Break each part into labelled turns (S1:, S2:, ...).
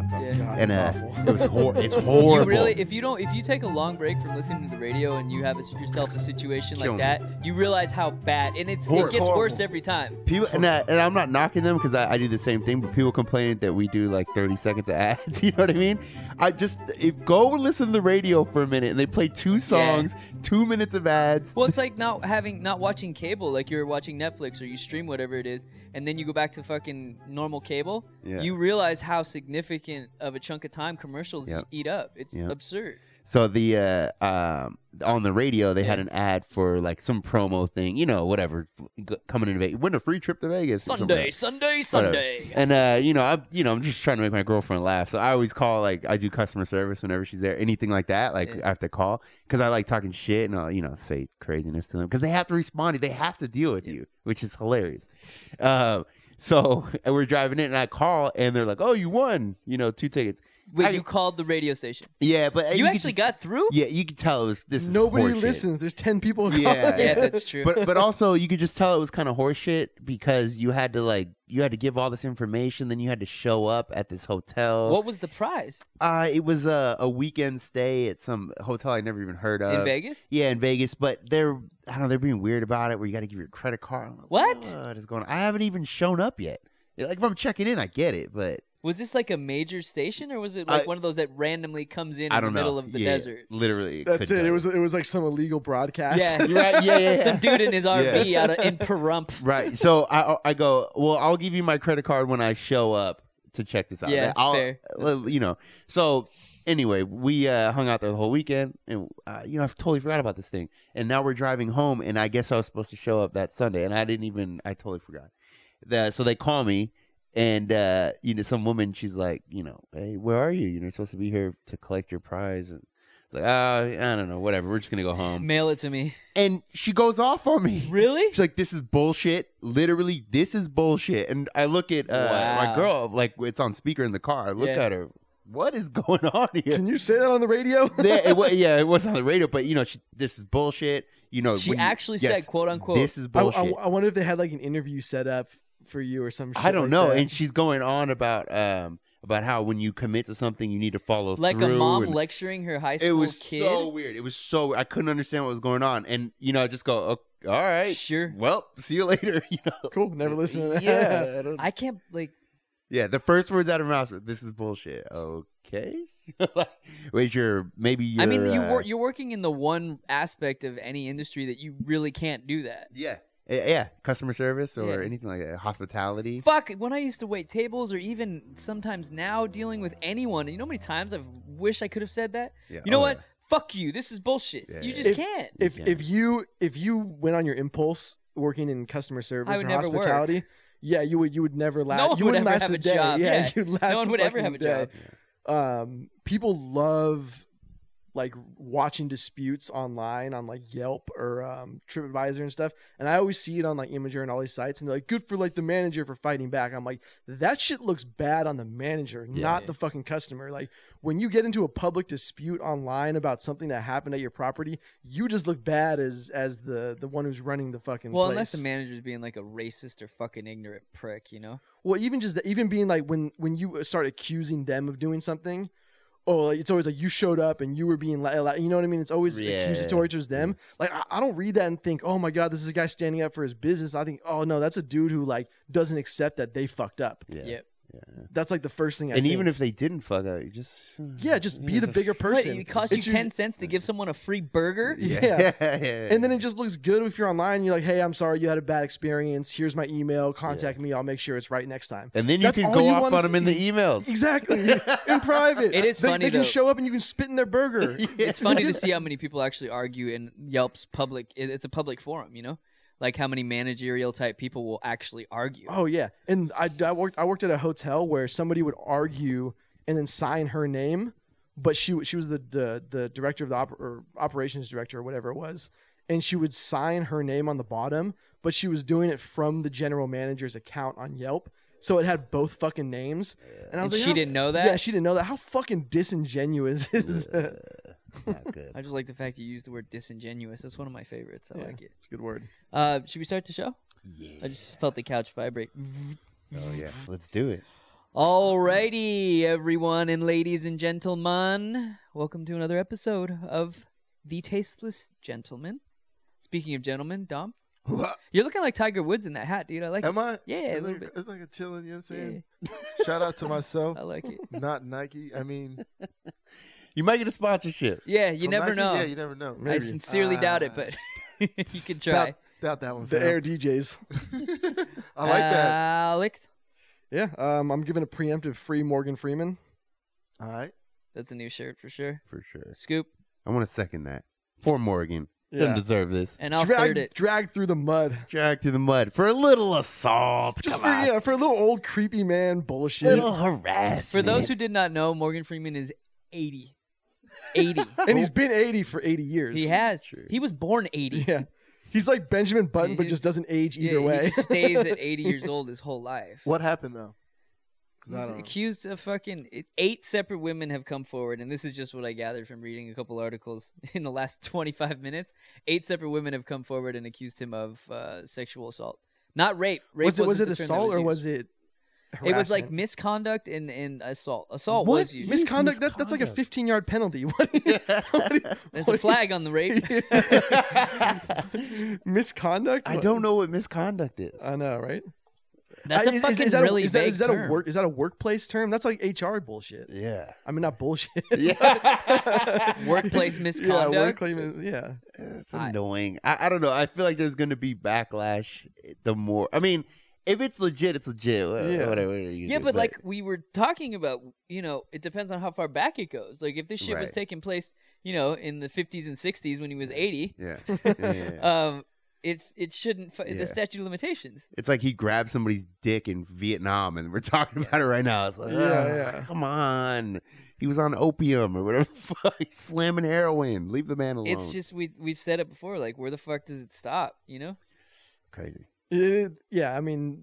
S1: and uh,
S2: That's
S1: a,
S2: awful.
S1: it was hor- it's horrible.
S3: You really, if you don't, if you take a long break from listening to the radio and you have a, yourself a situation
S1: Kill
S3: like
S1: me.
S3: that, you realize how bad, and it's
S1: Horrible.
S3: it gets worse every time.
S1: People and, I, and I'm not knocking them because I, I do the same thing, but people complain that we do like 30 seconds of ads. You know what I mean? I just if go listen to the radio for a minute and they play two songs, two minutes of ads.
S3: Well, it's like not having, not watching cable, like you're watching Netflix or you stream whatever it is, and then you go back to fucking normal cable.
S1: Yeah.
S3: You realize how significant of a chunk of time commercials
S1: Yeah.
S3: eat up. It's
S1: Yeah.
S3: absurd.
S1: So the uh, um, on the radio they had an ad for like some promo thing, you know, whatever, g- coming in Vegas, win a free trip to Vegas or something like
S3: Sunday,
S1: that.
S3: Sunday,
S1: Whatever.
S3: Sunday.
S1: And uh, you know, I you know, I'm just trying to make my girlfriend laugh. So I always call like I do customer service whenever she's there, anything like that. Like
S3: Yeah.
S1: I have to call because I like talking shit and I'll you know say craziness to them because they have to respond. They have to deal with you, which is hilarious. Um, so and we're driving in and I call and they're like, "Oh, you won, you know, two tickets."
S3: When
S1: I-
S3: you called the radio station,
S1: Yeah, but uh,
S3: you,
S1: could
S3: actually
S1: just-
S3: got through.
S1: Yeah, you could tell it was this. is
S2: Nobody
S1: horseshit.
S2: listens. There's ten people. Calling.
S1: Yeah.
S3: Yeah, that's true.
S1: But but also you could just tell it was kind of horseshit because you had to like you had to give all this information, then you had to show up at this hotel.
S3: what was the prize
S1: Uh, it was a, a weekend stay at some hotel I never even heard of.
S3: in Vegas?
S1: Yeah, in Vegas, but they're I don't know they're being weird about it. Where you got to give your credit card. I'm like,
S3: What?
S1: What is going? on? I haven't even shown up yet. Like if I'm checking in, I get it, but
S3: Was this like a major station, or was it like
S1: I-
S3: one of those that randomly comes in
S1: I
S3: in the
S1: don't
S3: middle
S1: know.
S3: of the
S1: Yeah,
S3: desert?
S1: Literally,
S2: That's
S1: couldn't
S2: it. It
S1: tell
S2: was it was like some illegal broadcast.
S3: Yeah.
S1: you. Right, yeah, yeah, yeah.
S3: Some dude in his RV out of, in Pahrump.
S1: Right. So I I go, well, I'll give you my credit card when I show up to check this out.
S3: Yeah,
S1: I'll,
S3: fair.
S1: well, you know. So anyway, we uh, hung out there the whole weekend, and uh, you know, I totally forgot about this thing. And now we're driving home, and I guess I was supposed to show up that Sunday, and I didn't even. I totally forgot. The, so they call me. And uh, you know, some woman, she's like, you know, hey, where are you? You know, you're supposed to be here to collect your prize. And it's like, ah, I don't know, whatever. We're just gonna go home.
S3: Mail it to me.
S1: And she goes off on me.
S3: Really?
S1: She's like, "This is bullshit. Literally, this is bullshit." And I look at uh,
S3: Wow.
S1: my girl, like it's on speaker in the car. I look
S3: Yeah.
S1: at her. What is going on here?
S2: Can you say that on the radio?
S1: yeah, it, wa- yeah, it was on the radio, but you know, she, this is bullshit. You know,
S3: She
S1: when you-
S3: actually
S1: yes,
S3: said, "quote unquote."
S1: "This is
S2: I, I-
S1: bullshit." I,
S2: I wonder if they had like an interview set up for you or some. Shit
S1: don't
S2: like
S1: know.
S2: that.
S1: And she's going on about um about how when you commit to something, you need to follow
S3: like a
S1: through
S3: mom
S1: and-
S3: lecturing her high school
S1: it was
S3: kid.
S1: so weird. It was so I couldn't understand what was going on, and you know, I just go, "Oh, "All right,
S3: Sure.
S1: well, see you later." You know,
S2: cool. Never listen to that.
S1: Yeah.
S2: I don't-
S3: I can't like.
S1: Yeah, the first words out of her mouth were, "This is bullshit." Okay, was your maybe your?
S3: I mean, you wor-
S1: uh,
S3: you're working in the one aspect of any industry that you really can't do that.
S1: yeah, Eh, yeah, customer service or
S3: Yeah.
S1: anything like that, hospitality.
S3: Fuck, when I used to wait tables or even sometimes now dealing with anyone, you know how many times I've wish I could have said that?
S1: Yeah,
S3: You know
S1: oh,
S3: what? Fuck you. This is bullshit.
S1: Yeah,
S3: you
S1: yeah,
S3: just
S2: yeah.
S3: can't.
S2: if
S1: Yeah.
S2: if you if you went on your impulse working in customer service
S3: would
S2: or
S3: never work.
S2: hospitality, yeah, you would you would never last.
S3: No one
S2: you
S3: would
S2: wouldn't
S3: ever
S2: last
S3: have
S2: the
S3: a
S2: day.
S3: job,
S2: Yeah,
S3: yeah.
S2: you'd last.
S3: No one
S2: the
S3: would ever
S2: fucking
S3: have a
S2: day. Um, people love like watching disputes online on like Yelp or um, TripAdvisor and stuff, and I always see it on like Imager and all these sites, and they're like, "Good for like the manager for fighting back." I'm like, that shit looks bad on the manager, not the fucking customer. Like when you get into a public dispute online about something that happened at your property, you just look bad as as the the one who's running the fucking.
S3: Well,
S2: place.
S3: unless the manager's being like a racist or fucking ignorant prick, you know?
S2: Well, even just that, even being like when when you start accusing them of doing something, oh, like, it's always like you showed up and you were being, la- la- you know what I mean? It's always
S1: Yeah.
S2: accusatory towards them. Like I, I don't read that and think, oh my god, this is a guy standing up for his business. I think, oh no, that's a dude who like doesn't accept that they fucked up.
S1: Yeah.
S3: Yep.
S2: That's like the first thing. I
S1: And even
S2: think.
S1: if they didn't fuck up, you just
S2: yeah, just be the bigger
S3: What,
S2: person.
S3: it cost
S2: It's
S3: you
S2: your-
S3: 10 cents to give someone a free burger?
S2: Yeah. And
S1: and
S2: then it just looks good if you're online. and You're like, hey, I'm sorry you had a bad experience. Here's my email. Contact me. I'll make sure it's right next time.
S1: and then you
S2: That's
S1: can
S2: all
S1: go
S2: you
S1: off
S2: wanna
S1: on them in
S2: see.
S1: the emails.
S2: Exactly. In private.
S3: It is
S2: they,
S3: funny,
S2: They
S3: though.
S2: can show up and you can spit in their burger.
S3: It's funny to see how many people actually argue in Yelp's public. it- It's a public forum, you know, like how many managerial type people will actually argue.
S2: Oh yeah. And I, I worked I worked at a hotel where somebody would argue and then sign her name, but she she was the the, the director of the op, or operations director or whatever it was. And she would sign her name on the bottom, but she was doing it from the general manager's account on Yelp. So it had both fucking names. And
S3: And
S2: I was like,
S3: she
S2: how
S3: didn't
S2: f-
S3: know that?
S2: Yeah, she didn't know that. How fucking disingenuous is that?
S1: Not good.
S3: I just like the fact you used the word disingenuous. That's one of my favorites. I like it.
S2: It's a good word.
S3: Uh, should we start the show?
S1: Yeah.
S3: I just felt the couch vibrate.
S1: Oh yeah. Let's do it.
S3: Alrighty, everyone and ladies and gentlemen, welcome to another episode of The Tasteless Gentleman. Speaking of gentlemen, Dom, you're looking like Tiger Woods in that hat, dude. I like it.
S4: Am I?
S3: Yeah, a
S4: it's
S3: little
S4: like,
S3: bit.
S4: It's like a chilling. You know what I'm
S3: Yeah,
S4: saying? Shout out to myself,
S3: I like it.
S4: not Nike. I mean,
S1: You might get a sponsorship.
S3: Yeah, you
S4: from
S3: never
S4: Nike?
S3: know.
S4: Yeah, you never Ah. know.
S3: I
S2: Maybe.
S3: sincerely doubt it, but you can try.
S4: Doubt, doubt that one.
S2: The
S4: fam.
S2: Air DJs.
S4: I like that.
S3: Alex,
S2: Yeah, um, I'm giving a preemptive free Morgan Freeman.
S4: All right.
S3: that's a new shirt for sure.
S1: For sure.
S3: Scoop,
S1: I want to second that. For Morgan. Doesn't
S2: Yeah.
S1: deserve this.
S3: and I'll
S2: dragged,
S3: third it.
S2: dragged through the mud.
S1: Dragged through the mud for a little assault.
S2: Just
S1: Come
S2: for
S1: on.
S2: yeah, for a little old creepy man bullshit.
S1: Little harassment.
S3: For those who did not know, Morgan Freeman is 80. 80.
S4: Oh.
S2: and he's been 80 for 80 years.
S3: he has.
S1: True.
S3: He was born 80.
S2: Yeah. He's like Benjamin Button, but
S3: He-
S2: just doesn't age
S3: Yeah,
S2: either way.
S3: He just stays at 80 years old his whole life.
S4: What happened though? 'Cause I
S3: He's
S4: don't know.
S3: accused of fucking eight separate women have come forward, and this is just what I gathered from reading a couple articles in the last 25 minutes. Eight separate women have come forward and accused him of uh, sexual assault, not rape. rape
S2: was it was
S3: wasn't
S2: it
S3: the term that
S2: assault or
S3: used.
S2: was it?
S3: It was like
S2: harassment?
S3: misconduct and, and assault. Assault
S2: What
S3: was used.
S2: misconduct? That, that's like a 15 yard penalty. What? what-
S3: There's a
S2: what-
S3: flag on the rape.
S2: misconduct?
S1: I
S2: What-
S1: don't know what misconduct is.
S2: I know, right?
S3: That's
S2: I-
S3: a fucking
S2: that
S3: really
S2: a, is that,
S3: vague
S2: is that
S3: term.
S2: a work? Is that a workplace term? That's like HR bullshit.
S1: yeah.
S2: I mean, not bullshit.
S1: Yeah.
S3: Workplace misconduct.
S2: Yeah, workplace. mis- Yeah.
S1: It's
S3: I-
S1: annoying. I, I don't know. I feel like there's going to be backlash the more. I mean, if it's legit, it's legit. Wha-
S2: Yeah.
S1: Whatever. you
S3: yeah,
S1: do,
S3: but like we were talking about, you know, it depends on how far back it goes. Like if this shit was
S1: Right.
S3: taking place, you know, in the 50s and 60s when he was 80,
S1: Yeah. Yeah, yeah, yeah.
S3: um, it it shouldn't fu-
S1: Yeah.
S3: the statute of limitations.
S1: it's like he grabbed somebody's dick in Vietnam and we're talking about it right now. It's like,
S2: Yeah,
S1: "Ugh,
S2: yeah.
S1: come on. He was on opium or whatever the fuck. He's slamming heroin. Leave the man alone.
S3: It's just we we've said it before. Like where the fuck does it stop? You know?
S1: crazy.
S2: It- yeah, I mean,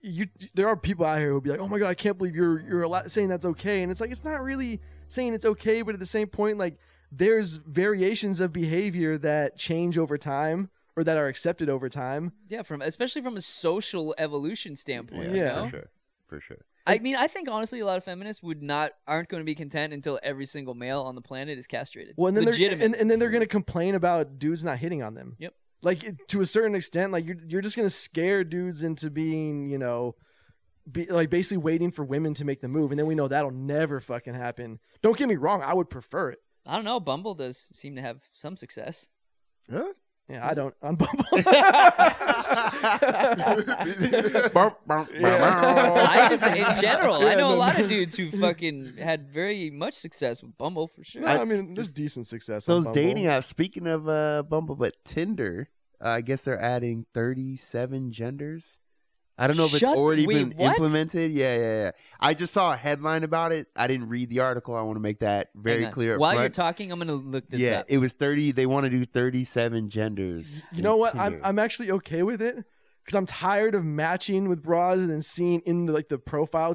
S2: you there are people out here who'll be like, "Oh my god, I can't believe you're you're allo- saying that's okay," and it's like it's not really saying it's okay, but at the same point, like there's variations of behavior that change over time or that are accepted over time.
S3: Yeah, from especially from a social evolution standpoint. you
S2: Yeah.
S3: know?
S1: For sure. For sure.
S3: I mean, I think honestly, a lot of feminists would not aren't going to be content until every single male on the planet is castrated.
S2: Well, and then
S3: Legitimate.
S2: they're and, and then they're gonna complain about dudes not hitting on them.
S3: Yep.
S2: Like it- to a certain extent, like you're you're just gonna scare dudes into being, you know. Be, like basically waiting for women to make the move, and then we know that'll never fucking happen. Don't get me wrong; I would prefer it.
S3: I don't know. Bumble does seem to have some success.
S4: Huh?
S2: Yeah, I don't on Bumble.
S1: Burp, burp,
S2: Yeah.
S1: burp.
S3: I just in general, I
S2: Yeah,
S3: know a
S2: no,
S3: lot of
S2: no.
S3: dudes who fucking had very much success with Bumble for sure.
S2: No, I mean, there's decent success. on
S1: Those
S2: Bumble.
S1: dating apps. Speaking of uh, Bumble, but Tinder, uh, I guess they're adding 37 genders. I don't know if
S3: Shut-
S1: it's already
S3: wait,
S1: been
S3: what?
S1: implemented. Yeah, yeah, yeah. I just saw a headline about it. I didn't read the article. I want to make that very
S3: Hang on.
S1: clear. up
S3: While you're
S1: front.
S3: talking, I'm gonna look this
S1: yeah,
S3: up.
S1: it was 30. They want to do 37 genders.
S2: You know
S1: in
S2: what? I'm
S1: Tinder.
S2: I'm actually okay with it because I'm tired of matching with bras and then seeing in the, like the profile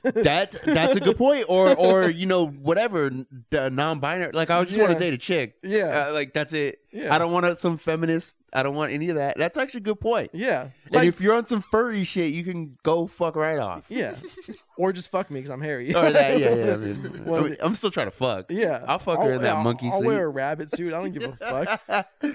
S1: that's that's a good point. Or or you know whatever n- d- non-binary. Like I just want
S2: Yeah.
S1: to date a chick.
S2: yeah,
S1: Uh, like that's it.
S2: yeah,
S1: I don't want some feminist. I don't want any of that. That's actually a good point.
S2: yeah,
S1: and
S2: like,
S1: if you're on some furry shit, you can go fuck right off.
S2: yeah, or just fuck me because I'm hairy.
S1: Or that, yeah, yeah. I mean,
S2: One of the-
S1: I am still trying to fuck.
S2: yeah.
S1: I'll fuck her in that
S2: I'll-
S1: monkey
S2: I'll
S1: suit.
S2: wear a rabbit suit. I don't give a fuck.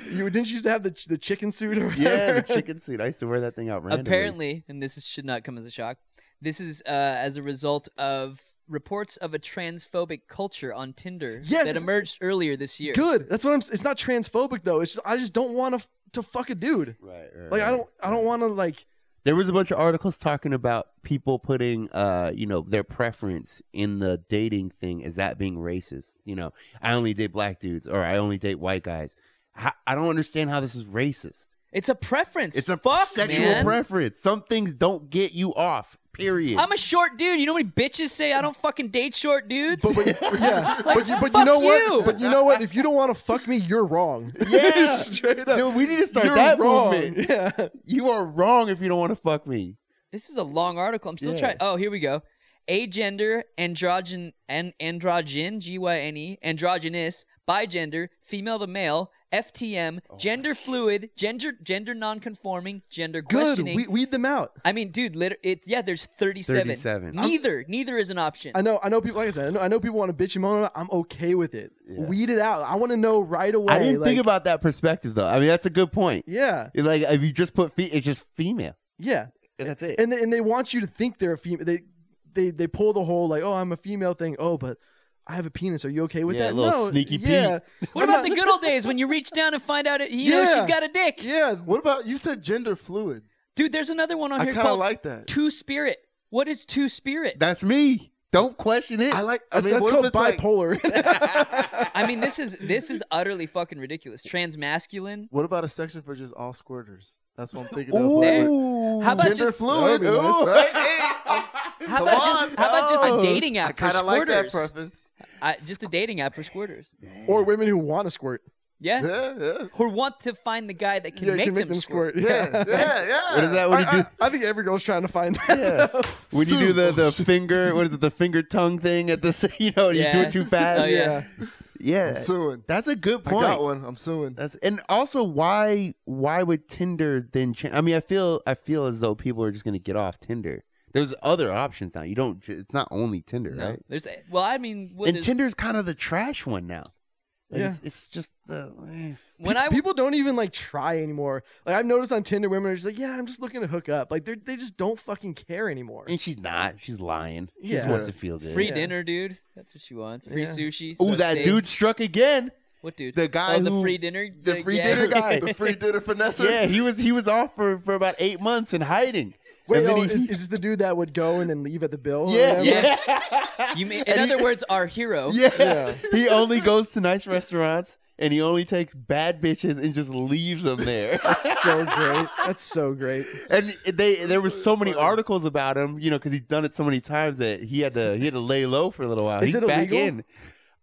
S2: You didn't you used to have the ch- the chicken suit or
S1: yeah, the
S2: whatever?
S1: chicken suit. I used to wear that thing out randomly.
S3: Apparently, and this is, should not come as a shock. This is uh, as a result of reports of a transphobic culture on Tinder
S2: Yes!
S3: that emerged earlier this year.
S2: Good. That's what I'm. s- It's not transphobic though. It's just I just don't want to f- to fuck a dude.
S1: Right, right,
S2: Like I
S1: right.
S2: don't I don't want to like
S1: There was a bunch of articles talking about people putting, uh, you know, their preference in the dating thing as that being racist. You know, I only date black dudes or I only date white guys. How, I don't understand how this is racist.
S3: It's a preference.
S1: It's a
S3: Fuck,
S1: sexual
S3: man.
S1: preference. Some things don't get you off. Period.
S3: I'm a short dude. You know how many bitches say I don't fucking date short dudes?
S2: But, but yeah, but, you, but you
S3: fuck
S2: know
S3: you.
S2: what? But you know what? If you don't want to fuck me, you're wrong.
S1: Yeah.
S2: straight up.
S1: Dude, we need to start
S2: You're
S1: that
S2: wrong.
S1: movement.
S2: Yeah,
S1: You are wrong if you don't want to fuck me.
S3: This is a long article. I'm still
S1: Yeah.
S3: trying. Oh, here we go. Agender, androgen, and androgen, G Y N E, androgynous, bigender, female to male, FTM,
S2: Oh
S3: gender fluid, gender gender nonconforming, gender
S2: Good.
S3: questioning.
S2: We, weed them out.
S3: I mean, dude, liter- it's yeah. There's 37.
S1: 37.
S3: Neither neither is an option.
S2: I know. I know people. Like I said, I know, I know people want to bitch and moan. I'm okay with it. Weed it out. I want to know right away.
S1: I didn't
S2: like-
S1: think about that perspective though. I mean, that's a good point.
S2: Yeah.
S1: Like if you just put fe- it's just female,
S2: Yeah.
S1: and that's it.
S2: and they, and they want you to think they're a female. They they they pull the whole like, oh, I'm a female thing. Oh, but I have a penis. Are you okay with
S1: Yeah,
S2: that?
S1: a little
S2: no,
S1: sneaky
S2: yeah.
S3: what
S2: I'm
S3: about
S2: not-
S3: the good old days when you reach down and find out it, you know
S2: Yeah.
S3: she's got a dick?
S2: Yeah,
S4: What about you said gender fluid?
S3: Dude, there's another one on
S4: I
S3: here
S4: kind of
S3: called
S4: like that.
S3: Two Spirit. What is Two Spirit?
S1: that's me. Don't question it.
S4: I like. I
S2: that's,
S4: mean,
S2: that's
S4: what if
S2: called
S4: it's like-
S2: bipolar.
S3: I mean, this is this is utterly fucking ridiculous. Transmasculine.
S4: What about a section for just all squirters? That's what I'm thinking of. like,
S1: Ooh.
S3: How about
S4: gender
S3: just-
S4: fluid.
S2: That would be nice.
S4: Ooh, hey, hey, I'm-
S3: How
S4: Come
S3: about
S4: on.
S3: just how about just a
S4: Oh.
S3: dating
S4: I
S3: app for
S4: kind of like that
S3: squirters?
S4: preference.
S3: I, just a dating app for squirters.
S2: or women who want to squirt.
S3: Yeah.
S4: Yeah, yeah,
S3: Who want to find the guy that can,
S2: yeah,
S3: make,
S2: can
S3: them squirt.
S4: yeah, yeah. yeah.
S1: What is that?
S3: Ah,
S1: What do
S2: I,
S1: you do?
S2: I- I think every girl's trying to find that.
S1: When you do the, the finger, what is it? The finger tongue thing at the you know you do
S3: Yeah.
S1: it too fast.
S3: Oh, yeah.
S1: Yeah.
S4: I'm suing.
S1: that's a good
S4: I
S1: point.
S4: got one. I'm suing.
S1: That's and also why why would Tinder then change? I mean, I feel I feel as though people are just gonna get off Tinder. There's other options now. You don't. ju- It's not only Tinder,
S3: No,
S1: right?
S3: there's well, I mean, what
S1: and
S3: is-
S1: Tinder's kind of the trash one now. Like,
S2: Yeah.
S1: it's, it's just the eh.
S3: when I
S2: People don't even like try anymore. Like I've noticed on Tinder, women are just like, "Yeah, I'm just looking to hook up." Like they they just don't fucking care anymore.
S1: and she's not. She's lying. She just
S2: Yeah.
S1: wants to feel good.
S3: free
S2: Yeah.
S3: dinner, dude, that's what she wants. Free
S2: Yeah.
S3: sushi.
S1: Ooh,
S3: sex
S1: that
S3: tape.
S1: dude struck again.
S3: What dude?
S1: the guy
S3: Oh, the
S1: who-
S3: free dinner.
S1: the free
S3: yeah.
S1: dinner guy.
S4: the free dinner finesse.
S1: Yeah, he was he was off for, for about eight months in hiding.
S2: Wait,
S1: and then
S2: oh,
S1: he,
S2: is, is this the dude that would go and then leave at the bill? or
S1: yeah,
S2: whatever?
S1: yeah,
S3: You mean, in other words, our hero.
S1: yeah.
S2: Yeah.
S1: He only goes to nice restaurants and he only takes bad bitches and just leaves them there.
S2: That's so great. That's so great.
S1: and they there was so many articles about him, you know, because he's done it so many times that he had to he had to lay low for a little while.
S2: Is
S1: he's
S2: it
S1: back
S2: illegal?
S1: in.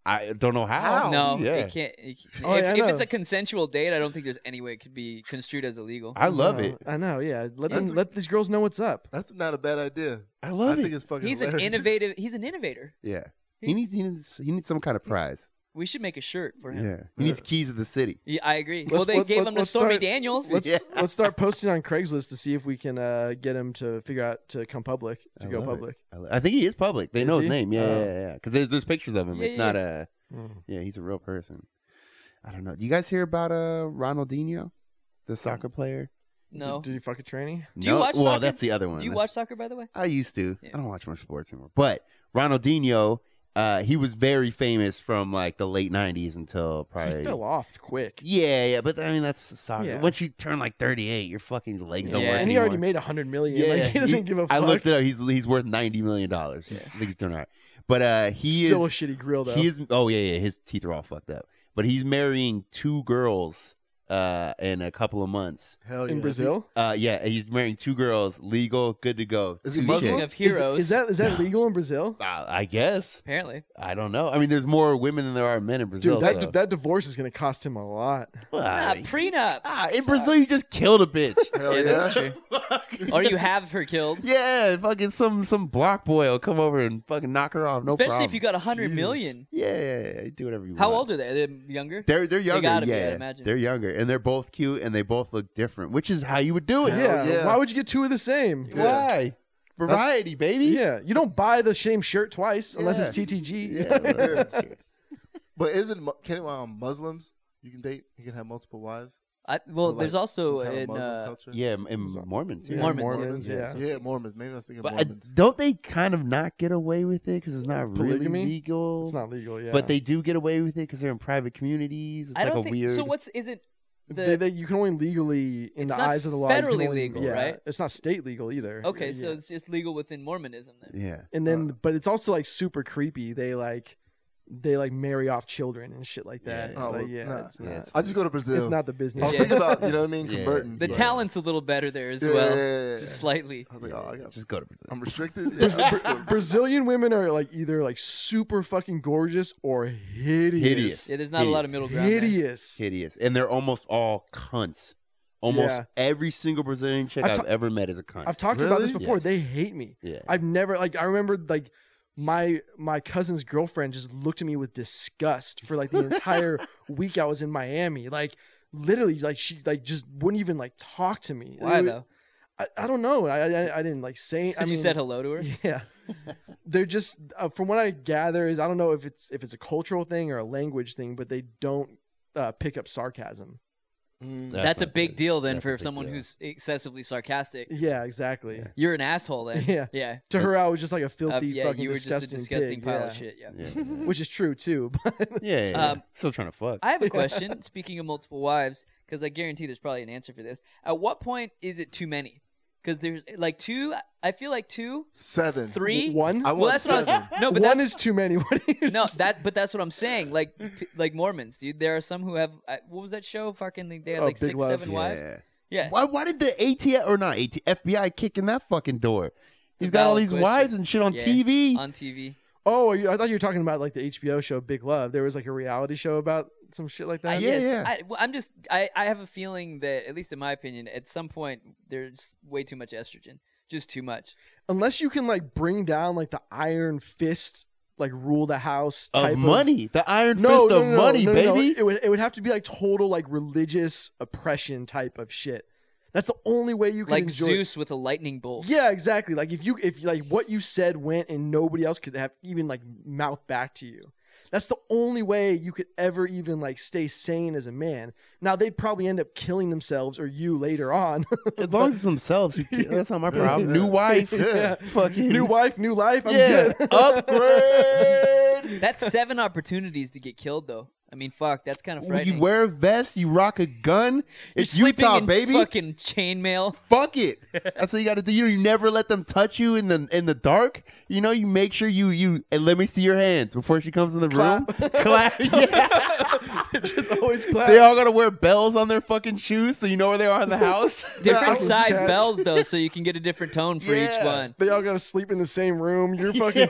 S1: I don't know how.
S3: No,
S1: yeah.
S3: it can't. It, can't-
S2: Oh,
S3: if
S2: yeah, I
S3: if
S2: know.
S3: it's a consensual date, I don't think there's any way it could be construed as illegal.
S1: I love
S2: No,
S1: it.
S2: I know. Yeah, let them,
S4: That's-
S2: let these girls know what's up.
S4: That's not a bad idea.
S1: I
S4: I
S1: love
S4: think
S1: it.
S4: it's fucking.
S3: he's an
S4: hilarious.
S3: innovative. He's an innovator.
S1: Yeah. He
S3: He's-
S1: needs he needs he needs some kind of prize.
S3: We should make a shirt for
S1: Yeah.
S3: him.
S1: He needs keys of the city.
S3: Yeah, I agree.
S2: Let's-
S3: well, they
S2: let-
S3: gave
S2: let-
S3: him to
S2: let's
S3: Stormy
S2: start-
S3: Daniels.
S2: Let's
S1: Yeah.
S2: let's start posting on Craigslist to see if we can uh, get him to figure out to come public to
S1: I
S2: go
S1: love it.
S2: public.
S1: I, lo- I think he is public. They
S2: Is
S1: know
S2: he?
S1: his name. Yeah,
S2: Oh.
S1: yeah, yeah. Because there's there's pictures of him.
S3: Yeah,
S1: it's
S3: yeah,
S1: not a yeah. He's a real person. I don't know. Do you guys hear about uh Ronaldinho, the soccer player?
S3: no.
S2: Did, did he fuck a tranny?
S3: Do you
S1: No-
S3: watch
S1: Well,
S3: soccer?
S1: that's the other one.
S3: Do you
S1: That's-
S3: watch soccer, by the way?
S1: I used to.
S3: Yeah.
S1: I don't watch much sports anymore. But Ronaldinho, uh, he was very famous from like the late '90s until
S2: He
S1: probably.
S2: fell off quick.
S1: Yeah, yeah, but I mean that's soccer.
S2: Yeah.
S1: Once you turn like 38, your fucking legs don't
S3: Yeah.
S1: work
S2: and he
S1: anymore.
S2: already made a hundred million.
S1: Yeah,
S2: like, he doesn't give a fuck.
S1: I looked it up. He's he's worth ninety million dollars. I think he's doing all right. But uh, he
S2: Still
S1: is
S2: a shitty grill though.
S1: he is. Oh yeah, yeah. His teeth are all fucked up. But he's marrying two girls uh, in a couple of months.
S4: Hell yeah.
S2: in Brazil.
S1: Uh, yeah, he's marrying two girls. Legal, good to go.
S4: Is he
S1: Two
S4: Muslim?
S1: chicks.
S3: Speaking of heroes,
S2: Is, is that is that legal in Brazil?
S1: Uh, I guess.
S3: apparently
S1: I don't know. I mean, there's more women than there are men in Brazil.
S2: Dude, that
S1: so-
S2: that divorce is gonna cost him a lot.
S1: Well,
S3: ah,
S1: I-
S3: prenup?
S1: ah, in Brazil, you just killed a bitch.
S4: Hell
S3: yeah,
S4: yeah.
S3: that's true. or you have her killed,
S1: yeah, fucking some some block boy will come over and fucking knock her off. No
S3: especially
S1: problem.
S3: if you got a hundred million.
S1: Yeah, yeah, yeah, do whatever you
S3: How
S1: want.
S3: old are they? Are they younger?
S1: They're they're younger.
S3: gotta be,
S1: yeah,
S3: I'd
S1: yeah.
S3: imagine.
S1: they're younger, and they're both cute, and they both look different, which is how you would do it.
S4: Hell
S2: yeah.
S4: yeah.
S2: Why would you get two of the same?
S4: Yeah.
S1: Why? Variety, baby.
S2: Yeah. You don't buy the same shirt twice unless it's TTG.
S1: Yeah, well, that's true.
S4: But isn't Mu- can um, Muslims? You can date. You can have multiple wives.
S3: I, well,
S4: Like,
S3: there's also
S4: some kind of
S3: in
S4: Muslim
S3: uh,
S4: culture.
S1: yeah, and Mormons. Yeah.
S2: Yeah,
S3: Mormons,
S2: Mormons,
S1: yeah.
S2: yeah.
S4: yeah, Mormons. Maybe I was thinking
S1: But uh,
S4: Mormons.
S1: don't they kind of not get away with it because it's not
S2: Polygamy?
S1: really legal?
S2: It's not legal, yeah.
S1: But they do get away with it because they're in private communities. It's
S3: I
S1: like
S3: don't
S1: a
S3: think
S1: weird.
S3: so. What's isn't the
S2: they, they, you can only legally, in
S3: It's
S2: the
S3: not
S2: eyes of the law, you can
S3: federally
S2: only-
S3: legal,
S2: yeah,
S3: right?
S2: It's not state legal either.
S3: okay?
S2: Yeah.
S3: So it's just legal within Mormonism then.
S1: Yeah.
S2: and
S4: Uh.
S2: then, but it's also like super creepy. They like, they like marry off children and shit like that.
S1: Yeah.
S2: Yeah,
S4: Oh,
S2: like,
S4: well,
S2: yeah
S4: nah.
S2: it's
S1: Yeah,
S2: not.
S1: it's-
S4: I just go to Brazil.
S2: it's not the
S4: I was
S2: business.
S3: Yeah.
S4: thinking about you know what I mean.
S1: Yeah.
S4: Converting
S3: The
S1: Yeah.
S3: talent's a little better there as
S4: Yeah,
S3: well,
S4: yeah, yeah, yeah.
S3: just slightly.
S4: I was like, oh, I got.
S1: Just go to Brazil.
S4: I'm restricted.
S2: Braz-
S4: Yeah.
S2: Bra- Brazilian women are like either like super fucking gorgeous or hideous.
S1: Hideous.
S3: Yeah, there's not a lot of middle ground. there.
S2: Hideous.
S1: Hideous, and they're almost all cunts. Almost
S2: Yeah.
S1: every single Brazilian chick
S2: I've
S1: I've,
S2: ta-
S1: ever met is a cunt.
S2: I've talked about this
S4: Really?
S2: before.
S1: Yes.
S2: They hate me.
S1: yeah.
S2: I've never like I remember like my my cousin's girlfriend just looked at me with disgust for like the entire week I was in Miami. Like literally, like she like just wouldn't even like talk to me.
S3: Why
S2: It wa-
S3: though?
S2: I, I don't know. I, I I didn't like say. I
S3: Because you
S2: mean,
S3: said hello to her.
S2: yeah, they're just uh, from what I gather is I don't know if it's if it's a cultural thing or a language thing, but they don't uh, pick up sarcasm.
S4: Mm.
S3: That's, a
S1: not
S3: big
S1: good.
S3: deal then
S1: That's a
S3: for
S1: big
S3: someone
S1: deal.
S3: who's excessively sarcastic.
S2: Yeah, exactly.
S1: Yeah.
S3: You're an asshole then.
S2: Yeah.
S3: Yeah.
S2: To her, I was just like a
S3: Uh,
S2: filthy,
S3: yeah,
S2: fucking
S3: you were just a disgusting
S2: disgusting, pig,
S3: pile
S2: yeah.
S3: of shit. Yeah.
S1: Yeah, yeah,
S2: Which is true too. But
S1: yeah, yeah.
S3: Um,
S1: still trying to fuck.
S3: I have a question. Speaking of multiple wives, because I guarantee there's probably an answer for this. At what point is it too many? Because there's like two. I feel like two,
S4: Seven.
S3: three.
S2: one,
S4: I
S3: Well,
S4: want
S3: that's what I was.
S4: seven.
S3: No, but
S2: one
S3: that's,
S2: is too many. What do you
S3: no that. But that's what I'm saying. Like, p- like Mormons, dude. There are some who have. I- What was that show? Fucking, they had
S4: Oh,
S3: like
S4: Big
S3: six,
S4: Love,
S3: seven wives.
S1: Yeah.
S3: Yeah.
S1: Why, why did the ATF or not AT FBI kick in that fucking door? He's
S3: a
S1: got all
S3: valid
S1: these
S3: question.
S1: wives and shit on
S3: Yeah.
S1: TV.
S3: On TV.
S2: Oh, are you, I thought you were talking about like the HBO show Big Love. There was like a reality show about some shit like
S3: I,
S2: that.
S1: yeah,
S3: yes,
S1: yeah.
S3: I, well, I'm just. I, I have a feeling that, at least in my opinion, at some point there's way too much estrogen. Just too much.
S2: Unless you can like bring down like the iron fist, like rule the house type
S1: of money, the iron fist of money,
S2: no, no, no.
S1: baby.
S2: It would it would have to be like total like religious oppression type of shit. That's the only way you can
S3: Like
S2: enjoy.
S3: Zeus with a lightning bolt.
S2: Yeah, exactly. Like if you if like what you said went and nobody else could have even like mouth back to you. That's the only way you could ever even like stay sane as a man. Now they'd probably end up killing themselves or you later on.
S1: As long as it's themselves, who ca- that's not my problem. New wife,
S4: Yeah.
S1: fucking
S2: new wife, new life. I'm
S1: Mm. yeah,
S2: good.
S1: upgrade.
S3: That's seven opportunities to get killed, though. I mean, fuck, that's kind of frightening.
S1: You wear a vest, you rock a gun.
S3: You're
S1: It's
S3: sleeping
S1: Utah,
S3: in
S1: baby.
S3: Fucking chainmail.
S1: Fuck it. That's what you got to do. You, you never let them touch you in the in the dark. You know, you make sure you you and let me see your hands before she comes in the room. Clap. Yeah.
S2: Just always clap.
S1: They all gotta wear bells on their fucking shoes, so you know where they are in the house.
S3: Different
S2: I'm
S3: size
S2: dead.
S3: bells, though, so you can get a different tone for each
S1: Yeah.
S3: one.
S2: They all gotta sleep in the same room. You're fucking.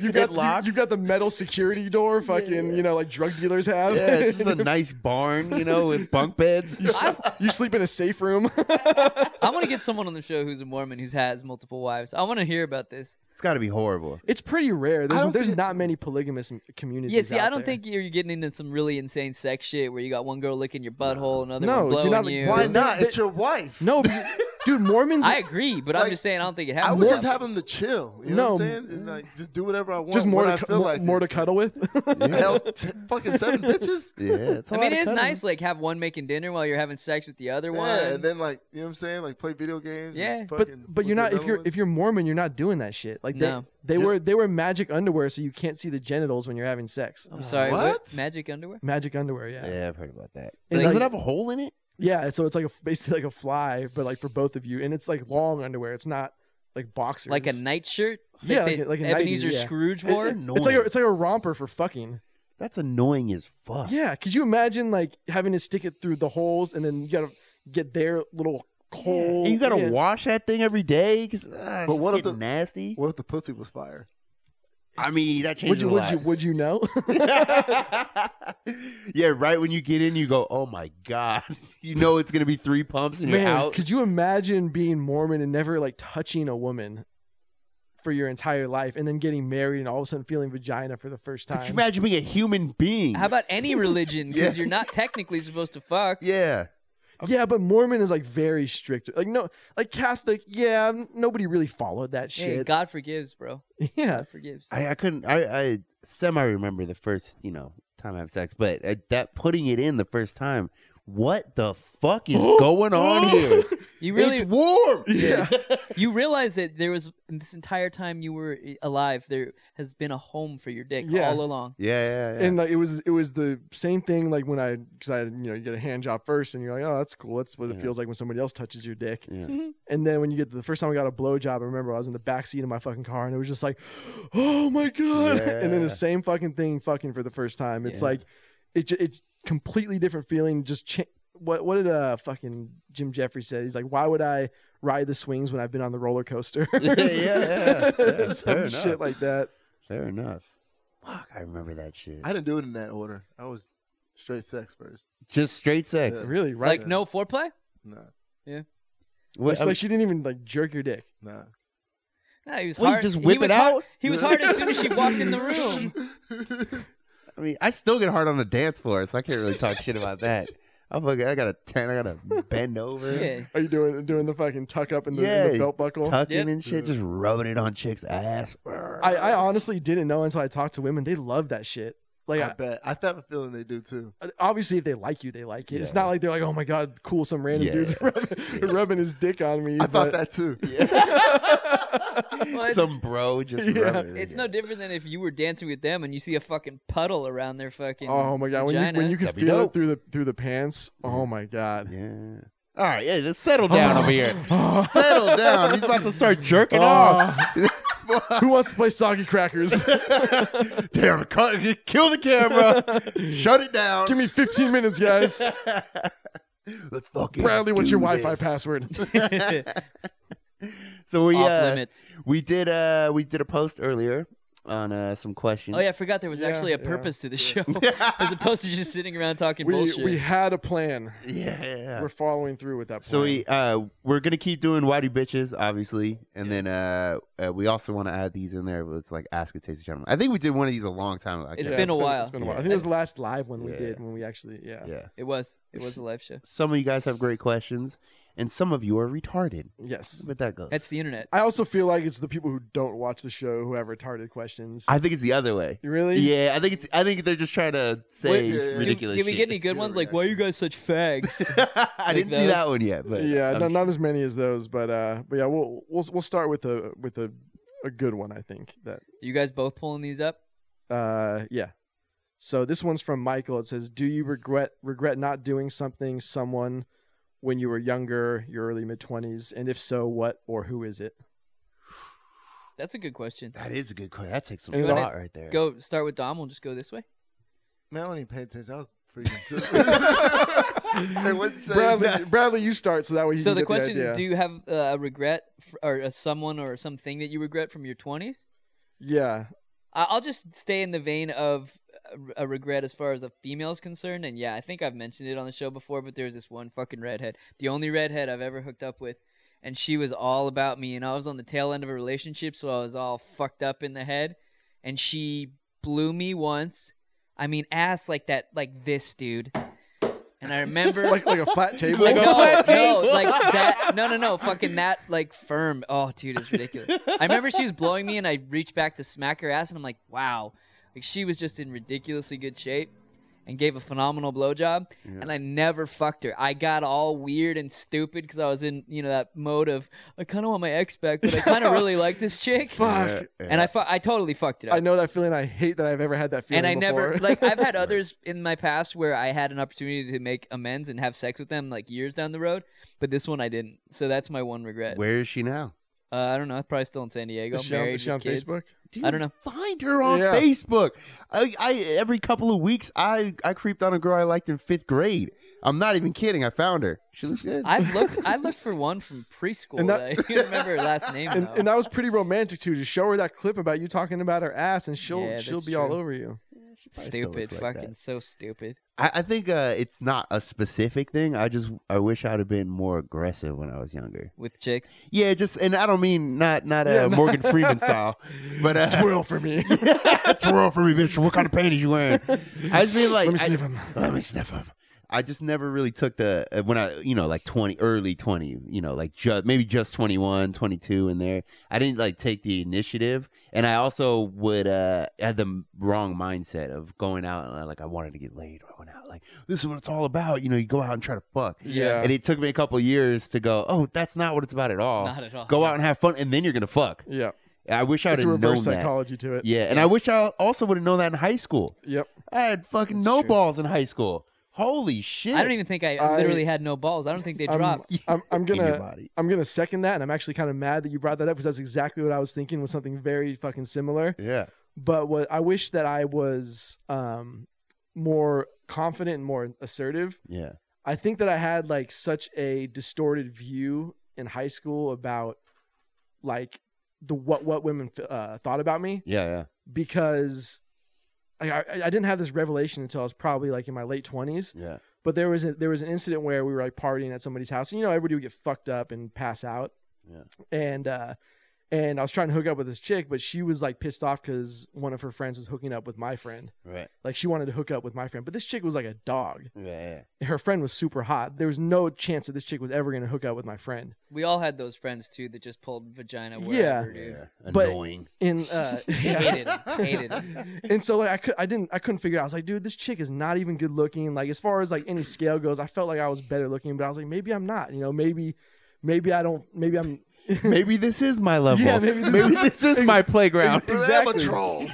S2: You've got
S1: It locks.
S2: You, have got the metal security door. Fucking, you know, like drug dealers have.
S1: yeah, it's just a nice barn, you know, with bunk beds.
S2: you sleep in a safe room.
S3: I want to get someone on the show who's a Mormon who's has multiple wives. I want to hear about this.
S1: It's got to be horrible.
S2: it's pretty rare.
S4: I
S2: There's
S4: don't
S2: there's
S4: see it-
S2: not many polygamous m- communities.
S3: Yeah, see,
S2: out
S3: I don't
S2: there.
S3: think you're getting into some really insane sex shit where you got one girl licking your butthole, another
S2: No,
S3: one
S2: you're
S3: blowing
S2: not-
S3: you.
S4: Why
S2: They-
S4: not?
S2: they-
S4: It's your wife.
S2: No, but- dude, Mormons.
S3: I agree, but I'm
S4: Like,
S3: just saying I don't think it
S4: I
S3: happens.
S4: would just
S3: often.
S4: have him to chill. You
S2: No.
S4: know what I'm saying? And like, just do whatever I want.
S2: just more
S4: when
S2: to
S4: I
S2: cu-
S4: feel
S2: more,
S4: like
S2: more
S4: it.
S2: to cuddle with.
S4: Hell, t- fucking seven bitches.
S1: Yeah, it's a
S3: I
S1: lot
S3: mean,
S1: of
S3: it is
S1: cutting.
S3: nice like have one making dinner while you're having sex with the other one.
S4: Yeah, and then like you know what I'm saying, like play video games.
S3: Yeah.
S4: and
S2: but
S4: fucking
S2: but you're
S4: look
S2: not
S4: at
S2: if you're
S4: another
S2: if you're Mormon, you're not doing that shit. Like they
S3: No.
S2: they wear they wear magic underwear, so you can't see the genitals when you're having sex.
S3: I'm sorry,
S4: What?
S3: Magic underwear?
S2: Magic underwear, yeah,
S1: Yeah, I've heard about that.
S2: And
S1: Does
S2: like-
S1: it have a hole in it?
S2: yeah. So it's like a, basically like a fly, but like for both of you, and it's like long underwear. It's not like boxers.
S3: Like a nightshirt? that
S2: Yeah,
S3: they-
S2: like a- like a nightie,
S3: Ebenezer
S2: yeah.
S3: Scrooge
S1: It's
S3: wore?
S1: annoying.
S2: It's like a, it's like a romper for fucking.
S1: That's annoying as fuck.
S2: Yeah, could you imagine like having to stick it through the holes and then you gotta get their little hole?
S1: And you gotta
S2: yeah.
S1: wash that thing every day because uh,
S4: But
S1: but
S4: what
S1: what
S4: if
S1: getting
S4: the-
S1: nasty.
S4: What if the pussy was fire?
S1: I mean, that
S2: Would
S1: changes
S2: you
S1: a
S2: would
S1: lot.
S2: you would you know?
S1: yeah, right when you get in, you go, "Oh my god!" You know it's gonna be three pumps and you're
S2: Man,
S1: out.
S2: could you imagine being Mormon and never like touching a woman for your entire life and then getting married and all of a sudden feeling vagina for the first
S1: Could you
S2: time?
S1: imagine being a human being?
S3: How about any religion? Because
S1: Yeah.
S3: you're not technically supposed to fuck.
S1: yeah,
S2: yeah, but Mormon is like very strict. Like no, like Catholic, yeah, n- nobody really followed that
S3: Hey,
S2: shit.
S3: God forgives, bro.
S2: yeah.
S3: God forgives.
S1: I, I couldn't. I, I semi remember the first, you know, time I have sex, but uh, that putting it in the first time. What the fuck is going on here?
S3: you really,
S1: It's warm.
S2: Yeah.
S3: you realize that there was this entire time you were i- alive, there has been a home for your dick
S2: Yeah.
S3: all along.
S1: Yeah, yeah, yeah.
S2: And like it was, it was the same thing. Like when I, because I, you know, you get a hand job first, and you're like, oh, that's cool. That's what it
S1: Yeah.
S2: feels like when somebody else touches your dick.
S1: Yeah.
S2: And then when you get the first time I got a blowjob, I remember I was in the back seat of my fucking car and it was just like, oh my god! And then
S1: Yeah.
S2: the same fucking thing, fucking for the first time. It's
S3: Yeah.
S2: like, it ju- it's completely different feeling. Just cha- what what did uh fucking Jim Jeffrey said? He's like, why would I ride the swings when I've been on the roller coaster?
S1: Yeah, yeah, yeah. Fair
S2: Some
S1: enough.
S2: shit like that.
S1: Fair enough. Fuck, I remember that shit.
S4: I didn't do it in that order. I was straight sex first.
S1: Just straight sex.
S4: Yeah.
S2: Really, right?
S3: Like, no foreplay?
S4: Nah,
S1: What- oh,
S2: It's like she didn't even like jerk your dick.
S4: nah.
S3: No, he was
S1: Well, you
S3: hard.
S1: just whip
S3: he was
S1: it
S3: hard-
S1: out?
S3: He was hard as soon as she walked in the room.
S1: I mean, I still get hard on the dance floor, so I can't really talk shit about that. I fucking, I got a ten. I got to bend over,
S3: Yeah.
S2: Are you doing doing the fucking tuck up in the, in the
S1: Yeah,
S2: belt buckle?
S1: tucking
S3: Yep.
S1: and shit, just rubbing it on chicks' ass.
S2: I, I honestly didn't know until I talked to women. They love that shit.
S3: Oh,
S2: Like
S4: I bet. I have a feeling they do too.
S2: obviously if they like you, they like it. It's
S1: Yeah.
S2: not like they're like, oh my god, cool, some random
S1: Yeah.
S2: dude's rubbing, rubbing his dick on me.
S4: I thought that too.
S3: Well, it's,
S1: Some bro just
S2: Yeah.
S1: rubbing. it.
S3: it's no different than if you were dancing with them and you see a fucking puddle around their fucking.
S2: Oh my god, when you,
S3: vagina.
S2: when you can
S1: That'd be
S2: feel
S1: dope.
S2: it through the through the pants. Oh my god.
S1: Yeah. All right, yeah, just
S3: Oh.
S1: settle down over here. settle down. He's about to start jerking off.
S2: Oh. Who wants to play soggy crackers?
S1: Damn, cut, kill the camera. Shut it down.
S2: Give me 15 minutes, guys.
S1: Let's fucking.
S2: Bradley, what's
S1: do
S2: your Wi-Fi
S1: this.
S2: password?
S1: So we
S3: off
S1: uh,
S3: limits.
S1: we did uh we did a post earlier on uh some questions.
S3: Oh yeah, I forgot there was
S2: Yeah,
S3: actually a
S2: yeah.
S3: purpose to the show, as opposed to just sitting around talking
S2: We,
S3: bullshit.
S2: we had a plan.
S1: yeah.
S2: We're following through with that plan.
S1: So we uh we're gonna keep doing whitey bitches, obviously, and then uh, uh we also want to add these in there. It's like ask a tasty gentleman. I think we did one of these a long time ago. I
S3: It's
S1: can't-
S3: been a while.
S2: It's been a while. I
S1: Yeah.
S2: think it was the last live one we
S1: Yeah.
S2: did when we actually yeah.
S1: yeah.
S3: it was it was a live show.
S1: Some of you guys have great questions, and some of you are retarded.
S2: Yes.
S1: But that goes.
S3: That's the internet.
S2: I also feel like it's the people who don't watch the show who have retarded questions.
S1: I think it's the other way.
S2: You really?
S1: Yeah, I think it's. I think they're just trying to say
S3: Wait,
S4: yeah, yeah.
S3: Did,
S1: ridiculous.
S3: did we get
S1: shit.
S3: any good
S4: Yeah,
S3: ones? Like, why are you guys such fags?
S1: I didn't see
S3: those?
S1: that one yet, but
S2: yeah,
S1: I'm
S2: no, not as many as those, but uh, but yeah, we'll we'll we'll start with a with a, a good one, I think. That
S3: you guys both pulling these up?
S2: uh, yeah. So this one's from Michael. It says, "Do you regret regret not doing something, someone, when you were younger, your early mid twenties, and if so, what or who is it?"
S3: That's a good question.
S1: That is a good question. That takes some
S2: You
S1: thought
S3: wanna
S1: right there.
S3: Go start with Dom. We'll just go this way.
S4: Man, I don't even pay attention. I was freaking good. hey, what's
S2: Bradley, Bradley, you start so that way. You
S3: so
S2: can
S3: the
S2: get
S3: question
S2: idea.
S3: is, do you have uh, a regret f- or a someone or something that you regret from your twenties?
S2: yeah,
S3: I- I'll just stay in the vein of a a regret as far as a female is concerned. And yeah, I think I've mentioned it on the show before, but there was this one fucking redhead, the only redhead I've ever hooked up with. And she was all about me. And I was on the tail end of a relationship, so I was all fucked up in the head. And she blew me once. I mean, ass like that, like this, dude. And I remember.
S2: like like a flat table.
S3: Like,
S1: a
S3: no,
S1: flat
S3: no,
S1: table.
S3: like that. No, no, no. Fucking that, like firm. Oh, dude, it's ridiculous. I remember she was blowing me, and I reached back to smack her ass, and I'm like, wow, like she was just in ridiculously good shape, and gave a phenomenal blowjob, and I never fucked her. I got all weird and stupid because I was in, you know, that mode of I kind of want my ex back, but I kind of really like this chick,
S2: Fuck.
S3: and I, fu- I totally fucked it up
S2: I know that feeling. I hate that I've ever had that
S3: and
S2: feeling.
S3: I
S2: before.
S3: never like I've had others in my past where I had an opportunity to make amends and have sex with them like years down the road, but this one I didn't. So that's my one regret.
S1: Where is she now?
S3: Uh, I don't know. I'm probably still in San Diego.
S2: Is she on,
S3: married
S2: is she
S3: with
S2: on
S3: kids.
S2: Facebook.
S1: Dude,
S3: I don't know.
S1: Find her on
S2: Yeah.
S1: Facebook. I, I every couple of weeks, I I creeped on a girl I liked in fifth grade. I'm not even kidding. I found her. She looks good.
S3: I've looked. I looked for one from preschool.
S2: And
S3: that,
S2: that-
S3: I can't remember her last name.
S2: and,
S3: though.
S2: and that was pretty romantic too. To show her that clip about you talking about her ass, and she'll
S3: Yeah,
S2: she'll
S3: that's
S2: be all
S3: true.
S2: over you.
S1: She probably still
S3: stupid.
S1: looks like
S3: fucking
S1: that.
S3: so stupid.
S1: I, I think uh, it's not a specific thing. I just I wish I'd have been more aggressive when I was younger.
S3: With chicks,
S1: Yeah, just and I don't mean not not uh,
S2: Yeah, no.
S1: Morgan Freeman style, but uh,
S2: Twirl for me.
S1: twirl for me, bitch. What kind of panties you wearing? I just mean like
S2: Let me
S1: I-
S2: sniff 'em.
S1: Let me sniff him. I just never really took the uh, when I you know like 20 early 20 you know like just maybe just 21 22 in there I didn't like take the initiative and I also would uh had the wrong mindset of going out and uh, like I wanted to get laid or I went out like this is what it's all about you know you go out and try to fuck
S2: Yeah.
S1: and it took me a couple years to go oh that's not what it's about at
S2: Oh,
S1: all
S3: not at all.
S1: go out and have fun and then you're gonna fuck
S2: yeah,
S1: I wish I would
S2: it's a
S1: have known
S2: reverse
S1: that
S2: psychology to it.
S1: yeah, and I wish I also would have known that in high school.
S2: Yep.
S1: I had fucking
S3: That's
S1: no
S3: true.
S1: balls in high school. Holy shit!
S3: I don't even think I, I
S2: I-
S3: literally had no balls. I don't think they
S2: I'm,
S3: dropped.
S2: I'm, I'm
S1: In your
S2: gonna
S1: body.
S2: I'm gonna second that, and I'm actually kind of mad that you brought that up because that's exactly what I was thinking was something very fucking similar.
S1: Yeah.
S2: But what I wish that I was um, more confident and more assertive
S1: Yeah.
S2: I think that I had like such a distorted view in high school about like the what what women uh, thought about me
S1: Yeah. Yeah.
S2: because I, I I didn't have this revelation until I was probably like in my late twenties.
S1: Yeah.
S2: But there was a, there was an incident where we were like partying at somebody's house, and you know everybody would get fucked up and pass out.
S1: Yeah.
S2: And uh, and I was trying to hook up with this chick, but she was like pissed off because one of her friends was hooking up with my friend.
S1: Right.
S2: Like she wanted to hook up with my friend, but this chick was like a dog.
S1: Yeah.
S2: Her friend was super hot. There was no chance that this chick was ever going to hook up with my friend.
S3: We all had those friends too that just pulled vagina
S2: Yeah.
S3: wherever, dude.
S1: yeah.
S2: But-
S1: Annoying.
S2: And uh,
S3: Hated him. Hated him.
S2: and so like I could I didn't I couldn't figure it out. I was like, dude, this chick is not even good looking. Like as far as like any scale goes, I felt like I was better looking, but I was like, maybe I'm not. You know, maybe maybe I don't. Maybe I'm.
S1: maybe this is my level.
S2: Yeah, maybe this-
S1: this is my playground.
S4: I'm a
S2: Exactly.
S4: troll.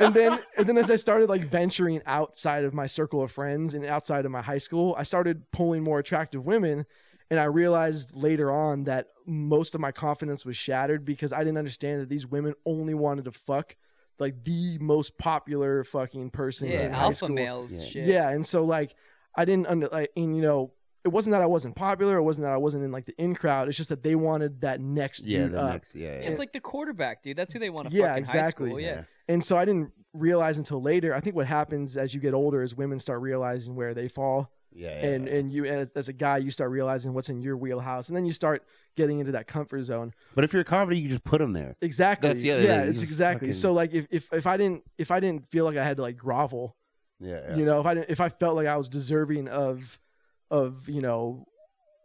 S2: And then and then as I started like venturing outside of my circle of friends and outside of my high school, I started pulling more attractive women. And I realized later on that most of my confidence was shattered because I didn't understand that these women only wanted to fuck like the most popular fucking person
S3: Yeah,
S2: in high
S3: alpha
S2: school.
S3: males.
S1: Yeah.
S3: Shit.
S2: Yeah, and so like I didn't under like and you know it wasn't that I wasn't popular, it wasn't that I wasn't in like the in crowd. It's just that they wanted that next uh,
S1: yeah,
S2: dude
S1: the
S2: up.
S1: next. Yeah. yeah.
S3: It's like the quarterback, dude. That's who they want to
S2: Yeah,
S3: fuck in
S2: exactly.
S3: high school. Yeah.
S2: And so I didn't realize until later. I think what happens as you get older is women start realizing where they fall,
S1: Yeah. yeah,
S2: and
S1: yeah.
S2: and you as, as a guy you start realizing what's in your wheelhouse, and then you start getting into that comfort zone.
S1: but if you're confident, you just put them there.
S2: Exactly.
S1: That's the other
S2: yeah,
S1: thing,
S2: it's
S1: just
S2: exactly. So like if, if if I didn't if I didn't feel like I had to like grovel,
S1: Yeah. yeah.
S2: you know if i didn't- if i felt like i was deserving of of you know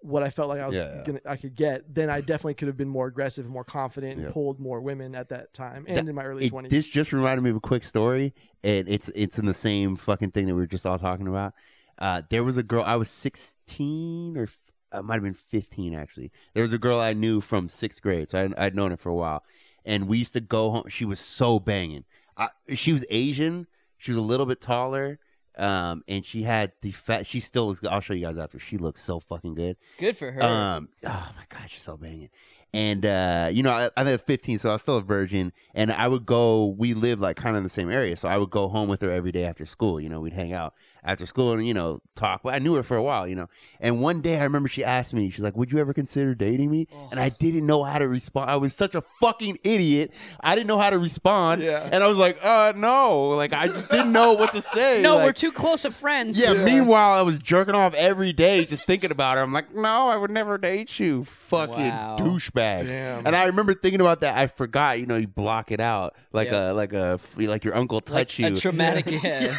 S2: what i felt like i was
S1: Yeah.
S2: gonna i could get then i definitely could have been more aggressive more confident and
S1: Yeah.
S2: pulled more women at that time and
S1: That-
S2: in my early
S1: It-
S2: 20s
S1: this just reminded me of a quick story, and it's it's in the same fucking thing that we were just all talking about. Uh, there was a girl I was sixteen or f- I might have been fifteen actually. There was a girl I knew from sixth grade, so I, I'd known her for a while, and we used to go home. She was so banging. I, she was Asian. She was a little bit taller. Um, and she had the fat. She still is. I'll show you guys after. She looks so fucking good.
S3: Good for her.
S1: Um, oh my gosh, she's so banging. And uh, you know, I, I'm at 15, so I was still a virgin. And I would go. We lived like kind of in the same area, so I would go home with her every day after school. You know, we'd hang out after school and you know talk. But I knew her for a while, you know. And one day, I remember she asked me, she's like, "Would you ever consider dating me?"
S3: Oh.
S1: And I didn't know how to respond. I was such a fucking idiot. I didn't know how to respond.
S2: Yeah.
S1: And I was like, "Uh, no." Like I just didn't know what to say.
S3: no,
S1: Like,
S3: we're too close of friends.
S1: yeah, meanwhile, I was jerking off every day just thinking about her. I'm like, no, I would never date you, fucking
S3: Wow.
S1: douchebag.
S2: Damn.
S1: And I remember thinking about that. I forgot, you know, you block it out like
S3: Yeah.
S1: a like a like your uncle touch
S3: A
S1: you.
S3: traumatic. Yeah.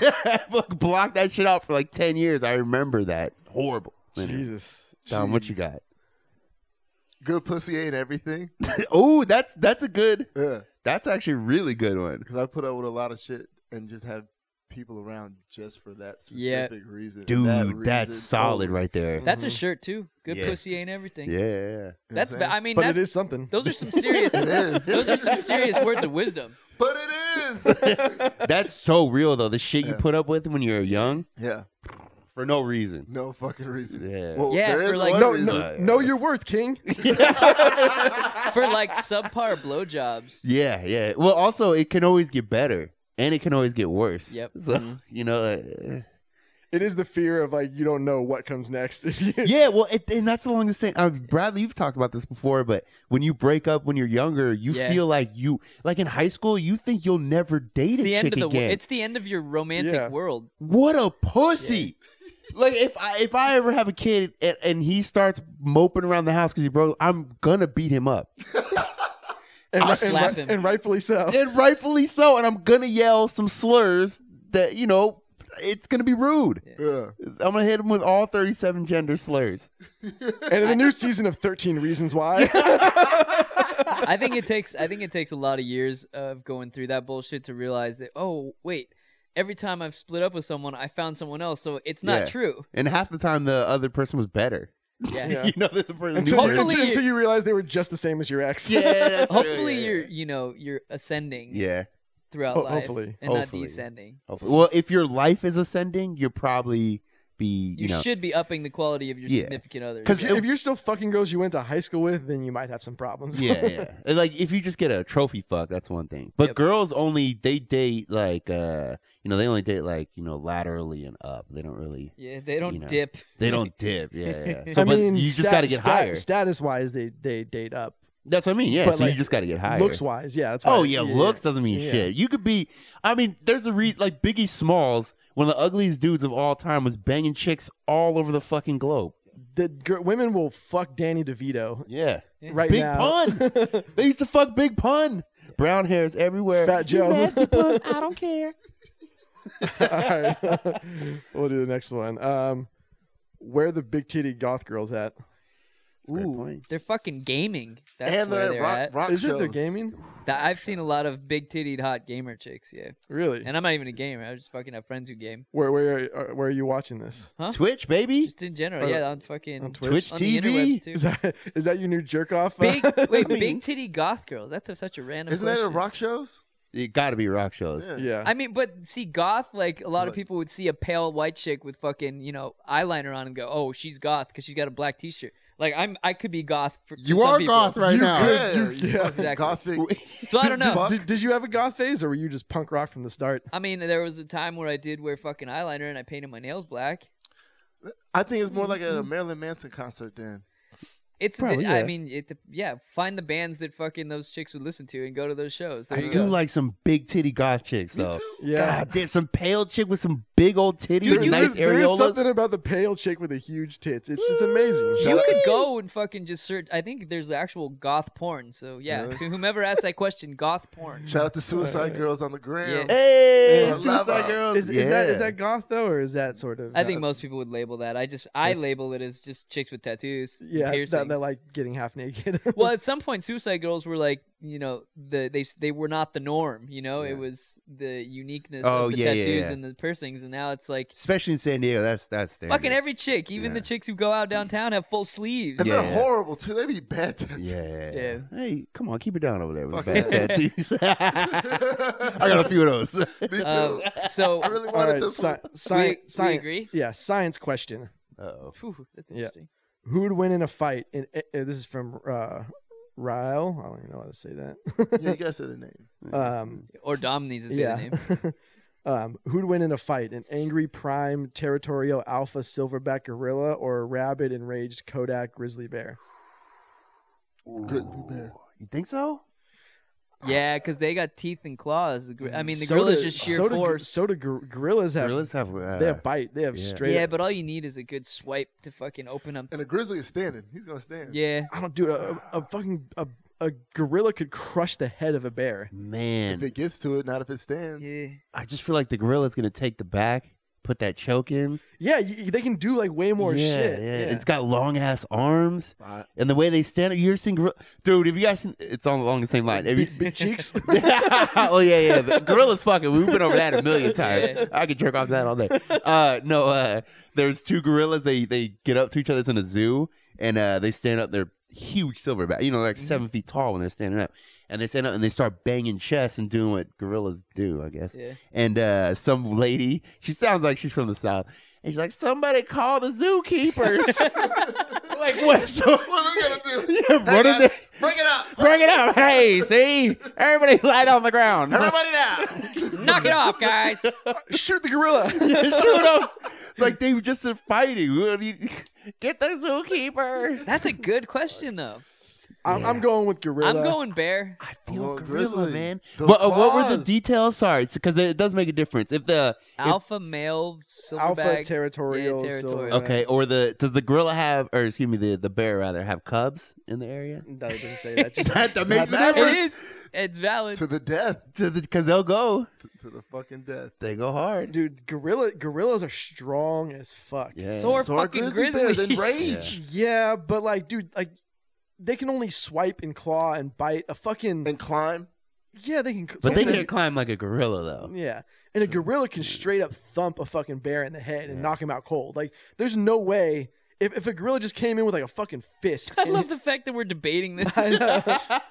S1: Fuck, block that shit out for like ten years. I remember that horrible. Anyway,
S2: jesus
S1: Tom, what you
S4: Jeez.
S1: got?
S4: Good pussy ain't everything.
S1: oh, that's that's a good.
S4: Yeah,
S1: That's actually a really good one.
S4: because I put up with a lot of shit and just have people around just for that
S3: Yeah.
S4: specific reason.
S1: Dude,
S4: That reason-
S1: that's solid
S4: Oh,
S1: right there.
S3: That's a
S2: Mm-hmm.
S3: shirt too. Good
S1: Yeah.
S3: pussy ain't everything.
S1: yeah, yeah.
S4: you know
S3: That's.
S4: what
S3: Ba-
S4: I'm
S3: I mean,
S2: but
S3: that-
S2: it is something
S3: those are some serious.
S4: saying? It is.
S3: those are some serious words of wisdom.
S4: But it is.
S1: That's so real though. The shit you
S4: Yeah.
S1: put up with when you're young
S4: yeah.
S1: for no reason.
S4: No fucking reason.
S1: Yeah.
S4: Well,
S3: Yeah,
S4: there
S3: for
S4: is
S3: like-
S4: one
S2: no,
S4: reason.
S2: no, know your worth, King.
S3: for like subpar blowjobs.
S1: Yeah, yeah. Well, also it can always get better, and it can always get worse.
S3: Yep.
S1: So
S3: Mhm.
S1: you know, uh,
S2: It is the fear of like you don't know what comes next. If you,
S1: yeah. Well, it, and that's along the same. Uh, Bradley, you've talked about this before, but when you break up when you're younger, you
S3: Yeah.
S1: feel like you, like in high school, you think you'll never date
S3: It's
S1: a
S3: the end
S1: chick
S3: of the. wo-
S1: again.
S3: It's the end of your romantic
S2: Yeah.
S3: world.
S1: what a pussy. Like if I if I ever have a kid and, and he starts moping around the house because he broke, I'm gonna beat him up.
S2: and,
S3: I'll
S2: and,
S3: slap him.
S2: and rightfully so.
S1: and rightfully so. And I'm gonna yell some slurs that you know it's gonna be rude.
S4: Yeah.
S1: I'm gonna hit him with all 37 gender slurs.
S2: And in the new season of Thirteen Reasons Why,
S3: I think it takes. I think it takes a lot of years of going through that bullshit to realize that. Oh wait, every time I've split up with someone, I found someone else. So it's not
S1: Yeah.
S3: true.
S1: And half the time, the other person was better.
S3: Yeah.
S2: Yeah.
S1: you know, the, the person
S2: until, you,
S1: new
S3: Hopefully-
S2: until, until you realize they were just the same as your ex.
S1: Yeah, that's true,
S3: Hopefully,
S1: yeah, yeah.
S3: you're you know you're ascending
S1: Yeah.
S3: throughout
S2: Ho-
S3: life,
S2: hopefully.
S3: and
S1: Hopefully.
S3: not descending.
S1: Hopefully. Well, if your life is ascending, you'll probably be you,
S3: You
S1: know.
S3: should be upping the quality of your
S1: Yeah.
S3: significant other.
S1: 'Cause
S2: If you- if you're still fucking girls you went to high school with, then you might have some problems.
S1: yeah, yeah. And, Like if you just get a trophy fuck, that's one thing. But
S3: Yep.
S1: girls only they date like uh you know they only date like you know laterally and up. They don't really
S3: yeah, they don't
S1: you know.
S3: dip.
S1: they don't dip. Yeah, yeah. So
S2: I
S1: but
S2: mean,
S1: you just
S2: stat-
S1: got to get
S2: stat-
S1: higher.
S2: Status wise, they they date up.
S1: That's what I mean. Yeah.
S2: But,
S1: so you
S2: like,
S1: just got to get higher.
S2: Looks wise, yeah. That's why
S1: Oh yeah, looks doesn't mean
S2: Yeah.
S1: shit. You could be. I mean, there's a reason. Like Biggie Smalls, one of the ugliest dudes of all time, was banging chicks all over the fucking globe.
S2: The gir- women will fuck Danny DeVito
S1: Yeah. Big
S2: right now.
S1: pun. They used to fuck Big Pun. Brown hairs everywhere.
S2: Fat
S1: You
S2: Joe.
S1: nasty pun. I don't care.
S2: All right. we'll do the next one. Um, where the big titty goth girls at?
S1: Great
S3: Ooh,
S1: point.
S3: they're fucking gaming. That's
S4: and
S3: where
S4: they're,
S3: they're
S4: at rock,
S3: at.
S4: rock
S2: Is it their
S4: shows.
S2: gaming?
S3: Th- I've seen a lot of big tittied hot gamer chicks, yeah.
S2: Really?
S3: And I'm not even a gamer. I just fucking have friends who game.
S2: Where where are, where are you watching this?
S3: Huh?
S1: Twitch, baby.
S3: Just in general,
S2: Or
S3: yeah, on fucking
S2: on Twitch?
S1: Twitch
S3: on
S1: TV.
S3: the interwebs too.
S2: Is that is that your new jerk off?
S3: Big wait,
S1: I mean-
S3: big titty goth girls. That's a, such a random.
S4: Isn't that
S3: question.
S4: at rock shows?
S1: It got to be rock shows.
S4: Yeah.
S2: yeah.
S3: I mean, but see, goth like a lot of
S4: Look.
S3: people would see a pale white chick with fucking you know eyeliner on and go, oh, she's goth because she's got a black t-shirt. Like I'm, I could be goth. For, to
S1: You
S3: some
S1: are
S3: people.
S1: goth right
S4: You
S1: now.
S4: could,
S2: You-
S4: you
S2: yeah.
S4: fucking
S3: Exactly.
S4: gothic.
S3: So I don't know.
S4: Fuck.
S2: Did, did you have a goth phase, or were you just punk rock from the start?
S3: I mean, there was a time where I did wear fucking eyeliner and I painted my nails black.
S4: I think it's more like
S2: Mm-hmm.
S4: at a Marilyn Manson concert then.
S3: It's,
S1: Probably,
S3: I
S1: yeah.
S3: mean, it, yeah, find the bands that fucking those chicks would listen to and go to those shows. There
S1: I
S3: you
S1: do
S3: go.
S1: like some big titty goth chicks though.
S2: Yeah.
S1: God damn, some pale chick with some big old titties
S3: Dude,
S1: and
S3: you-
S1: nice
S2: there is something
S1: areolas.
S2: about the pale chick with the huge tits. It's it's amazing.
S3: You could go and fucking just search. I think there's actual goth porn. So yeah,
S4: Really?
S3: to whomever asked that question, goth porn.
S4: Shout out to Suicide Girls on the gram.
S3: Yeah.
S1: Hey,
S4: Yeah.
S1: Suicide Girls.
S2: Is, is that is that goth though, or is that sort of?
S3: I think
S2: uh,
S3: most people would label that. I just I
S2: That's-
S3: label it as just chicks with tattoos, and
S2: yeah,
S3: piercings.
S2: that, that like getting half naked.
S3: well, at some point, Suicide Girls were like, you know, the they they were not the norm. You know, it was the uniqueness
S1: Oh,
S3: of the
S1: yeah, yeah,
S3: tattoos
S1: yeah.
S3: and the piercings, and now it's like
S1: Especially in San Diego, that's that's standard.
S3: fucking every chick, even the
S1: Yeah.
S3: chicks who go out downtown have full sleeves.
S4: And
S1: Yeah.
S4: they're horrible too. They be bad tattoos.
S1: Yeah.
S3: Yeah.
S1: Hey, come on, keep it down over there with the
S4: Fuck
S1: bad tattoos. I got a few of those.
S4: Me too.
S3: Um, so
S4: I really
S2: All
S4: wanted
S2: right,
S4: this
S2: sci-
S4: one.
S2: sci-
S3: we
S2: sci-
S3: agree?
S2: Yeah, science question.
S1: oh
S3: Phew, that's
S2: Yeah.
S3: interesting.
S2: Who would win in a fight? In uh, this is from uh, Ryle. I don't even know how to say
S4: Yeah,
S2: that.
S4: you guys said the name.
S2: um,
S3: Or Dom needs to say the
S2: yeah.
S3: name.
S2: um, who'd win in a fight? An angry prime territorial alpha silverback gorilla or a rabid enraged Kodak grizzly bear?
S4: Grizzly bear.
S1: You think so?
S3: Yeah, because they got teeth and claws. The gri- I mean, the
S2: So
S3: gorilla's
S2: do-
S3: just sheer
S2: so do gor-
S3: force.
S2: so do gor- gorillas have.
S1: Gorillas have. Uh,
S2: they have bite. They have
S1: yeah.
S2: straight.
S3: yeah,
S2: up-
S3: but all you need is a good swipe to fucking open up.
S4: And a grizzly is standing. He's gonna stand.
S3: Yeah.
S2: I don't do it. A, a fucking a, a gorilla could crush the head of a bear.
S4: If
S1: man,
S4: it gets to it, not if it stands.
S3: Yeah.
S1: I just feel like the gorilla's gonna take the back, put that choke in.
S2: Yeah, you, they can do like way more
S1: yeah,
S2: shit.
S1: Yeah. it's got long ass arms,
S4: I-
S1: and the way they stand. You ever seen gorilla? Dude, have you guys seen? It's on along the same line. Have you
S2: Big-
S1: seen?
S2: big cheeks.
S1: oh yeah, yeah. The gorilla's fucking. We've been over that a million times.
S3: Yeah.
S1: I could jerk off to that all day. Uh, no, uh, there's two gorillas. They they get up to each other. It's in a zoo, and uh, they stand up. They're huge silverback. You know, like seven feet tall when they're standing up, and they stand up and they start banging chests and doing what gorillas do, I guess.
S3: Yeah.
S1: And uh, some lady, she sounds like she's from the south, and she's like, "Somebody call the zookeepers." like what? So,
S4: What are we gonna do?
S1: yeah,
S4: Hey,
S1: what is
S4: guys,
S1: it?
S4: Bring it up.
S1: Bring it up. Hey, see? Everybody light on the ground.
S4: Everybody down.
S3: Knock it off, guys.
S2: Shoot the gorilla.
S1: Shoot him. It's like they were just are fighting. What do you- Get the zookeeper.
S3: That's a good question, though.
S2: I'm, I'm going with gorilla.
S3: I'm going bear.
S1: I
S4: feel gorilla, man. Those
S1: But uh, what were the
S4: claws.
S1: details? Sorry, because it does make a difference. If the if-
S3: Alpha male silverback.
S2: alpha territorial. uh,
S3: Yeah, territorial.
S2: silverback.
S1: okay, or the does the gorilla have, or excuse me, the the bear rather have cubs in the area?
S2: No, it didn't say that. Just
S1: That,
S4: makes a
S3: it is. It's valid.
S4: To the death.
S1: because they'll go.
S4: To, to the fucking death.
S1: They go hard.
S2: dude, gorilla gorillas are strong as fuck.
S1: Yeah.
S3: Sore
S4: So are
S3: fucking
S4: grizzly bears
S3: grizzlies.
S4: enraged.
S2: Yeah, but like, dude, like they can only swipe and claw and bite. A fucking
S4: And climb.
S2: yeah, they can.
S1: But they
S2: something-
S1: can't climb like a gorilla though.
S2: Yeah, and a gorilla can straight up thump a fucking bear in the head and
S1: Yeah.
S2: knock him out cold. Like, there's no way if, if a gorilla just came in with like a fucking fist.
S3: I
S2: and-
S3: love the fact that we're debating this.
S2: I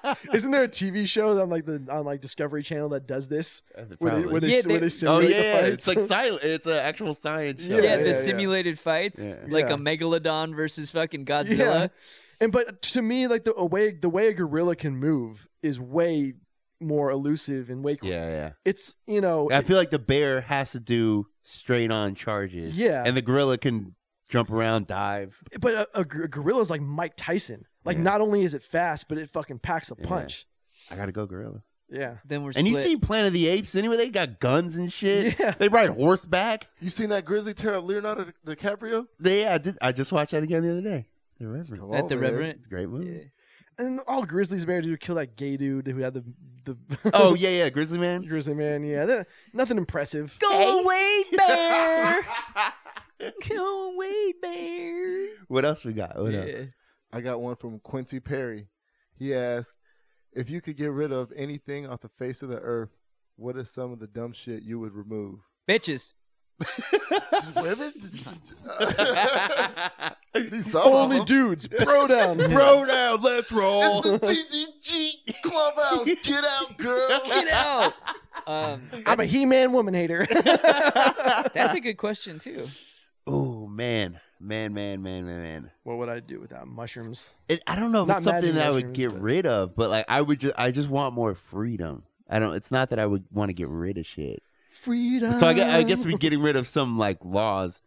S2: know. Isn't there a TV show on like the on like Discovery Channel that does this? Where they, where they,
S3: Yeah,
S2: where
S3: they-
S2: they
S1: oh
S2: simulate the
S1: yeah,
S2: fights?
S1: it's like silent. It's an actual science show.
S2: Yeah,
S3: yeah,
S2: yeah,
S3: the
S2: yeah.
S3: simulated fights,
S1: Yeah.
S3: like
S2: Yeah.
S3: a megalodon versus fucking Godzilla.
S2: And but to me, like the way the way a gorilla can move is way more elusive and way.
S1: yeah, yeah.
S2: It's you know.
S1: I feel like the bear has to do straight on charges.
S2: Yeah.
S1: And the gorilla can jump around, dive.
S2: But a, a gor- gorilla is like Mike Tyson. Like
S1: Yeah.
S2: not only is it fast, but it fucking packs a
S1: Yeah.
S2: punch.
S1: I gotta go gorilla.
S2: Yeah.
S3: Then we're
S1: And you
S3: split.
S1: see Planet of the Apes anyway, they got guns and shit.
S2: Yeah.
S1: They ride horseback.
S4: You seen that grizzly tear up Leonardo Di- DiCaprio?
S1: They, I, just, I just watched that again the other day. The Reverend.
S4: Come
S3: At the
S4: man.
S3: Reverend.
S1: It's a great movie.
S2: And all grizzlies bear to do kill that gay dude who had the the
S1: Oh yeah, yeah, Grizzly Man.
S2: grizzly man. Yeah, that- nothing impressive.
S3: Go away, bear. Go away, bear.
S1: what else we got? What else?
S3: Yeah.
S4: I got one from Quincy Perry. He asked, "If you could get rid of anything off the face of the earth, what is some of the dumb shit you would remove?"
S3: Bitches.
S4: Just women? Just- These some of
S2: Only
S4: them.
S2: dudes, bro down,
S1: Bro down, let's roll.
S4: It's the TDG clubhouse. Get out, girl.
S3: Get out. Um,
S2: I'm a He-Man woman hater.
S3: that's a good question too.
S1: oh man, man, man, man, man, man.
S2: what would I do without mushrooms?
S1: It, I don't know if
S2: Not
S1: it's something
S2: magic
S1: that I would
S2: mushrooms,
S1: get
S2: but-
S1: rid of, but like I would just, I just want more freedom. I don't. It's not that I would want to get rid of shit.
S2: Freedom.
S1: So I guess, I guess we're getting rid of some like laws.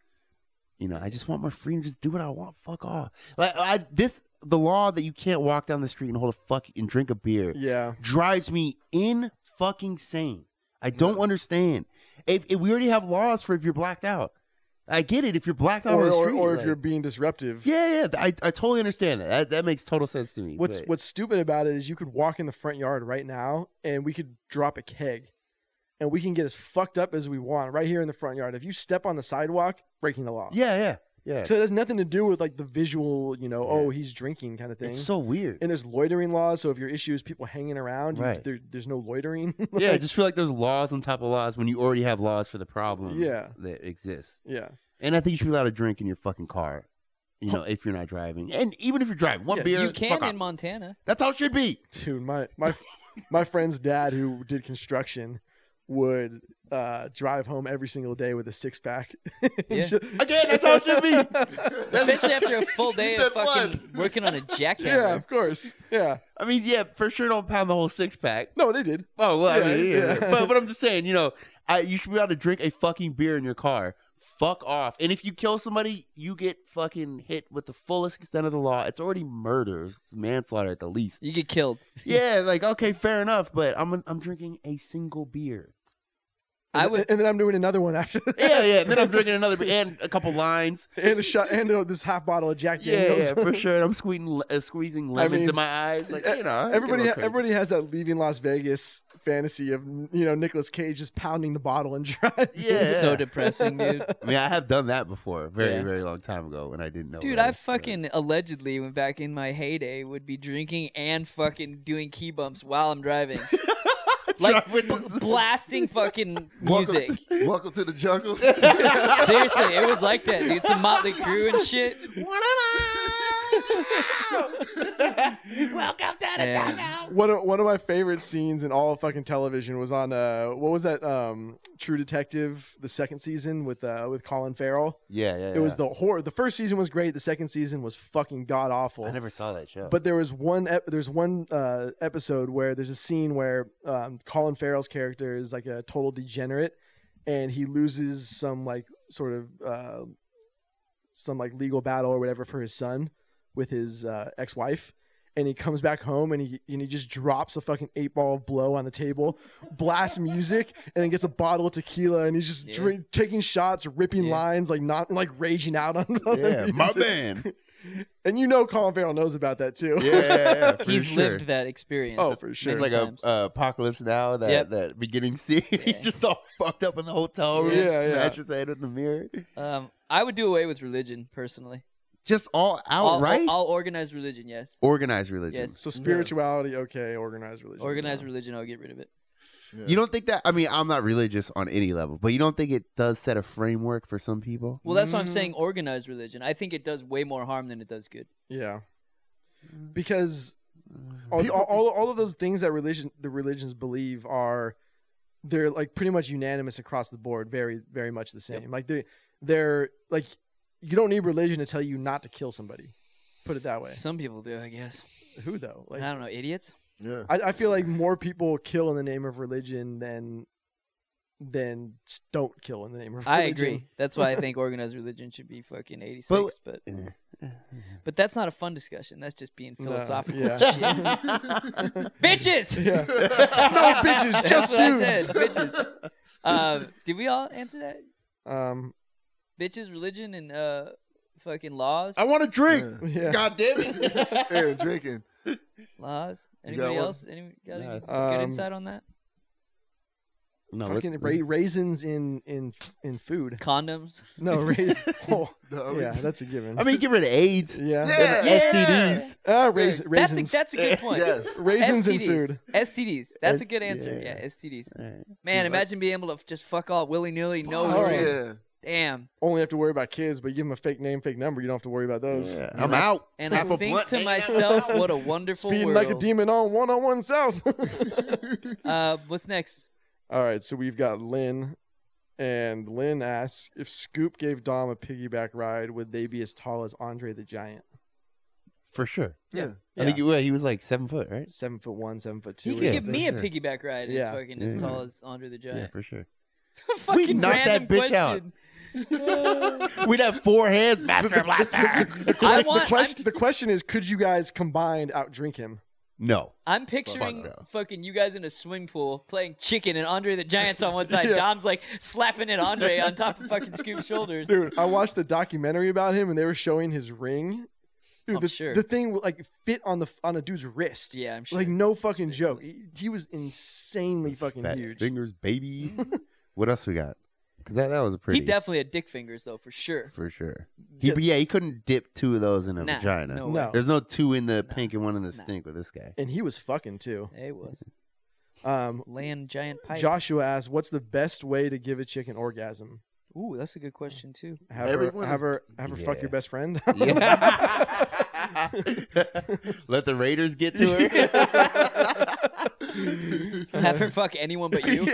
S1: You know, I just want more freedom. Just do what I want. Fuck off. Like I this the law that you can't walk down the street and hold a fuck and drink a beer
S2: Yeah.
S1: drives me in fucking sane. I don't understand. If, if we already have laws for if you're blacked out, I get it. If you're blacked out on
S2: Or,
S1: the
S2: or,
S1: street,
S2: or if
S1: like-
S2: you're being disruptive.
S1: yeah, yeah, I, I totally understand that. that. That makes total sense to me.
S2: What's
S1: but-
S2: what's stupid about it is you could walk in the front yard right now and we could drop a keg. And we can get as fucked up as we want right here in the front yard. If you step on the sidewalk, breaking the law.
S1: Yeah, yeah, yeah.
S2: So it has nothing to do with like the visual, you know,
S1: Yeah.
S2: oh, he's drinking kind of thing.
S1: it's so weird.
S2: and there's loitering laws, so if your issue is people hanging around, you-
S1: Right.
S2: there, there's no loitering.
S1: yeah, I just feel like there's laws on top of laws when you already have laws for the problem.
S2: Yeah.
S1: that exists.
S2: yeah.
S1: And I think you should be allowed to drink in your fucking car. You know, if you're not driving, and even if you're driving, one
S2: Yeah,
S1: beer,
S3: You can
S1: fuck off.
S3: in Montana.
S1: That's how it should be.
S2: Dude, my my my friend's dad who did construction would uh, drive home every single day with a six pack.
S3: Yeah.
S1: Again, that's how it should be.
S3: Especially after a full day
S4: said
S3: of fucking working on a
S2: yeah,
S3: jackhammer.
S2: of course. Yeah.
S1: I mean, yeah, for sure, don't pound the whole six pack.
S2: No, they did.
S1: Oh well, I
S2: Yeah,
S1: mean, yeah.
S2: yeah.
S1: But but I'm just saying, you know, I, you should be able to drink a fucking beer in your car. Fuck off. And if you kill somebody, you get fucking hit with the fullest extent of the law. It's already murder, it's manslaughter at the least.
S3: You get killed.
S1: Yeah, like okay, fair enough. But I'm I'm drinking a single beer.
S2: And,
S3: I would.
S2: and then I'm doing another one after that.
S1: Yeah, yeah. And then I'm drinking another beer and a couple lines.
S2: and a shot and uh, this half bottle of Jack
S1: Yeah,
S2: Daniels.
S1: yeah, for sure. And I'm squeezing le- uh, squeezing lemons
S2: mean,
S1: in my eyes, like you know. I get
S2: Everybody,
S1: real
S2: ha-
S1: crazy.
S2: everybody has that leaving Las Vegas fantasy of you know Nicolas Cage just pounding the bottle and driving.
S1: Yeah.
S3: It's so depressing, dude.
S1: I mean, I have done that before, very
S3: Yeah.
S1: very long time ago, when I didn't know.
S3: Dude,
S1: what
S3: I
S1: was doing.
S3: fucking allegedly, when back in my heyday, would be drinking and fucking doing key bumps while I'm driving, like
S1: Drive with this-
S3: blasting fucking music.
S4: Welcome, welcome to the jungle.
S3: Seriously, it was like that, dude. Some Motley Crue and shit.
S1: Welcome to
S3: the Yeah.
S2: One of, one of my favorite scenes in all of fucking television was on uh what was that um True Detective the second season with uh with Colin Farrell.
S1: Yeah, yeah.
S2: It was the horror. The first season was great. The second season was fucking god awful.
S1: I never saw that show.
S2: But there was one ep- there's one uh, episode where there's a scene where um, Colin Farrell's character is like a total degenerate, and he loses some like sort of uh, some like legal battle or whatever for his son with his uh, ex-wife. And he comes back home and he and he just drops a fucking eight ball of blow on the table, blasts music, and then gets a bottle of tequila and he's just
S3: Yeah.
S2: drink, taking shots, ripping
S3: Yeah.
S2: lines, like not like raging out on. on the
S1: yeah, my
S2: music.
S1: man.
S2: And you know Colin Farrell knows about that too.
S1: Yeah, yeah, for
S3: He's
S1: sure.
S3: lived that experience.
S2: Oh, for sure.
S1: It's like
S3: many
S1: a
S3: times.
S1: uh, apocalypse now. That
S3: Yep.
S1: that beginning scene,
S3: Yeah.
S1: he's just all fucked up in the hotel room.
S2: Yeah,
S1: smash his head with the mirror.
S3: Um, I would do away with religion personally.
S1: Just all
S3: All-
S1: out,
S3: all-
S1: Oh, right?
S3: all organized religion, yes.
S1: Organized religion.
S3: Yes.
S2: So spirituality, okay. Organized religion,
S3: Organized
S2: no.
S3: religion, I'll get rid of it.
S1: You don't think that? I mean, I'm not religious on any level, but you don't think it does set a framework for some people?
S3: Well, that's why I'm
S2: Mm.
S3: saying organized religion. I think it does way more harm than it does good.
S2: Yeah, because all, all, all, all of those things that religion the religions believe are they're like pretty much unanimous across the board. Very very much the same. Like they they're like you don't need religion to tell you not to kill somebody. Put it that way.
S3: Some people do, I guess.
S2: Who though? Like
S3: I don't know, idiots.
S4: yeah.
S2: I, I feel like more people kill in the name of religion than than s- don't kill in the name of religion.
S3: I agree. That's why I think organized religion should be fucking 86. But but,
S2: eh,
S3: that's not a fun discussion. That's just being
S2: No,
S3: philosophical
S2: yeah.
S3: shit. bitches.
S2: Yeah. no bitches,
S3: That's
S2: just
S3: what I
S2: dudes.
S3: said, bitches. Um, did we all answer that?
S2: Um.
S3: Bitches, religion, and uh, fucking laws.
S1: I want to drink.
S2: Yeah.
S1: God damn it!
S4: Yeah, drinking.
S3: Laws.
S4: You got
S3: Anybody
S4: one?
S3: else? Any got any
S1: Yeah, I
S3: good
S2: Um,
S3: insight on that?
S1: No, let-
S2: fucking ra- raisins in in in food.
S3: Condoms.
S2: No, ra- oh,
S4: The-
S2: yeah, that's a given.
S1: I mean, get rid of AIDS,
S2: yeah,
S4: Yeah.
S1: STDs.
S2: Ah, rais- raisins.
S3: That's a, that's a good point.
S4: Yes.
S2: raisins in
S3: STDs.
S2: food.
S3: STDs. That's a
S1: S-
S3: good answer.
S1: yeah.
S3: Yeah, STDs.
S1: All right.
S3: Man,
S4: See,
S3: imagine being able to f- just fuck all willy nilly, no
S2: Fuck.
S4: Oh,
S3: rules.
S4: yeah.
S3: Damn.
S2: Only have to worry about kids, but you give them a fake name, fake number. You don't have to worry about those.
S1: Yeah, I'm out.
S3: And
S1: Half
S3: I
S1: a
S3: think
S1: blunt
S3: to
S1: ain't
S3: myself, what a wonderful
S2: Speeding
S3: world.
S2: like a demon on one on one south.
S3: Uh, what's next?
S2: All right, so we've got Lynn, and Lynn asks if Scoop gave Dom a piggyback ride, would they be as tall as Andre the Giant?
S1: for sure.
S4: Yeah.
S1: I think he, well, he was like seven foot, right?
S2: Seven foot one, seven foot two.
S3: He
S2: or
S3: could
S1: yeah,
S3: give
S2: something.
S3: me a
S1: sure.
S3: piggyback ride. It's
S2: Yeah.
S3: fucking
S1: Yeah.
S3: as tall as Andre the
S1: Yeah,
S3: Giant.
S1: for sure.
S3: fucking
S1: knocked that
S3: random
S1: bitch out.
S3: question.
S1: We'd have four hands, master blaster.
S3: I
S2: The
S3: want. I'm,
S2: question, the question is, could you guys combined outdrink him?
S1: no,
S3: I'm picturing
S1: Fuck no.
S3: fucking you guys in a swing pool playing chicken, and Andre the Giant's on one side.
S2: Yeah.
S3: Dom's like slapping at Andre on top of fucking Scoop's shoulders.
S2: Dude, I watched the documentary about him, and they were showing his ring. Dude,
S3: I'm
S2: the,
S3: sure.
S2: the thing would, like fit on the on a dude's wrist.
S3: Yeah, I'm sure.
S2: Like no fucking joke. He, he was insanely fucking
S1: Fat
S2: huge.
S1: fingers, baby. what else we got? Because that, that was pretty
S3: he definitely had dick fingers though, for sure.
S1: for sure. He, but yeah, he couldn't dip two of those in a
S3: Nah,
S1: vagina.
S3: no way.
S2: No,
S1: There's no two in the pink and one in the
S3: Nah.
S1: stink with this guy.
S2: and he was fucking too.
S3: Hey, was
S2: Um,
S3: land giant pipe.
S2: Joshua asks, "What's the best way to give a chick an orgasm?
S3: Ooh, that's a good question too.
S2: Have
S4: Everyone
S2: her, have
S4: is-
S2: her, have her fuck
S1: Yeah.
S2: your best friend."
S1: Yeah. Let the Raiders get to her.
S3: Have her fuck anyone but you.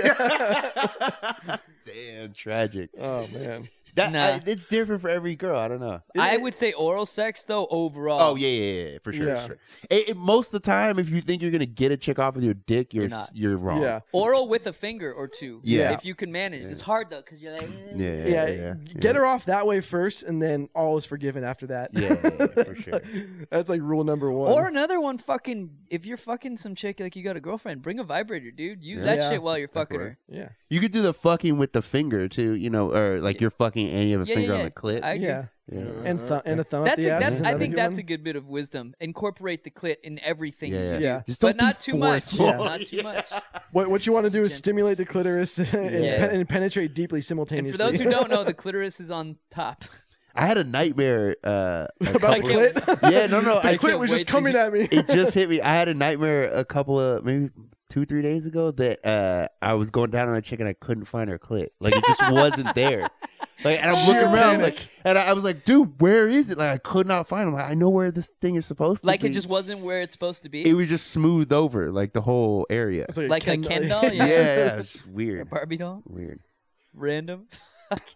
S1: Damn, tragic.
S2: oh man,
S1: That
S3: Nah.
S1: I- it's different for every girl. I don't know.
S3: I would say oral sex though overall.
S1: Oh yeah, yeah, yeah, for sure.
S2: Yeah.
S1: sure. It, it- most of the time, if you think you're gonna get a chick off with your dick, you're
S3: You're
S1: s-
S3: not.
S1: you're, wrong.
S2: yeah.
S3: Oral with a finger or two.
S1: Yeah.
S3: If you can manage. It's hard though, because you're like, eh.
S1: yeah, yeah,
S2: yeah,
S1: yeah. yeah,
S2: get her off that way first, and then all is forgiven after that.
S1: Yeah, yeah, yeah, for
S2: That's
S1: sure.
S2: like- that's like rule number one.
S3: Or another one, fucking. If you're fucking some chick, like you got a girlfriend, bring a vibrator, dude. Use
S2: Yeah.
S3: that shit while you're fucking
S1: could
S3: her.
S2: yeah,
S1: You could do the fucking with the finger too, you know, or like you're fucking and you have a
S3: Yeah, yeah,
S1: finger on
S3: yeah.
S1: the clit.
S3: I agree.
S2: yeah,
S1: yeah.
S2: and th- and a thumb.
S3: That's,
S2: at the
S3: a,
S2: ass
S3: that's
S2: is
S3: I
S2: another
S3: think
S2: good
S3: that's
S2: one.
S3: a good bit of wisdom. Incorporate the clit in everything.
S1: Yeah,
S3: you
S1: yeah.
S3: do.
S2: Yeah.
S1: Just
S3: but
S1: don't be
S3: not too much.
S1: forceful.
S3: Yeah, Not too much.
S2: What what you want to do is stimulate the clitoris and,
S1: Yeah.
S2: pen- and penetrate deeply
S3: And
S2: simultaneously.
S3: for those who don't know, the clitoris is on top.
S1: I had a nightmare uh, a
S2: about
S1: couple-
S3: clit?
S2: clit,
S1: Yeah, no, no.
S2: the
S1: I,
S2: clit was
S3: wait
S2: just
S3: to
S2: coming at me.
S1: it just hit me. I had a nightmare a couple of maybe two, three days ago that uh, I was going down on a chick and I couldn't find her clit. Like it just wasn't there. Like and I'm
S2: Sheer
S1: looking around,
S2: panic.
S1: like, and I, I was like, dude, where is it? Like I could not find him. I know where this thing is supposed to.
S3: Like
S1: be.
S3: it just wasn't where it's supposed to be.
S1: It was just smoothed over like the whole area.
S2: It's
S3: Like a Ken doll,
S1: Yeah,
S3: yeah.
S1: yeah, it's
S3: A
S1: weird.
S3: Barbie doll.
S1: Weird.
S3: Random.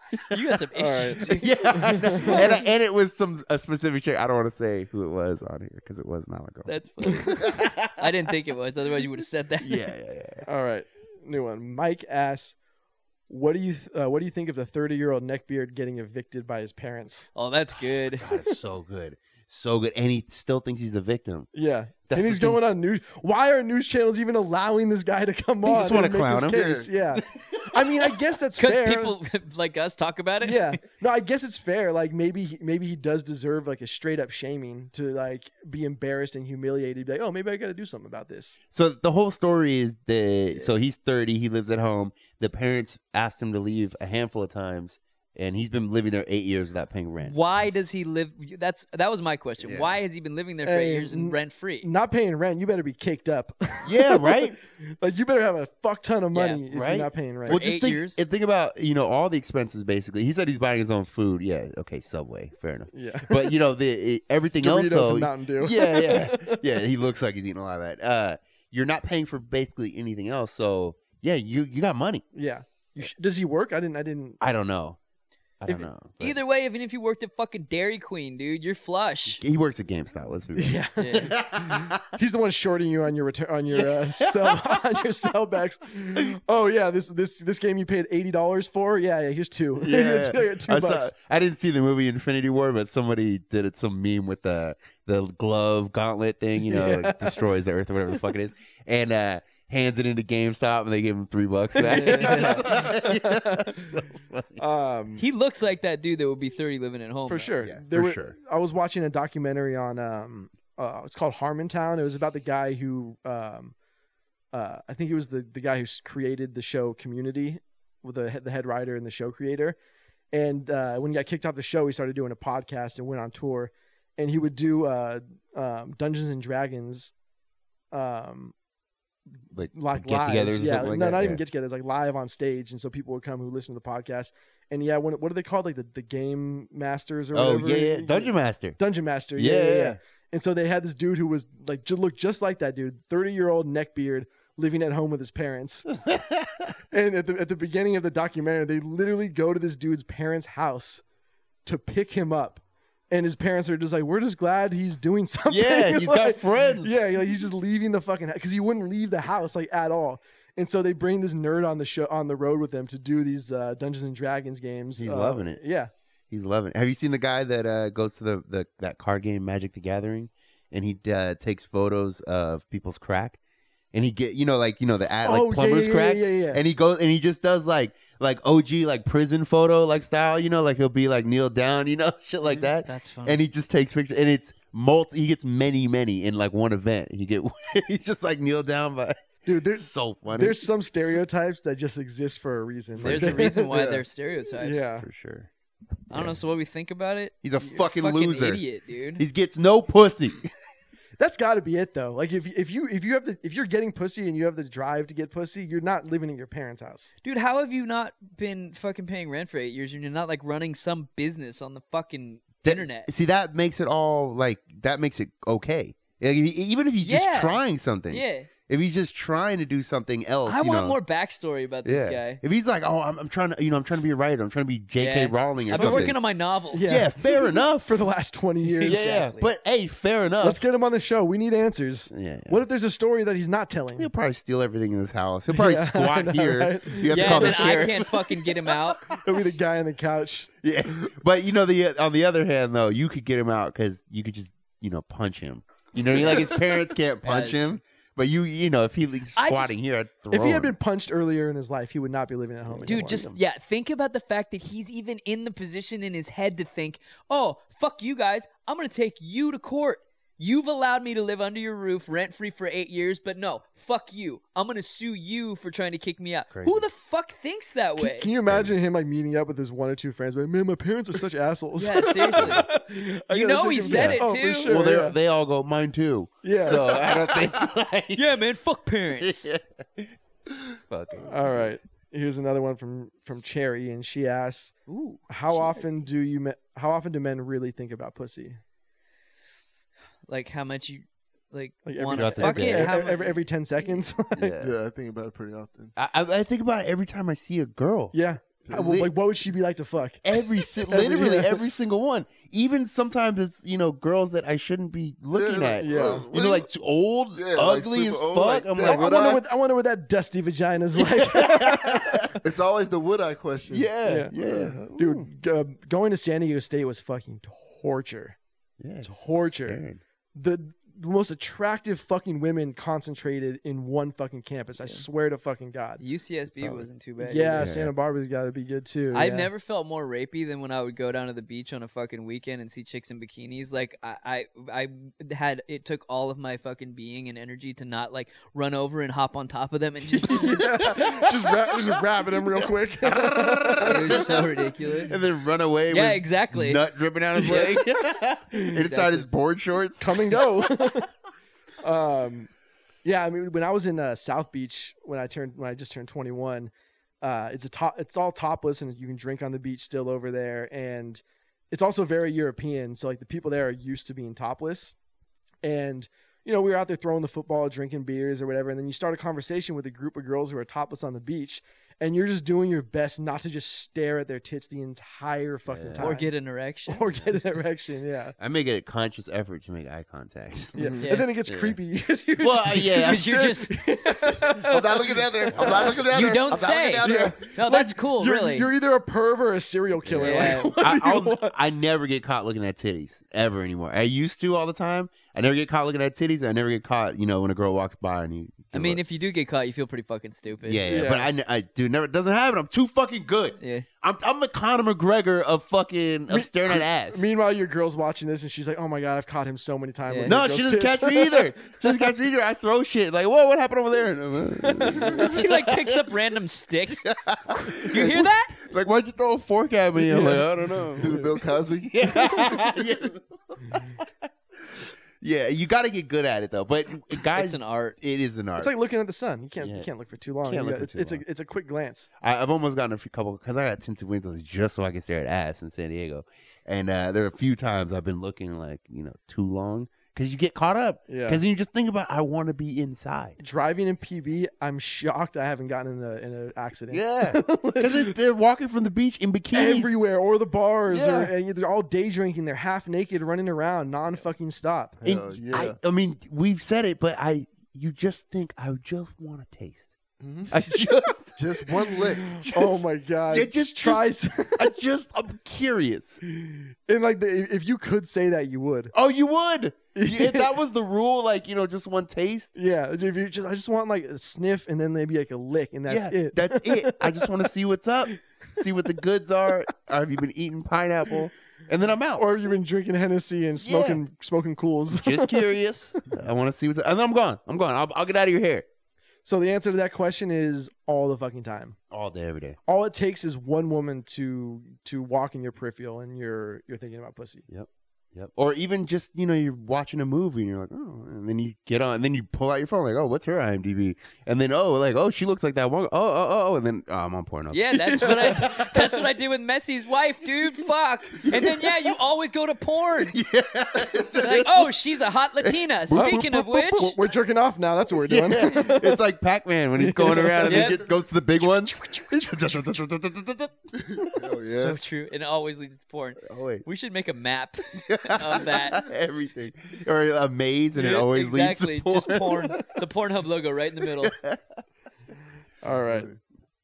S3: you got some issues. dude.
S1: Yeah, I know. and I, and it was some a specific chick. I don't want to say who it was on here because it was not my girl.
S3: That's funny. I didn't think it was. Otherwise, you would have said that.
S1: yeah, yeah, yeah.
S2: All right, new one. Mike asks, "What do you th- uh, what do you think of the thirty year old neckbeard getting evicted by his parents?"
S3: Oh, that's good.
S1: God, it's so good, so good, and he still thinks he's a victim.
S2: Yeah,
S1: That
S2: and he's
S1: freaking-
S2: going on news. Why are news channels even allowing this guy to come
S1: They
S2: on?
S1: just wanna
S2: and make
S1: clown
S2: this
S1: him.
S2: case? Yeah, I mean, I guess that's
S3: Because
S2: fair.
S3: people like us talk about it.
S2: yeah, no, I guess it's fair. Like maybe maybe he does deserve like a straight up shaming to like be embarrassed and humiliated. Be like, oh, maybe I got to do something about this.
S1: So the whole story is the so he's thirty, he lives at home. The parents asked him to leave a handful of times, and he's been living there eight years without paying rent.
S3: Why does he live? That's that was my question.
S1: Yeah.
S3: Why has he been living there for
S2: Hey,
S3: eight years
S2: n-
S3: and rent free?
S2: Not paying rent, you better be caked up.
S1: Yeah, right.
S2: like you better have a fuck ton of money if
S1: right?
S2: you're not paying rent.
S1: well,
S3: eight
S1: just think
S3: years?
S1: and think about you know all the expenses. Basically, he said he's buying his own food. Yeah, okay, Subway, fair enough.
S2: yeah.
S1: But you know the everything else
S2: Doritos
S1: though.
S2: and Mountain Dew.
S1: yeah, yeah, yeah. He looks like he's eating a lot of that. Uh, you're not paying for basically anything else. So yeah, you you got money.
S2: Yeah. You sh- does he work? I didn't. I didn't.
S1: I don't know. I don't
S2: If-
S1: know. but-
S3: Either way, even if you worked at fucking Dairy Queen, dude, you're flush.
S1: he works at GameStop. Let's be real.
S2: Yeah.
S3: Yeah.
S2: He's the one shorting you on your return on your uh, sell on your sellbacks. Oh yeah, this this this game you paid eighty dollars for. Yeah, yeah. Here's two. Here's two, two
S1: I, saw-
S2: bucks.
S1: I didn't see the movie Infinity War, but somebody did it some meme with the the glove gauntlet thing, you know,
S2: Yeah.
S1: it destroys the earth or whatever the fuck it is, and uh, hands it into GameStop, and they give him three bucks back. Yeah, so funny.
S2: Um,
S3: He looks like that dude that would be thirty living at home.
S2: for
S3: though.
S2: sure.
S1: Yeah,
S2: there
S1: for
S2: were,
S1: sure.
S2: I was watching a documentary on um uh, it's called Harmontown. It was about the guy who, um, uh, I think it was the the guy who s- created the show Community, with the he- the head writer and the show creator. And uh, when he got kicked off the show, he started doing a podcast and went on tour, and he would do uh, um, Dungeons and Dragons, um,
S1: like,
S2: like
S1: get
S2: live.
S1: togethers or
S2: yeah,
S1: something like
S2: no,
S1: that.
S2: not
S1: yeah.
S2: even get togethers, like live on stage, and so people would come who listen to the podcast. And yeah, when, what are they called? Like the, the game masters or
S1: Oh
S2: whatever.
S1: yeah, yeah, Dungeon Master.
S2: Dungeon Master.
S1: Yeah,
S2: Yeah, yeah,
S1: yeah,
S2: yeah,
S1: yeah.
S2: And so they had this dude who was like ju- looked just like that dude, thirty year old neckbeard, living at home with his parents. and at the at the beginning of the documentary, they literally go to this dude's parents' house to pick him up, and his parents are just like, "We're just glad he's doing something."
S1: Yeah, he's
S2: he's
S1: got friends.
S2: Yeah, like, he's just leaving the fucking because he wouldn't leave the house like at all. And so they bring this nerd on the show on the road with them to do these uh, Dungeons and Dragons games.
S1: He's
S2: Uh,
S1: loving it.
S2: Yeah,
S1: He's loving. It. Have you seen the guy that uh, goes to the, the that card game Magic the Gathering, and he uh, takes photos of people's crack, and he get you know like you know the ad, like
S2: Oh, yeah,
S1: plumbers
S2: yeah, yeah,
S1: crack,
S2: yeah, yeah.
S1: and he goes and he just does like like OG like prison photo like style, you know, like he'll be like kneel down, you know, shit like that,
S3: Mm, That's funny.
S1: and he just takes pictures, and it's multi. He gets many many in like one event. He get he's just like kneel down, but
S2: dude.
S1: it's
S2: There's
S1: so funny.
S2: There's some stereotypes that just exist for a reason.
S3: There's a reason why
S4: Yeah.
S3: they're stereotypes.
S2: Yeah.
S1: for sure.
S3: I don't know. So what we think about it?
S1: He's a
S3: You're
S1: fucking loser.
S3: idiot, dude.
S1: He gets no pussy.
S2: That's got to be it though. Like if if you if you have the if you're getting pussy and you have the drive to get pussy, you're not living in your parents' house.
S3: Dude, how have you not been fucking paying rent for eight years and you're not like running some business on the fucking
S1: That-
S3: internet?
S1: See, that makes it all like that makes it okay. Like, e- even if he's
S3: Yeah.
S1: just trying something,
S3: Yeah.
S1: if he's just trying to do something else,
S3: I
S1: you
S3: want
S1: know.
S3: more backstory about
S1: Yeah,
S3: this guy.
S1: if he's like, oh, I'm, I'm trying to, you know, I'm trying to be a writer, I'm trying to be J.K.
S3: Yeah.
S1: Rowling or
S3: I've been
S1: something.
S3: working on my novel.
S2: Yeah.
S1: yeah, fair enough.
S2: For the last twenty years,
S1: yeah, yeah,
S3: Exactly.
S1: but hey, fair enough.
S2: let's get him on the show. We need answers.
S1: yeah, yeah.
S2: What if there's a story that he's not telling?
S1: He'll probably steal everything in this house. He'll probably
S2: Yeah, I
S1: squat
S2: know,
S1: here.
S2: right?
S1: You have to
S3: Yeah,
S1: call
S3: and
S1: the
S3: then I
S1: sheriff.
S3: can't fucking get him out.
S2: He'll be the guy on the couch.
S1: Yeah, but you know the on the other hand though, you could get him out because you could just you know punch him. You know, like his parents can't punch
S3: Yes.
S1: him, but you you know if he was
S3: I just-
S1: squatting here, I'd throw
S2: If he had
S1: him.
S2: been punched earlier in his life, he would not be living at home.
S3: Dude,
S2: anymore.
S3: just yeah, think about the fact that he's even in the position in his head to think, "Oh, fuck you guys. I'm going to take you to court. You've allowed me to live under your roof rent free for 8 years, but no, fuck you. I'm going to sue you for trying to kick me out."
S1: Crazy.
S3: Who the fuck thinks that way?
S2: Can, can you imagine him like meeting up with his one or two friends? Like, man, my parents are such assholes.
S3: yeah, seriously.
S2: I
S3: You
S2: gotta
S3: know
S2: take
S3: he
S2: him-
S3: said
S2: Yeah.
S3: it,
S2: Oh, for
S3: too.
S2: sure,
S1: well,
S2: yeah.
S1: they they all go mine too.
S2: Yeah.
S1: so I don't think. Like,
S3: yeah, man, fuck parents.
S1: Fuckers.
S2: All right. Here's another one from from Cherry, and she asks,
S3: Ooh.
S2: "How often do you me- how often do men really think about pussy?
S3: Like how much you like
S2: Like
S3: want to
S1: day.
S3: fuck
S1: Every-
S3: it?
S2: every,
S3: how
S2: every, every, ten seconds?
S1: Yeah.
S4: Yeah, I think about it pretty often.
S1: I, I I think about it every time I see a girl.
S2: yeah. How- well, like, what would she be like to fuck?
S1: Every si-
S2: Every-
S1: literally
S2: yeah.
S1: every single one. Even sometimes it's you know girls that I shouldn't be looking
S4: like,
S1: at.
S2: yeah.
S4: ugh,
S1: You
S4: what
S1: know,
S4: do
S1: like too old,
S4: Yeah, like
S1: ugly
S4: super
S1: as
S4: old,
S1: fuck.
S4: like
S1: I'm
S4: that.
S2: I, I
S1: like,
S4: would
S2: wonder
S4: I-
S2: what I wonder what that dusty vagina's like,
S4: It's always the would I question.
S1: yeah, yeah,
S2: Yeah.
S1: yeah.
S2: dude. g- um, going to San Diego State was fucking torture.
S1: it's
S2: Torture.
S1: scary.
S2: The the most attractive fucking women concentrated in one fucking campus. I swear to fucking god.
S3: UCSB wasn't too
S2: Yeah,
S3: bad. either.
S2: Santa Barbara's got to be good too.
S3: I've
S2: yeah.
S3: never felt more rapey than when I would go down to the beach on a fucking weekend and see chicks in bikinis. Like I, I, I had it took all of my fucking being and energy to not like run over and hop on top of them and just it
S2: just ra- just wrapping him real quick.
S3: was so ridiculous.
S1: and then run away.
S3: Yeah,
S1: with
S3: exactly.
S1: Nut dripping out his leg and inside his board shorts.
S2: come and go. um, yeah, I mean, when I was in uh, South Beach, when I turned, when I just turned 21, uh, it's a top, it's all topless, and you can drink on the beach still over there, and it's also very European. So like the people there are used to being topless, and you know we were out there throwing the football, drinking beers or whatever, and then you start a conversation with a group of girls who are topless on the beach. And you're just doing your best not to just stare at their tits the entire fucking time,
S3: Or get an erection.
S2: or get an erection, yeah.
S1: I make a conscious effort to make eye contact.
S2: Yeah.
S4: Mhm.
S3: Yeah.
S2: And then it gets
S1: Yeah.
S2: creepy. 'cause you're
S1: Well, uh,
S2: just-
S1: yeah,
S3: Because you're just
S4: I'm not looking at her. I'm not looking at her.
S3: you don't
S4: I'm not
S3: say.
S4: looking at her.
S3: No, that's cool.
S2: you're,
S3: Oh, really,
S2: You're either a perv or a serial killer.
S3: Yeah.
S2: Like, what
S1: I,
S2: do you
S1: I'll,
S2: want?
S1: I never get caught looking at titties ever anymore. I used to all the time. I never get caught looking at titties. I never get caught, you know, when a girl walks by and you.
S3: I mean, if you do get caught, you feel pretty fucking stupid.
S1: yeah, yeah,
S2: Yeah.
S1: but I, kn- I, dude, dude. Never doesn't happen. I'm too fucking good.
S3: Yeah.
S1: I'm I'm the Conor McGregor of fucking of
S2: Me-
S1: staring at ass.
S2: Meanwhile, your girl's watching this and she's like, "Oh my god, I've caught him so many times."
S3: Yeah.
S2: with
S1: no,
S2: your
S1: she
S2: girl's
S1: doesn't
S2: tits."
S1: catch me either. She doesn't catch me either. I throw shit like, whoa, what happened over there? And I'm, uh,
S3: he like picks up random sticks. You hear that?
S1: like, why'd you throw a fork at me? I'm like, I don't know.
S4: Do the Bill Cosby.
S1: yeah. yeah, you got to get good at it though. But guys,
S3: It's an art.
S1: it is an art.
S2: It's like looking at the sun. You can't
S1: Yeah.
S2: you can't look for too long.
S1: Can't
S2: You
S1: look
S2: got-
S1: for
S2: it's
S1: too
S2: it's
S1: long.
S2: a it's a quick glance.
S1: I, I've almost gotten a few couple because I got tinted windows just so I can stare at ass in San Diego, and uh, there are a few times I've been looking like you know too long because you get caught up
S2: Yeah.
S1: because you just think about I want to be inside.
S2: Driving in PB, I'm shocked I haven't gotten in a in an accident.
S1: Yeah, because they're walking from the beach in bikinis.
S2: Everywhere or the bars or
S1: Yeah.
S2: and they're all day drinking. They're half naked, running around, non fucking stop.
S1: And
S4: Hell yeah.
S1: I, I mean, we've said it, but I you just think I just want to taste.
S2: Mm-hmm.
S4: Mhm.
S1: I just,
S4: Just one lick.
S2: oh my god!
S1: yeah, just try.
S2: tries
S1: I just I'm curious.
S2: and like the, if you could say that, you would.
S1: Oh, you would. if that was the rule, like you know, just one taste.
S2: Yeah, if you just I just want like a sniff and then maybe like a lick and that's
S1: yeah,
S2: it.
S1: that's it. I just want to see what's up, see what the goods are. Or have you been eating pineapple? And then I'm out.
S2: or you've been drinking Hennessy and
S1: Yeah.
S2: smoking smoking cools.
S1: just curious. I want to see what's. And then I'm gone. I'm gone. I'll, I'll get out of your hair
S2: so the answer to that question is all the fucking time.
S1: all day, every day.
S2: All it takes is one woman to to walk in your peripheral and you're you're thinking about pussy.
S1: Yep. Or even just you know you're watching a movie and you're like oh, and then you get on and then you pull out your phone like oh what's her IMDb and then oh like oh she looks like that one oh oh oh, oh and then oh, I'm on Pornhub.
S3: Yeah, that's what I that's what I did with Messi's wife, dude. Fuck. And then yeah, you always go to porn.
S1: Yeah.
S3: Like, oh, she's a hot Latina. Speaking of which,
S2: We're- we're jerking off now. That's what we're doing.
S1: Yeah. it's like Pac-Man when he's going around and
S3: Yeah.
S1: he gets, goes to the big ones.
S4: Hell yeah.
S3: so true. And it always leads to porn.
S1: oh wait,
S3: We should make a map of that.
S1: everything or a maze, and it
S3: Yeah,
S1: always
S3: exactly.
S1: leads to porn.
S3: Just porn. The Pornhub logo right in the middle.
S2: All right.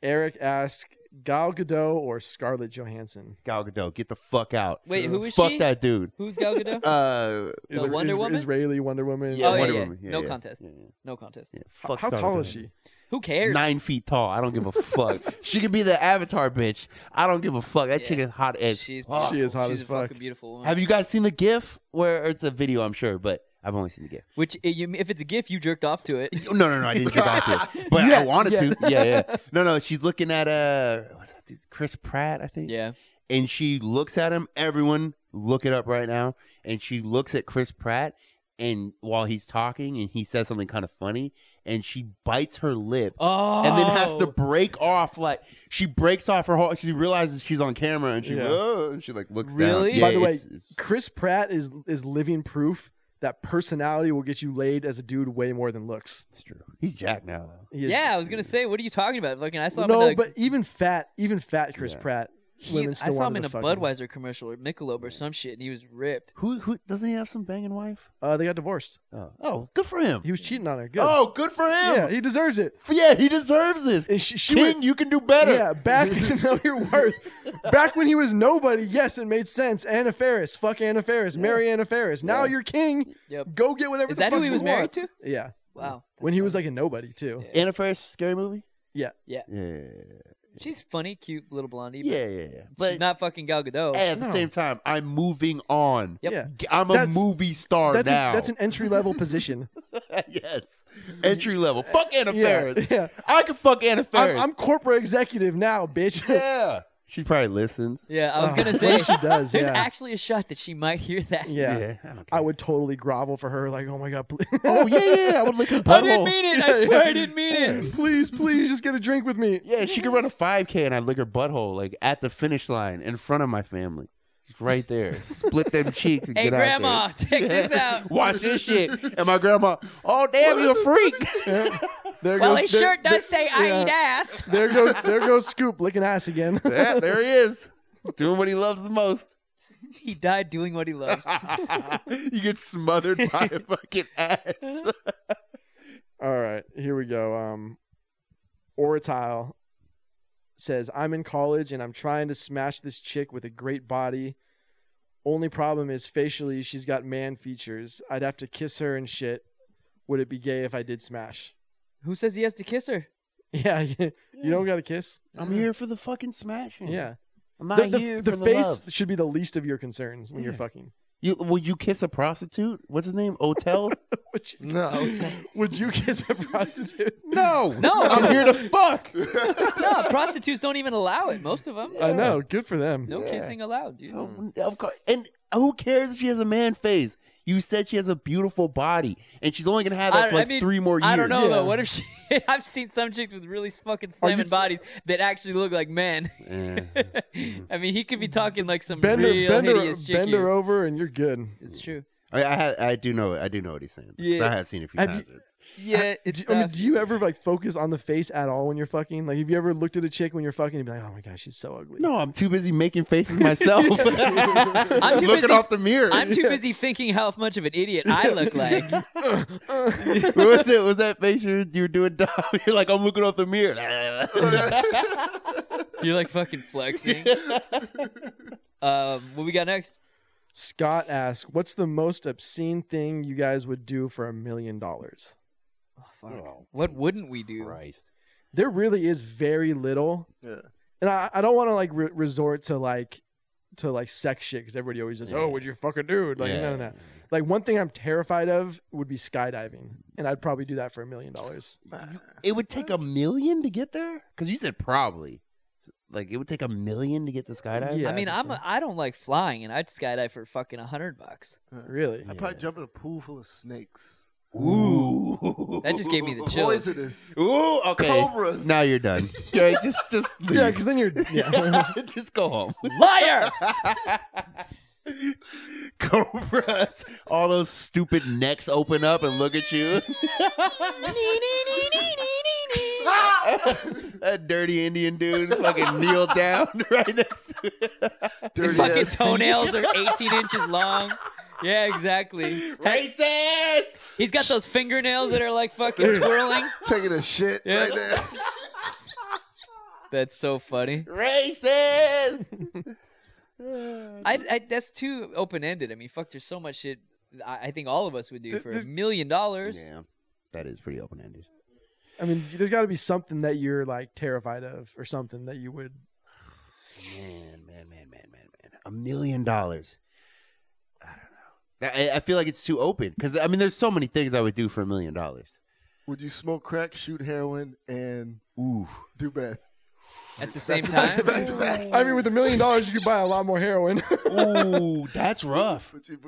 S2: Eric asks Gal Gadot or Scarlett Johansson.
S1: Gal Gadot, get the fuck out.
S3: Wait, who is
S1: fuck
S3: she?
S1: that dude.
S3: Who's Gal Gadot?
S1: Uh,
S3: The Wonder Woman?
S2: Israeli Wonder Woman.
S1: yeah,
S3: Oh, yeah,
S1: Wonder
S3: yeah.
S1: Woman. Yeah,
S3: No
S1: yeah,
S3: contest.
S1: yeah, yeah,
S3: No contest.
S1: yeah. Fuck
S2: How
S1: Scarlett
S2: tall is
S1: Johansson.
S2: she?
S3: Who cares?
S1: Nine feet tall. I don't give a fuck. she could be the Avatar bitch. I don't give a fuck. That
S3: Yeah.
S1: chick is hot as.
S3: She's
S1: fuck.
S2: She is hot
S3: She's
S2: as
S3: a fucking
S2: fuck.
S3: beautiful woman.
S1: Have you guys seen the GIF? Where or it's a video, I'm sure, but I've only seen the GIF.
S3: Which i- you- if it's a gif, you jerked off to it.
S1: No, no, no. I didn't jerk off to it, but I
S2: Yeah,
S1: wanted
S2: yeah.
S1: to. Yeah, yeah. No, no. She's looking at uh, what's that dude? Chris Pratt, I think.
S3: Yeah.
S1: And she looks at him. Everyone, look it up right now. And she looks at Chris Pratt, and while he's talking, and he says something kind of funny, and she bites her lip.
S3: Oh.
S1: And then has to break off like she breaks off her whole. She realizes she's on camera and she
S2: Yeah.
S1: "Oh," and she like looks
S3: Really?
S1: down.
S2: By the way,
S1: it's- it's-
S2: Chris Pratt is is living proof that personality will get you laid as a dude way more than looks.
S1: it's true. He's Jack now though.
S2: He is-
S3: Yeah, I was gonna say, what are you talking about? Fucking, I saw him.
S2: no,
S3: in a,
S2: but even fat, even fat Chris
S1: Yeah.
S2: Pratt.
S3: he-
S2: women
S3: I
S2: still
S3: saw him
S2: wanted
S3: in
S2: to
S3: a
S2: fuck him.
S3: Budweiser commercial or Michelob or some shit, and he was ripped.
S1: Who who doesn't he have some banging wife?
S2: Uh, they got divorced.
S1: Oh, oh, good for him.
S2: He was cheating on her. Good.
S1: Oh, good for him.
S2: yeah,
S1: Yeah,
S2: he deserves it.
S1: he, deserves this.
S2: And she, she
S1: King,
S2: went,
S1: you can do better.
S2: yeah, back know your worth. Back when he was nobody, yes, it made sense. Anna Faris, fuck Anna Faris, marry Anna Faris. Now you're king.
S3: Yep.
S2: Go get whatever.
S3: Is
S2: the
S3: that
S2: fuck
S3: who he
S2: you
S3: was married to?
S2: want. Yeah,
S3: Wow.
S2: when he was like a nobody too.
S3: Yeah.
S1: Anna Faris, scary movie.
S2: Yeah.
S3: Yeah.
S1: yeah,
S3: She's funny, cute, little blondie.
S1: yeah, yeah. yeah.
S3: But
S1: But
S3: she's not fucking Gal Gadot.
S1: at the
S2: No.
S1: same time, I'm moving on.
S3: Yep.
S2: Yeah,
S1: I'm a
S2: That's-
S1: movie star
S2: that's a-
S1: now.
S2: that's an entry level position.
S1: yes, entry level. Fuck Anna
S2: yeah,
S1: Faris.
S2: yeah.
S1: I can fuck Anna
S2: I'm,
S1: Faris.
S2: I'm corporate executive now, bitch.
S1: yeah, she probably listens.
S3: Yeah, I was gonna
S2: Well,
S3: say
S2: uh, she does.
S3: There's
S2: yeah.
S3: actually a shot that she might hear that.
S2: yeah.
S1: I don't care.
S2: I would totally grovel for her. Like, oh my god, please,
S1: Oh yeah, yeah. yeah, I would lick her butthole.
S3: I didn't mean it. I swear I didn't mean it.
S2: please, please, just get a drink with me.
S1: Yeah, she could run a 5K and I'd lick her butthole like at the finish line in front of my family. Just Right there. Split them cheeks and
S3: Hey,
S1: get
S3: Grandma,
S1: out
S3: take
S1: there.
S3: this out.
S1: Watch this shit. And my grandma, oh, damn, you a freak.
S2: There
S3: Well,
S2: goes
S3: his
S2: there,
S3: shirt does say I
S2: yeah.
S3: eat ass.
S2: there goes there goes Scoop licking ass again.
S1: yeah, there he is. Doing what he loves the most.
S3: He died doing what he loves.
S1: you get smothered by a fucking ass.
S2: All right, here we go. Um, Oratile says, "I'm in college and I'm trying to smash this chick with a great body. Only problem is facially, she's got man features. I'd have to kiss her and shit. Would it be gay if I did smash?"
S3: Who says he has to kiss her?
S2: Yeah, Hmm. you, you don't got to kiss.
S1: I'm here for the fucking smashing.
S2: Yeah,
S1: I'm
S2: the,
S1: not
S2: the-
S1: here
S2: the
S1: for the
S2: face
S1: love.
S2: should be the least of your concerns when you're
S1: Yeah.
S2: fucking.
S1: You would you kiss a prostitute? What's his name? Otel?
S2: Would you,
S4: No.
S2: would you kiss a prostitute?
S1: no,
S3: No.
S1: I'm here to fuck.
S3: no, prostitutes don't even allow it. Most of them.
S2: I know. Good for them.
S3: No
S1: Yeah.
S3: kissing allowed, dude.
S1: So, of course, and who cares if she has a man face? You said she has a beautiful body, and she's only gonna have
S3: I-
S1: that
S3: I
S1: for like
S3: mean,
S1: three more years.
S3: I don't know
S2: Yeah.
S3: though. What if she? I've seen some chicks with really fucking slamming bodies that actually look like men.
S1: Eh.
S3: I mean, he could be talking like some
S2: Mm-hmm. Bend her,
S3: real
S2: bend her,
S3: hideous chick.
S2: bend
S3: here.
S2: her over, and you're good.
S3: It's true.
S1: I, mean, I, ha- I do know I do know what he's saying.
S3: Yeah.
S1: I have seen it a few
S2: Have
S1: times.
S3: Yeah, it's.
S2: Do, I mean,
S3: tough.
S2: do you ever like focus on the face at all when you're fucking? Like, have you ever looked at a chick when you're fucking and be like, "Oh my god, she's so ugly"?
S1: No, I'm too busy making faces myself. I'm
S3: too
S1: looking
S3: busy-
S1: off the mirror.
S3: I'm too busy thinking how much of an idiot I look like.
S1: what was it? Was that face you were, you were doing? Dom? You're like I'm looking off the mirror.
S3: You're like fucking flexing. Um, what we got next?
S2: Scott asks, "What's the most obscene thing you guys would do for a million dollars?"
S1: Oh,
S3: What
S1: Jesus
S3: wouldn't we do?
S1: Christ.
S2: There really is very little,
S4: Yeah.
S2: and I, I don't want to like re- resort to like to like sex shit because everybody always says, "Oh, would you fuck a dude?" Like, no, no, no. Like one thing I'm terrified of would be skydiving, and I'd probably do that for a million dollars.
S1: It would take a million to get there because you said probably. Like it would take a million to get to skydive.
S2: Yeah.
S3: I mean,
S2: I
S3: I'm a, I don't like flying, and I'd skydive for fucking a hundred bucks.
S2: Really?
S4: I'd probably jump in a pool full of snakes.
S1: Ooh,
S3: That just gave me the chills.
S4: Poisonous.
S1: Ooh, okay.
S4: Cobras.
S1: Now you're done. Yeah, just just leave.
S2: Yeah, because then you're yeah.
S1: just go home.
S3: Liar!
S1: Cobras, all those stupid necks open up and look at you. that dirty Indian dude fucking kneeled down right next to
S3: Your
S4: Dirty
S3: fucking
S4: ass.
S3: toenails are 18 inches long. Yeah, exactly.
S1: Racist!
S3: He's got those fingernails that are like fucking twirling.
S4: Taking a shit
S3: Yeah.
S4: right there.
S3: That's so funny.
S1: Racist!
S3: I, I that's too open ended. I mean, fuck, there's so much shit. I, I think all of us would do
S2: Th-
S3: for
S2: this-
S3: a million dollars.
S1: yeah, that is pretty open ended.
S2: I mean, there's got to be something that you're like terrified of, or something that you would.
S1: Man, man, man, man, man, man. A million dollars. I don't know. I, I feel like it's too open because, I mean, there's so many things I would do for a million dollars.
S4: Would you smoke crack, shoot heroin, and
S1: Ooh.
S4: do meth?
S3: At the same
S4: Back
S3: time,
S4: to back to back.
S2: I mean, with a million dollars, you could buy a lot more heroin
S1: Ooh, that's rough.
S4: But you-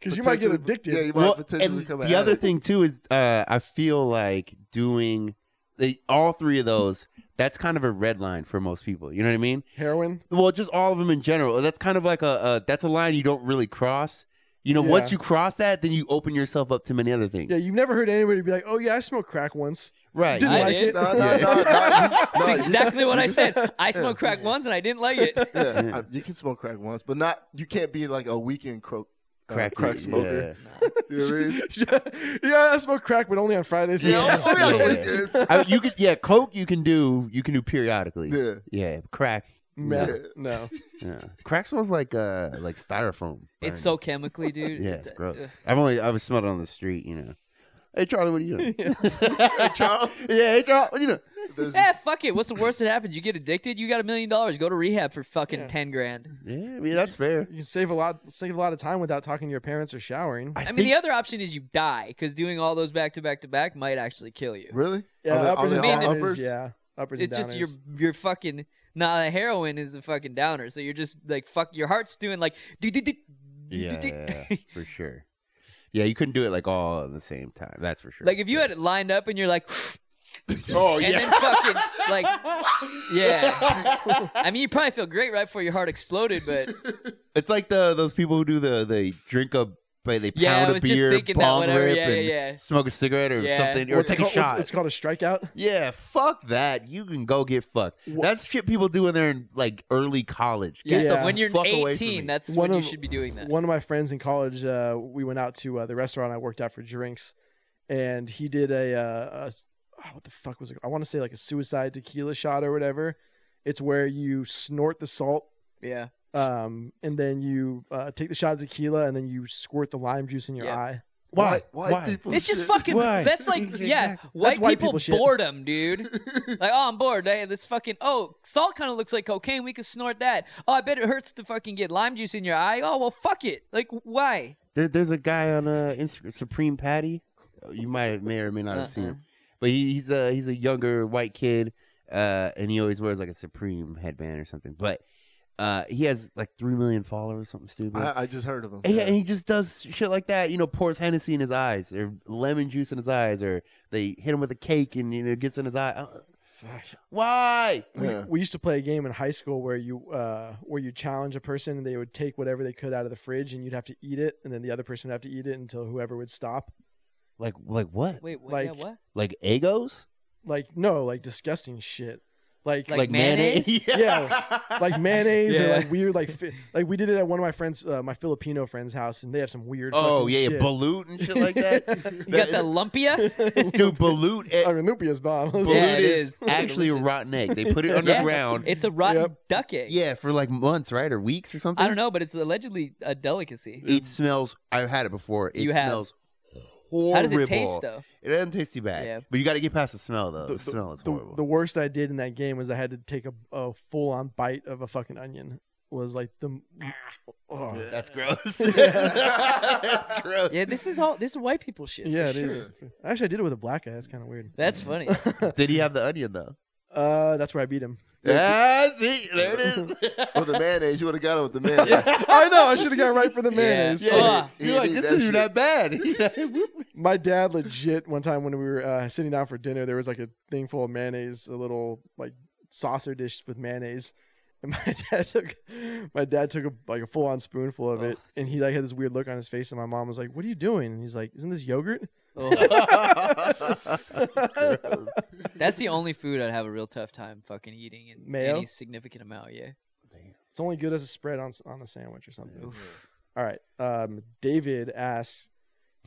S2: because you might get
S4: potentially-
S2: addicted.
S4: Yeah, you might
S1: Well,
S4: potentially
S1: and
S4: become
S1: the other thing too is uh, I feel like doing the, all three of those. That's kind of a red line for most people. You know what I mean?
S2: Heroin.
S1: Well, just all of them in general. That's kind of like a, a that's a line you don't really cross. You know,
S2: Yeah.
S1: once you cross that, then you open yourself up to many other things.
S2: Yeah, you've never heard anybody be like, "Oh yeah, I smoked crack once."
S1: right.
S2: Didn't
S3: I
S2: like
S3: did.
S2: it.
S4: No, no, no,
S3: that's
S4: no, you-
S3: exactly what I said. I smoked crack once and I didn't like it.
S4: Yeah, I- you can smoke crack once, but not. You can't be like a weekend cro- uh,
S1: Crack,
S4: crack smoker. You know what I mean?
S2: yeah, I smoked crack, but only on Fridays.
S4: Yeah, only on
S1: Yeah.
S4: weekends.
S1: Yeah. I mean, you could yeah, coke you can do you can do periodically. Yeah,
S4: Yeah.
S1: crack.
S2: Meth,
S4: Yeah.
S2: no.
S1: Yeah. Crack smells like uh like styrofoam.
S3: It's
S1: burning.
S3: so chemically, dude.
S1: Yeah, it's
S3: Ugh.
S1: gross. I've only I've smelled it on the street, you know. Hey Charlie, what are you doing?
S4: Hey, Charles,
S1: yeah, hey Charlie, what are you doing?
S4: there's
S3: Eh, fuck it. What's the worst that happens? You get addicted. You got a million dollars. Go to rehab for fucking
S2: Yeah.
S3: ten grand.
S1: Yeah, I mean, that's fair.
S2: You can save a lot, save a lot of time without talking to your parents or showering.
S3: I mean, the other option is you die because doing all those back to back to back might actually kill you.
S4: really
S2: Yeah,
S4: Are they-
S2: uppers
S4: are
S2: and
S4: they all
S2: downers.
S4: uppers?
S2: Yeah, uppers
S3: It's
S2: and
S3: just
S2: downers.
S3: your your fucking nah. the Heroin is the fucking downer. So you're just like fuck. Your heart's doing like do do do. do,
S1: Yeah,
S3: do, do.
S1: yeah, yeah, for sure. Yeah, you couldn't do it like all at the same time. That's for sure.
S3: Like if you had it lined up and you're like,
S1: oh
S3: and then fucking like, yeah. I mean, you probably feel great right before your heart exploded, but
S1: it's like the those people who do the they drink a they they pound
S3: Yeah, I
S1: a
S3: was just
S1: beer,
S3: thinking that,
S1: bong
S3: whatever.
S1: rip,
S3: Yeah,
S1: and
S3: yeah, yeah.
S1: smoke a cigarette or
S3: Yeah.
S1: something, or
S2: What's
S1: take
S2: it
S1: a
S2: called- what's-
S1: shot.
S2: It's called a strikeout.
S1: yeah, fuck that. You can go get fucked. That's shit people do when they're in like early college.
S3: yeah,
S1: Get
S2: Yeah.
S1: the
S3: when you're
S1: fuck away from
S3: 18,
S1: me.
S3: that's
S2: One
S3: when you
S2: of-
S3: should be doing that.
S2: One of my friends in college, uh, we went out to uh, the restaurant I worked at for drinks, and he did a, uh, a s- oh, what the fuck was it? I want to say like a suicide tequila shot or whatever. It's where you snort the salt,
S3: Yeah,
S2: um, and then you uh, take the shot of tequila, and then you squirt the lime juice in your
S3: Yeah.
S2: eye.
S1: Why?
S4: White, white
S1: Why?
S4: people.
S3: It's just
S4: shit.
S3: fucking.
S1: Why?
S3: That's like yeah,
S1: Exactly.
S3: white,
S2: That's white
S3: people,
S2: people shit.
S3: boredom, dude. like oh, I'm bored. Hey, this fucking oh, salt kind of looks like cocaine. We could snort that. Oh, I bet it hurts to fucking get lime juice in your eye. Oh well, fuck it. Like why?
S1: There, there's a guy on uh, Instagram, Supreme Patty. Oh, You might have, may or may not have seen
S3: Uh-uh.
S1: him, but he, he's a he's a younger white kid, uh, and he always wears like a Supreme headband or something. But uh, he has like three million followers, something stupid.
S4: I, I just heard of them.
S1: And, yeah, and he just does shit like that. You know, pours Hennessy in his eyes, or lemon juice in his eyes, or they hit him with a cake and you know it gets in his eye. Uh, Why?
S4: Yeah.
S2: We used to play a game in high school where you uh, where you challenge a person and they would take whatever they could out of the fridge and you'd have to eat it and then the other person would have to eat it until whoever would stop.
S1: Like like what?
S3: Wait, what?
S2: Like-
S3: yeah, what?
S1: Like egos?
S2: Like no, like disgusting shit. Like
S3: Like mayonnaise?
S2: Yeah. like mayonnaise or
S3: Yeah.
S2: like weird like fi- like we did it at one of my friends uh, my Filipino friend's house and they have some weird
S1: oh
S2: fucking
S1: yeah,
S2: shit.
S1: balut and shit like that.
S3: You got that lumpia?
S1: dude balut. eh,
S2: I mean Lupia's bomb.
S1: Balut
S3: Yeah, it
S1: is,
S3: is.
S1: actually a
S3: Delicious.
S1: rotten egg. They put it
S2: Yeah.
S1: underground.
S3: It's a rotten
S2: Yep.
S3: duck egg.
S1: yeah, for like months, right, or weeks or something.
S3: I don't know, but it's allegedly a delicacy.
S1: It smells. I've had it before. It
S3: You have.
S1: smells horrible.
S3: How does it taste though?
S1: It doesn't taste too bad.
S3: Yeah.
S1: But you got to get past the smell though. The,
S2: the-
S1: smell is
S2: the,
S1: horrible.
S2: the worst I did in that game was I had to take a, a full on bite of a fucking onion. Was like the oh. yeah,
S1: That's gross. That's gross.
S3: Yeah, this is all this is white people shit. for
S2: it
S3: sure.
S2: is. Actually, I did it with a black guy. That's kind of weird.
S3: That's funny.
S1: Did he have the onion though?
S2: Uh, that's where I beat him.
S1: Yeah,
S3: Ah,
S1: see, there it is.
S4: with the mayonnaise, you would have got it with the mayonnaise.
S2: I know. I should have got right for the mayonnaise.
S3: Yeah.
S2: Fuck.
S3: Ah.
S4: He
S1: You're
S4: didn't
S1: like,
S4: eat
S1: this
S4: that
S1: isn't
S4: shit.
S1: that bad.
S2: My dad legit one time when we were uh, sitting down for dinner, there was like a thing full of mayonnaise, a little like saucer dish with mayonnaise. And my dad took my dad took a, like a full on spoonful
S3: Oh,
S2: of it, and he like had this weird look on his face. And my mom was like, "What are you doing?" And he's like, "Isn't this yogurt?"
S3: Oh,
S1: Gross.
S3: that's the only food I'd have a real tough time fucking eating in
S2: Mayo?
S3: any significant amount. Yeah.
S2: It's only good as a spread on s- on a sandwich or something. All right. Um, David asks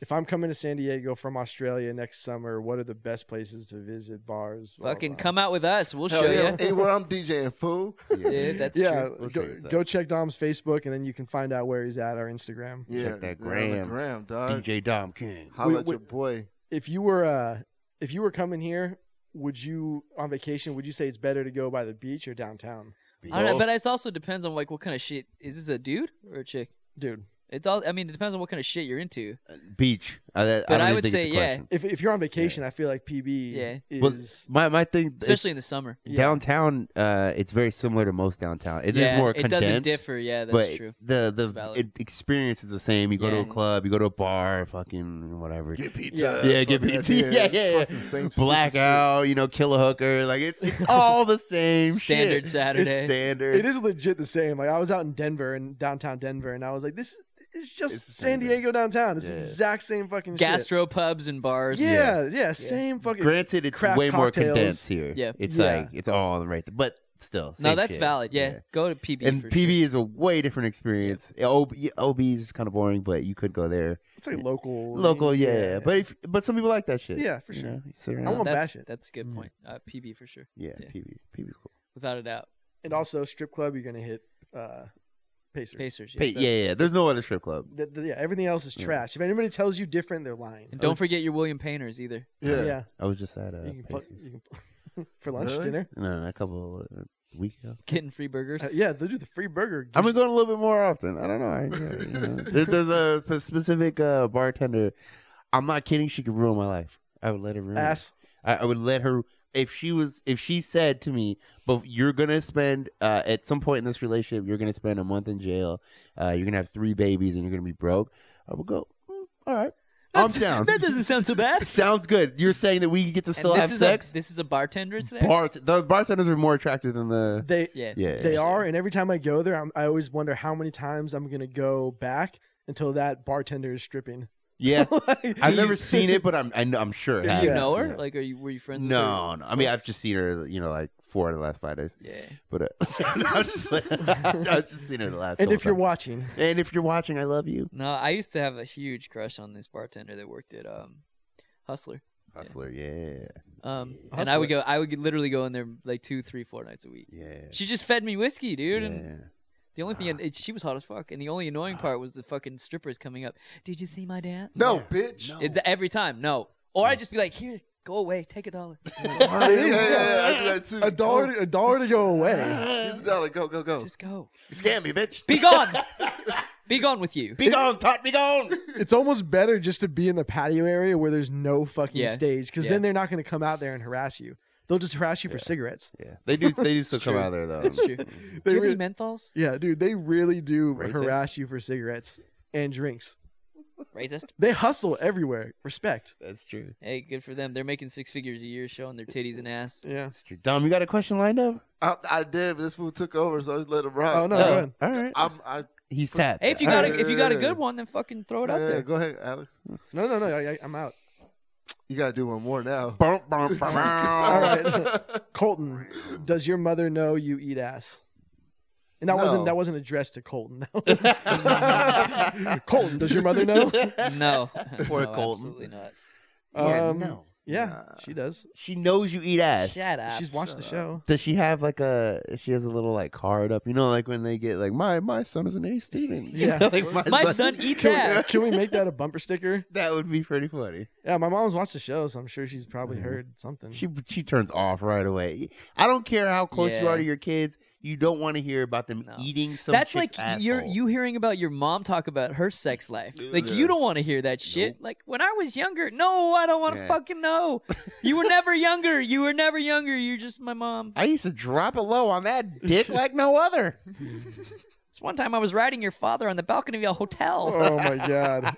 S2: if I'm coming to San Diego from Australia next summer. What are the best places to visit? Bars. blah,
S3: Fucking
S2: blah.
S3: come out with us. We'll
S4: Hell
S3: show
S4: yeah.
S3: you.
S4: Anywhere I'm DJing, fool.
S3: Yeah, that's
S2: yeah,
S3: true.
S1: We'll check
S2: go,
S1: it out.
S2: go check Dom's Facebook and then you can find out where he's at or Instagram.
S4: Yeah,
S1: that
S4: they're on the
S1: gram.
S4: gram, dog.
S1: DJ Dom King.
S4: Holla
S2: We-
S4: at
S2: we-
S4: your boy.
S2: If you were uh, if you were coming here, would you on vacation? Would you say it's better to go by the beach or downtown,
S3: I don't know, but it also depends on like what kind of shit. Is this a dude or a chick?
S2: dude?
S3: It's all. I mean, it depends on what kind of shit you're into.
S1: Beach. I, I,
S3: But
S1: don't
S3: I
S1: even
S3: would
S1: think
S3: say,
S1: it's a
S3: yeah.
S1: question.
S2: If if you're on vacation, I feel like PB
S3: Yeah.
S1: Well,
S2: is
S1: my my thing, it's-
S3: especially in the summer.
S2: yeah.
S1: downtown, uh, it's very similar to most downtown. It is
S3: yeah,
S1: more
S3: it
S1: condensed.
S3: doesn't differ. Yeah, that's
S1: but
S3: true.
S1: the
S3: That's
S1: the
S3: valid.
S1: it, experience is the same. You go to
S3: Yeah.
S1: a club, you go to a bar, fucking whatever.
S4: Get
S2: pizza.
S1: yeah, get
S4: fuck that,
S1: pizza. Yeah,
S4: it's
S1: yeah,
S4: fucking
S1: yeah.
S4: same stupid
S1: Blackout, you know, kill a hooker. Like it's it's all the same
S3: Standard
S1: shit.
S3: Saturday.
S1: It's standard.
S2: it is legit the same. Like I was out in Denver in downtown Denver, and I was like, this is just
S1: It's the
S2: San
S1: same thing.
S2: Diego downtown. It's the
S1: Yeah.
S2: exact same fucking shit.
S3: Gastro pubs and bars.
S2: Yeah, yeah, same fucking.
S1: Granted, it's
S2: craft
S1: way more
S2: cocktails.
S1: condensed here.
S3: Yeah.
S1: it's
S2: Yeah.
S1: like it's all right, there. but still,
S3: No,
S1: same
S3: that's
S1: shit.
S3: valid. Yeah. Go to PB.
S1: And
S3: for
S1: PB is a way different experience. OB, OB is kind of boring, but you could go there.
S2: It's like local.
S1: Local, yeah, But if, but some people like that shit.
S2: Yeah, for
S1: You
S2: sure.
S1: know, you sit
S2: I
S1: around.
S3: Sure. No,
S2: won't
S3: that's,
S2: bash it.
S3: that's a good
S1: Mm.
S3: point. Uh, PB for sure,
S1: yeah,
S3: Yeah.
S1: PB, PB's cool.
S3: without a doubt.
S2: and also strip club, you're gonna hit uh, Pacers.
S3: Pacers. Yeah.
S1: Pa- yeah, yeah. There's no other strip club.
S2: The- the- yeah, everything else is
S1: Yeah.
S2: trash. If anybody tells you different, they're lying.
S3: And don't forget your William Painters either.
S4: Yeah. yeah.
S1: I was just at uh,
S2: you can, pl-
S1: Pacers.
S2: you can pl- for lunch,
S4: Really?
S2: dinner.
S1: No, a couple uh, week ago.
S3: Getting free burgers.
S2: Uh, yeah, they do the free burger.
S1: I've been going a little bit more often. I don't know. I, yeah, you know. There- there's a p- specific uh, bartender. I'm not kidding. She could ruin my life. I would let her ruin. it.
S2: ass.
S1: I, I would let her if she was if she said to me, "But you're gonna spend uh, at some point in this relationship, you're gonna spend a month in jail. Uh, you're gonna have three babies, and you're gonna be broke." I would go. "Mm, All right, I'm down.
S3: That doesn't sound so bad.
S1: Sounds good. You're saying that we get to still
S3: and this
S1: have
S3: is
S1: sex.
S3: A, this is a bartender's there.
S1: Bart, the bartenders are more attractive than the
S2: They
S3: yeah.
S1: yeah.
S2: they are, and every time I go there, I'm, I always wonder how many times I'm gonna go back until that bartender is stripping.
S1: yeah.
S2: Like-
S1: I've never seen it, but I'm I know, I'm sure. it
S3: Do you
S1: happens.
S3: know her?
S1: Yeah.
S3: Like, are you were you friends? with
S1: no,
S3: her?
S1: no. I mean, I've just seen her. You know, like four of the last five days.
S3: yeah.
S1: But uh, I've just I've just seen her the last.
S2: and
S1: couple
S2: if you're
S1: times.
S2: watching,
S1: and if you're watching, I love you,
S3: No, I used to have a huge crush on this bartender that worked at um, Hustler.
S1: hustler. Yeah,
S3: Um, and I would go. I would literally go in there like two, three, four nights a week.
S1: yeah,
S3: She just fed me whiskey, dude,
S1: yeah.
S3: and The only thing it, she was hot as fuck, and the only annoying part was the fucking strippers coming up. Did you see my dad?
S4: No, bitch.
S1: No.
S3: It's every time. No, or I'd just be like, here, go away, take a dollar.
S4: Yeah,
S2: It is,
S4: yeah,
S2: yeah.
S4: yeah, I do that too.
S2: A dollar,
S4: Go.
S2: to, a dollar to go away.
S4: Here's a dollar. Go, go, go.
S3: just go.
S1: Scam me, bitch.
S3: Be gone. be gone with you.
S1: Be gone, tot. Be gone.
S2: It's almost better just to be in the patio area where there's no fucking
S3: Yeah.
S2: stage, because
S3: Yeah.
S2: then they're not going to come out there and harass you. They'll just harass you for cigarettes.
S1: Yeah, they do. They do still come
S3: true.
S1: out of there though.
S3: That's true. Do you have
S2: re-
S3: any menthols?
S2: Yeah, dude, they really do
S1: Racist.
S2: harass you for cigarettes and drinks.
S3: Racist.
S2: They hustle everywhere. Respect.
S1: That's true.
S3: Hey, good for them. They're making six figures a year showing their titties and ass.
S2: Yeah.
S1: That's true. Dom, you got a question lined up?
S4: I, I did, but this fool took over, so I just let him rock.
S2: Oh no,
S1: Oh,
S2: go ahead.
S1: all right.
S4: I'm, I,
S1: He's tapped.
S3: Hey, if you
S1: All
S3: got
S1: right.
S3: a, if you got a
S4: Yeah.
S3: good one, then fucking throw it out
S4: yeah,
S3: there.
S4: Go ahead, Alex.
S2: no, no, no. I, I- I'm out.
S4: You gotta do one more now.
S1: Bum, bum, bum, bum.
S2: All right, Colton, does your mother know you eat ass? And that
S4: No.
S2: wasn't that wasn't addressed to Colton. That was- Colton, does your mother know?
S3: No,
S1: Poor
S3: no,
S1: Colton.
S3: Absolutely not.
S1: Yeah,
S2: Um,
S1: no.
S2: Yeah,
S4: Nah.
S2: she does.
S1: She knows you eat ass.
S3: Shut up.
S2: She's watched the
S4: shut
S2: show.
S1: Does she have like a? She has a little like card up, you know, like when they get like my my son is an A student. You
S2: Yeah.
S1: know, like,
S3: My son eats
S2: Can we,
S3: ass.
S2: can we make that a bumper sticker?
S1: That would be pretty funny.
S2: Yeah, my mom's watched the show, so I'm sure she's probably heard something.
S1: She she turns off right away. I don't care how close you
S3: Yeah.
S1: are to your kids. You don't want to hear about them
S3: No.
S1: eating some.
S3: That's
S1: chick's
S3: like you're
S1: asshole.
S3: you hearing about your mom talk about her sex life. Like
S4: Yeah.
S3: you don't want to hear that shit. Like when I was younger, no, I don't want to
S1: Yeah.
S3: fucking know. You were never younger. You were never younger. You're just my mom.
S1: I used to drop it low on that dick like no other.
S3: It's one time I was riding your father on the balcony of your hotel.
S2: oh my god!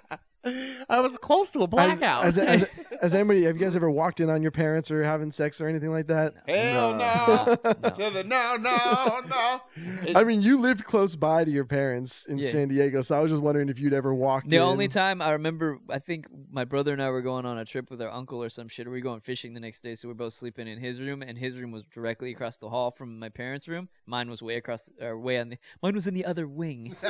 S1: I was close to a
S2: As,
S1: blackout.
S2: as, as, as anybody, have you guys ever walked in on your parents or having sex or anything like that?
S1: Hell no. To the no, no, no.
S2: I mean, you lived close by to your parents in
S3: Yeah.
S2: San Diego, so I was just wondering if you'd ever walked.
S3: The
S2: in.
S3: only time I remember, I think my brother and I were going on a trip with our uncle or some shit. We were going fishing the next day, so we are both sleeping in his room, and his room was directly across the hall from my parents' room. Mine was way across, or way on the. Mine was in the other wing.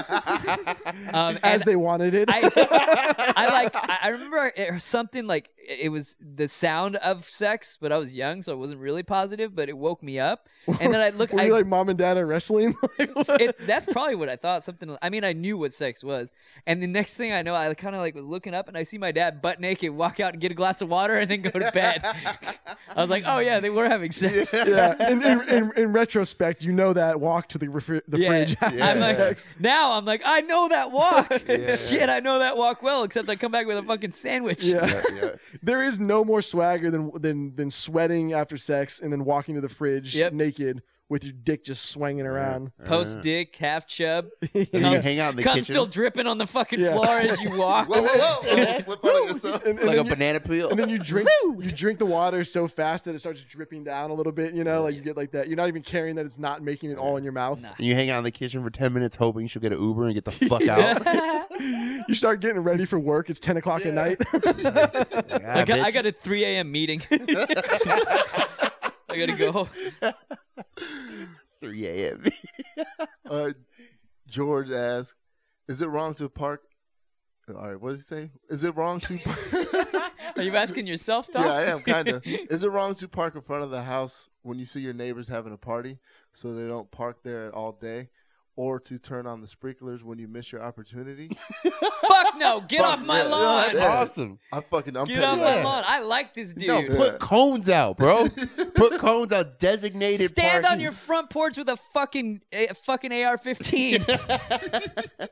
S3: um, and
S2: as they wanted it.
S3: I, I like I I remember it- something like it was the sound of sex, but I was young, so I wasn't really positive. But it woke me up, and then I looked.
S2: Were
S3: I,
S2: you like mom and dad are wrestling? Like, what?
S3: it, that's probably what I thought. Something. I mean, I knew what sex was, and the next thing I know, I kind of like was looking up, and I see my dad butt naked walk out and get a glass of water, and then go to bed. I was like, oh yeah, they were having sex.
S2: yeah. In, in, in, in retrospect, you know that walk to the refri- the
S3: Yeah.
S2: fridge after
S3: I'm like,
S2: sex.
S3: now I'm like, I know that walk. Shit, I know that walk well, except I come back with a fucking sandwich.
S2: Yeah.
S4: yeah.
S2: There is no more swagger than than than sweating after sex and then walking to the fridge
S3: Yep.
S2: naked with your dick just swinging around.
S3: Post dick, half chub.
S1: And then you hang out in the
S3: cum
S1: kitchen
S3: still dripping on the fucking
S2: Yeah.
S3: floor as you walk.
S4: Whoa, whoa, whoa! Don't slip on yourself.
S2: And, and
S1: like a
S2: then you,
S1: banana peel.
S2: and then you drink
S3: Zoo!
S2: you drink the water so fast that it starts dripping down a little bit. You know, like you get like that. You're not even caring that it's not making it all in your mouth.
S3: Nah.
S1: And you hang out in the kitchen for ten minutes, hoping she'll get an Uber and get the fuck out.
S2: You start getting ready for work. It's ten o'clock at night.
S1: Ah,
S3: I got, I
S1: bitch.
S3: got a 3 a.m. meeting. I gotta go.
S1: three a.m.
S4: Uh, George asked, "Is it wrong to park?" All right, what does he say? Is it wrong to?
S3: Are you asking yourself, Tom?
S4: yeah, I am kinda. Is it wrong to park in front of the house when you see your neighbors having a party, so they don't park there all day, or to turn on the sprinklers when you miss your opportunity?
S3: Fuck no! Get off my
S4: yeah.
S3: lawn!
S4: Yeah.
S1: awesome.
S4: I fucking I'm
S3: Get
S4: petty.
S3: off my
S1: Yeah.
S3: lawn! I like this dude.
S1: No, put cones out, bro. put cones out. Designated.
S3: Stand on
S1: parking.
S3: your front porch with a fucking a fucking AR-15,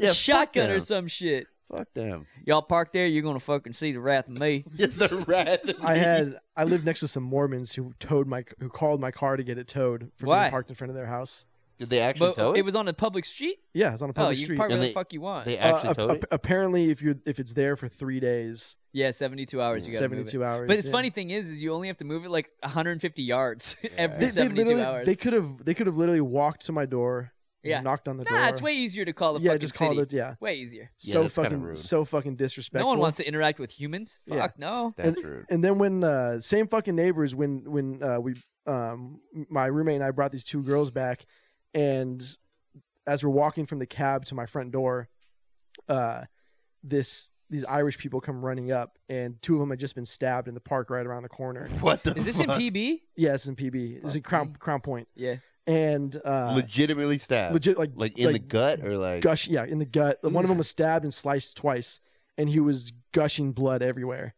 S1: yeah, fuck
S3: shotgun or
S1: them.
S3: some shit.
S1: Fuck them.
S3: Y'all park there, you're gonna fucking see the wrath of me.
S1: the rat.
S2: I had I lived next to some Mormons who towed my who called my car to get it towed for
S3: Why?
S2: being parked in front of their house.
S1: Did they actually
S3: But
S1: tow it?
S3: it was on a public street.
S2: Yeah, it's on a
S3: Oh,
S2: public
S3: you can
S2: street.
S3: park where
S1: And
S3: the
S1: they-
S3: fuck you want.
S1: they
S2: Uh,
S1: actually
S2: ap-
S1: towed it.
S2: ap- apparently, if you if it's there for three days,
S3: Yeah, 72 hours. You got
S2: 72 hours.
S3: But it's
S2: yeah.
S3: funny thing is, is you only have to move it like 150 yards every
S2: They, they
S3: 72
S2: literally
S3: hours.
S2: they could have they could have literally walked to my door,
S3: Yeah.
S2: yeah. knocked on the door.
S3: nah, it's way easier to call the
S2: yeah,
S3: fucking
S2: just called
S3: city.
S2: it. Yeah,
S3: Way easier.
S2: so
S1: that's kinda
S2: fucking
S1: rude.
S2: so fucking disrespectful.
S3: No one wants to interact with humans. Fuck
S2: Yeah.
S3: no.
S1: That's rude.
S2: And then when uh, same fucking neighbors when when uh, we um my roommate and I brought these two girls back, and as we're walking from the cab to my front door, uh, this these Irish people come running up, and two of them had just been stabbed in the park right around the corner.
S1: What the?
S3: Is this in
S1: fuck?
S3: PB?
S2: Yes, in PB, this is in Crown Crown Point.
S3: Yeah.
S2: and uh,
S1: legitimately stabbed,
S2: legit like
S1: like in the
S2: like
S1: gut or like
S2: gush yeah in the gut one of them was stabbed and sliced twice and he was gushing blood everywhere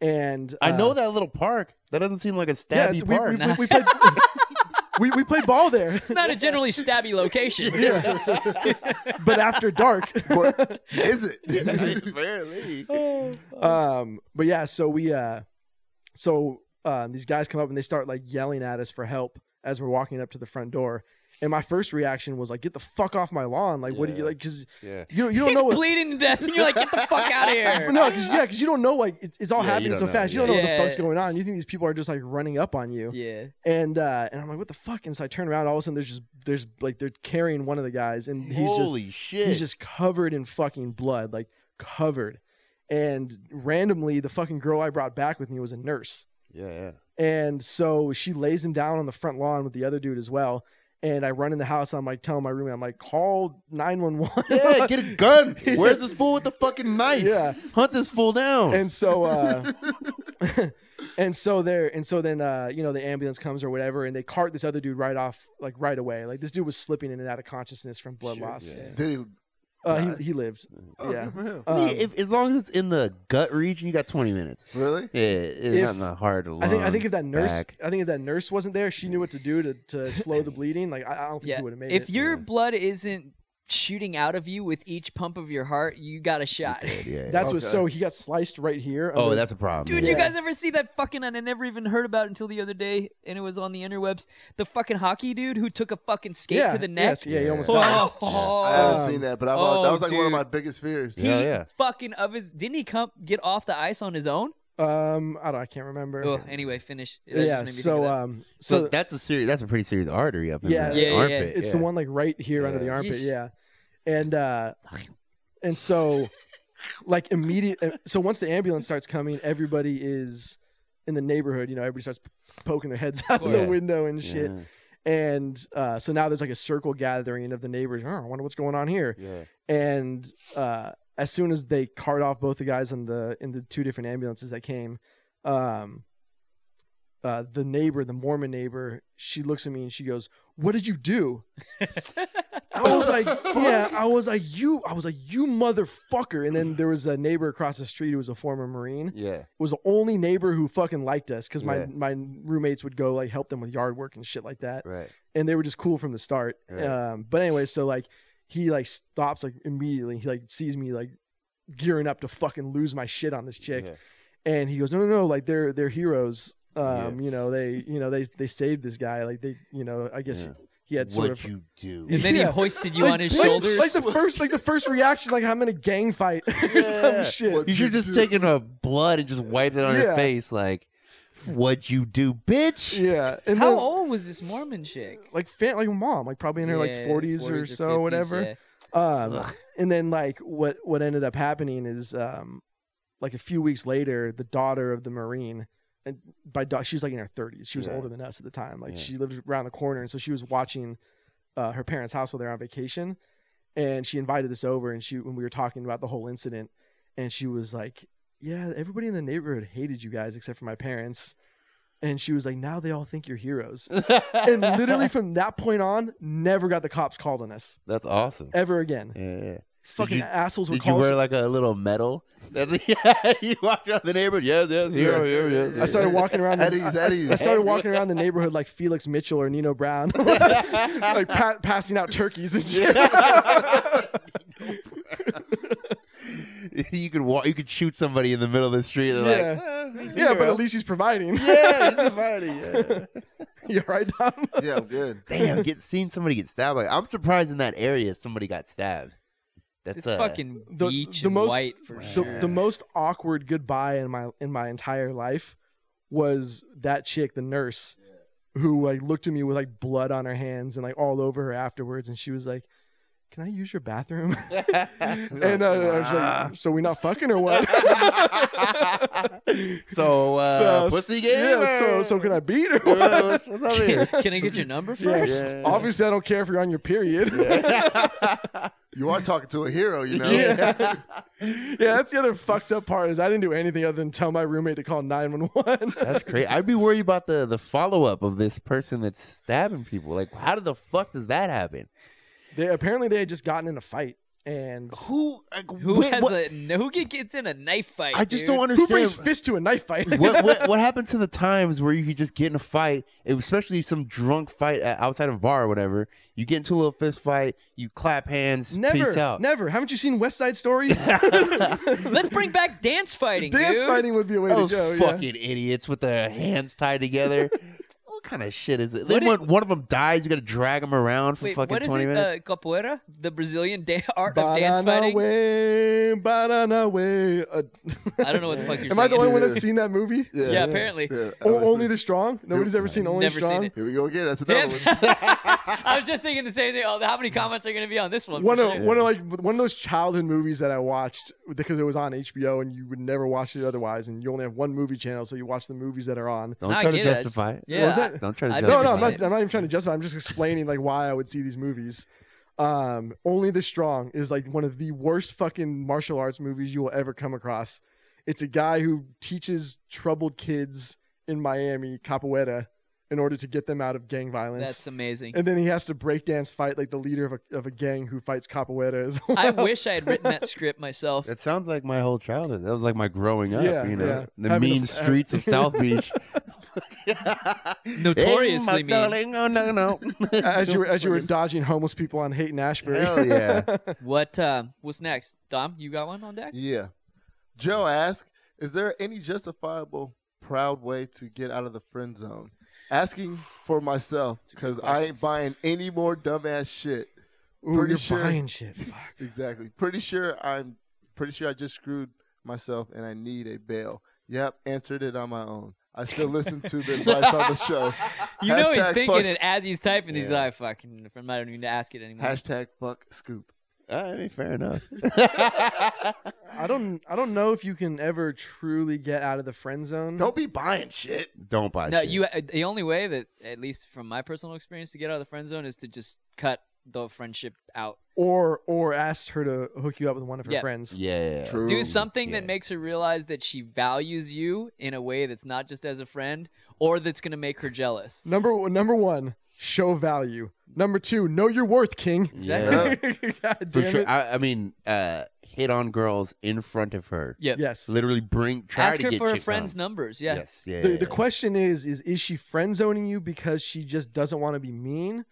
S2: and
S1: I know
S2: uh,
S1: that little park. That doesn't seem like a
S2: yeah
S1: stabby
S2: it's- we,
S1: park.
S2: we, we, we played we, we played ball there
S3: It's not a generally stabby location.
S2: but after dark
S4: But is it?
S1: Apparently.
S2: um but yeah so we uh so um these guys come up and they start like yelling at us for help as we're walking up to the front door and my first reaction was like get the fuck off my lawn like what do you
S1: Yeah.
S2: like because
S1: Yeah.
S2: you, you don't
S3: He's
S2: know what
S3: bleeding to death, and you're like, get the fuck out of here.
S2: But no, cause, yeah, because you don't know like it's, it's all
S1: Yeah, you
S2: happening
S1: don't
S2: so
S1: know,
S2: fast. You
S1: yeah.
S2: don't know what
S3: Yeah.
S2: the fuck's going on. You think these people are just like running up on you,
S3: Yeah.
S2: and uh, and I'm like, what the fuck? And so I turn around, all of a sudden there's just there's like they're carrying one of the guys, and he's just
S1: Holy shit!
S2: he's just covered in fucking blood, like covered. And randomly, the fucking girl I brought back with me was a nurse,
S1: yeah, yeah.
S2: and so she lays him down on the front lawn with the other dude as well. And I run in the house. I'm like telling my roommate, I'm like, call nine one one.
S1: Yeah, get a gun. Where's this fool with the fucking knife?
S2: Yeah.
S1: Hunt this fool down.
S2: and so uh and so there and so then uh you know the ambulance comes or whatever and they cart this other dude right off like right away like this dude was slipping in and out of consciousness from blood
S1: Sure,
S2: loss
S1: yeah.
S4: Did he?
S2: uh, he, he lived
S4: Oh,
S2: yeah
S4: good for him.
S1: I mean,
S2: Um,
S1: if, as long as it's in the gut region, you got 20 minutes.
S4: Really?
S1: Yeah, it's
S2: If-
S1: not in the heart. Lung,
S2: I think I think if that nurse
S1: back.
S2: I think if that nurse wasn't there she knew what to do to, to slow the bleeding like I, I don't think
S3: Yeah.
S2: he would have made
S3: If
S2: it
S3: your
S1: Yeah.
S3: blood isn't shooting out of you with each pump of your heart, you got a shot.
S1: Yeah, yeah.
S2: that's what
S4: Okay.
S2: so he got sliced right here
S1: oh,
S2: under-
S1: that's a problem.
S3: Dude,
S1: yeah.
S3: you
S2: Yeah.
S3: guys ever see that fucking and I never even heard about it until the other day and it was on the interwebs. The fucking hockey dude who took a fucking skate
S2: yeah,
S3: to the neck.
S2: yes, yeah he almost
S1: Yeah.
S2: died.
S3: Oh,
S4: I haven't
S2: Um,
S4: seen that, but I've, al- that
S3: oh,
S4: was like one of
S3: dude.
S4: my biggest fears.
S1: Yeah, yeah.
S3: fucking of his didn't he come get off the ice on his own?
S2: um I don't I can't remember
S3: Oh, anyway, finish. That just
S2: yeah
S3: made me think
S2: so
S3: of that.
S2: um
S1: So,
S2: so
S1: that's a serious. That's a pretty serious artery up in
S2: Yeah.
S1: the
S3: Yeah, yeah,
S1: armpit.
S3: yeah.
S2: It's the one like right here under the
S1: Yeah.
S2: armpit,
S3: Yeesh.
S2: yeah. And uh and so like immediate uh, so once the ambulance starts coming, everybody is in the neighborhood, you know, everybody starts poking their heads out
S1: Yeah.
S2: the window and shit.
S1: Yeah,
S2: And uh so now there's like a circle gathering of the neighbors. Oh, I wonder what's going on here.
S1: yeah.
S2: And uh as soon as they cart off both the guys in the in the two different ambulances that came, um uh, the neighbor, the Mormon neighbor, she looks at me and she goes, "What did you do?" I was like, "Yeah." I was like, "You," I was like, "You motherfucker!" And then there was a neighbor across the street who was a former Marine. It
S1: yeah.
S2: was the only neighbor who fucking liked us because my
S1: Yeah.
S2: my roommates would go like help them with yard work and shit like that,
S1: Right.
S2: and they were just cool from the start.
S1: Right.
S2: Um, but anyway, so like he like stops like immediately. He like sees me like gearing up to fucking lose my shit on this chick
S1: Yeah.
S2: and he goes, no, no, no, like they're they're heroes. Um, you know, they you know they they saved this guy. Like they, you know, I guess
S1: Yeah.
S2: he had sort
S1: What'd
S2: of.
S1: you do?
S3: and then he
S2: yeah.
S3: hoisted you
S2: like,
S3: on his
S2: like-
S3: shoulders.
S2: like the first, like the first reaction, like I'm in a gang fight or
S1: Yeah.
S2: some shit.
S1: You should just taken a blood and just wiped it on your
S2: Yeah.
S1: face, like what you do, bitch.
S2: Yeah, and
S3: How
S2: then,
S3: old was this Mormon chick?
S2: Like fan, like mom, like probably in her like
S3: Yeah,
S2: 40s, or
S3: 40s
S2: so,
S3: 50s,
S2: whatever.
S3: yeah.
S2: Um,
S1: Ugh.
S2: and then like what what ended up happening is um, like a few weeks later, the daughter of the marine, and by da- she was like in her thirties. She was
S1: Yeah.
S2: older than us at the time. Like
S1: Yeah.
S2: she lived around the corner, and so she was watching uh, her parents' house while they're on vacation. And she invited us over, and she when we were talking about the whole incident, and she was like, "Yeah, everybody in the neighborhood hated you guys except for my parents." And she was like, "Now they all think you're heroes." and literally from that point on, never got the cops called on us
S1: That's awesome.
S2: ever again
S1: Yeah, yeah.
S2: fucking
S1: you-
S2: assholes would
S1: Did you
S2: call. us-
S1: wear like a little medal? That's yeah. You walked around the neighborhood. Yes, yes, here,
S4: Yeah.
S1: here, yes.
S2: I started walking around. The,
S4: Eddie's,
S2: I- I-
S4: Eddie's.
S2: I, started walking around the neighborhood like Felix Mitchell or Nino Brown, like pa- passing out turkeys and shit.
S1: you could walk. You could shoot somebody in the middle of the street. They're like, "Eh,
S2: Yeah. Yeah, but at least he's providing.
S1: yeah, it's a party. Yeah.
S2: You're right, Dom.
S4: Yeah, I'm good.
S1: Damn, get seen somebody get stabbed. Like, I'm surprised in that area somebody got stabbed. That's
S3: It's
S1: uh,
S3: fucking
S2: the-
S3: beach
S2: the
S3: and
S2: most-
S3: white for
S2: The,
S3: sure.
S2: the most awkward goodbye in my in my entire life was that chick, the nurse, who like looked at me with like blood on her hands and like all over her afterwards, and she was like, "Can I use your bathroom?"
S1: and
S2: and uh, I was like, "So we not fucking or what?"
S1: so, uh,
S2: so,
S1: pussy game.
S2: yeah, so so can I beat her?
S1: What's, what's up here?
S3: Can I get your number
S2: Yeah.
S3: first?
S4: Yeah.
S2: Obviously, I don't care if you're on your period.
S4: You are talking to a hero, you know.
S2: Yeah. yeah, that's the other fucked up part is I didn't do anything other than tell my roommate to call 911.
S1: That's crazy. I'd be worried about the the follow up of this person that's stabbing people. Like, how the fuck does that happen?
S2: they apparently they had just gotten in a fight and
S1: Who? Like,
S3: Who
S1: wait,
S3: has
S1: what-
S3: a no? Who get- gets in a knife fight?
S1: I just
S3: dude?
S1: don't
S2: who
S1: understand.
S2: brings fist to a knife fight?
S1: what, what what happened to the times where you could just get in a fight, especially some drunk fight at- outside of a bar or whatever? You get into a little fist fight, you clap hands, peace
S2: never,
S1: out.
S2: never. Haven't you seen West Side Story?
S3: Let's bring back dance fighting.
S2: Dance
S3: dude.
S2: fighting would be a way
S1: Those
S2: to go. yeah.
S1: fucking idiots with their hands tied together. what kind of shit is it? They
S3: What
S1: want,
S3: is-
S1: one of them dies, you got to drag them around for
S3: Wait,
S1: fucking
S3: what is
S1: twenty
S3: it?
S1: minutes.
S3: Uh, capoeira, the Brazilian da- art of dance
S2: Banana
S3: fighting.
S2: way, banana way. Uh,
S3: I don't know what the fuck you're
S2: Am I the
S3: saying.
S2: only one that's seen that movie?
S4: Yeah,
S3: Yeah, apparently.
S4: Yeah,
S2: O-
S4: obviously.
S2: only the strong. Nobody's ever seen Only
S3: Never seen
S2: Strong.
S3: it.
S4: Here we go again. That's
S3: Yeah.
S4: another one.
S3: I was just thinking the same thing. Oh, how many comments are going to be on this one?
S2: one
S3: for
S2: of
S3: sure.
S2: one of like one of those childhood movies that I watched because it was on HBO and you would never watch it otherwise, and you only have one movie channel, so you watch the movies that are on.
S1: Don't
S3: I
S1: try to
S3: get it. I
S1: justify it.
S3: just- yeah,
S2: was that?
S1: Don't try to
S3: I've
S1: justify
S2: No,
S3: never
S2: no,
S1: it.
S2: I'm
S3: seen
S2: not,
S3: it.
S2: I'm not even trying to justify. I'm just explaining like why I would see these movies. Um, Only the Strong is like one of the worst fucking martial arts movies you will ever come across. It's a guy who teaches troubled kids in Miami capoeira in order to get them out of gang violence.
S3: That's amazing.
S2: and then he has to breakdance fight like the leader of a, of a gang who fights capoeira. as
S3: I
S2: well.
S3: wish I had written that script myself.
S1: That sounds like my whole childhood. That was like my growing up,
S2: Yeah,
S1: you know,
S2: yeah.
S1: the
S2: Having a
S1: mean
S2: f-
S1: streets of South Beach.
S3: Notoriously mean.
S1: mean. Oh, no, no.
S2: as you were, as you were dodging homeless people on Haight and Ashbury.
S1: Hell yeah.
S3: What? Uh, what's next? Dom, you got one on deck?
S4: Yeah. Joe asks, is there any justifiable proud way to get out of the friend zone? Asking for myself because I ain't buying any more dumbass shit.
S2: Ooh,
S4: Pretty
S2: you're
S4: sure.
S2: buying shit. Fuck.
S4: Exactly. Pretty sure I'm pretty sure I just screwed myself and I need a bail. Yep, answered it on my own. I still listen to the advice on the show.
S3: You know he's
S4: Hashtag
S3: thinking
S4: fuck-
S3: it as he's typing. He's
S1: Yeah.
S3: like, "Fucking, I don't even need to ask it anymore."
S4: Hashtag fuck scoop.
S1: I mean, fair enough.
S2: I don't I don't know if you can ever truly get out of the friend zone.
S4: Don't be buying shit.
S1: Don't buy
S3: no,
S1: shit.
S3: you. uh, The only way that, at least from my personal experience, to get out of the friend zone is to just cut the friendship out.
S2: Or or ask her to hook you up with one of her
S3: Yeah.
S2: friends.
S1: yeah.
S4: True.
S3: Do something that
S1: yeah.
S3: makes her realize that she values you in a way that's not just as a friend, or that's going to make her jealous.
S2: Number number one, show value. Number two, know your worth, King.
S3: Exactly.
S1: Yeah.
S2: God damn
S1: For sure.
S2: it.
S1: I, I mean, uh, hit on girls in front of her.
S3: Yeah.
S2: Yes.
S1: Literally bring, try
S3: Ask
S1: to
S3: her
S1: get
S3: for her
S1: chicks
S3: friend's
S1: on.
S3: numbers. Yeah.
S1: Yes. Yeah.
S2: The, the question is is is she friend zoning you because she just doesn't want to be mean,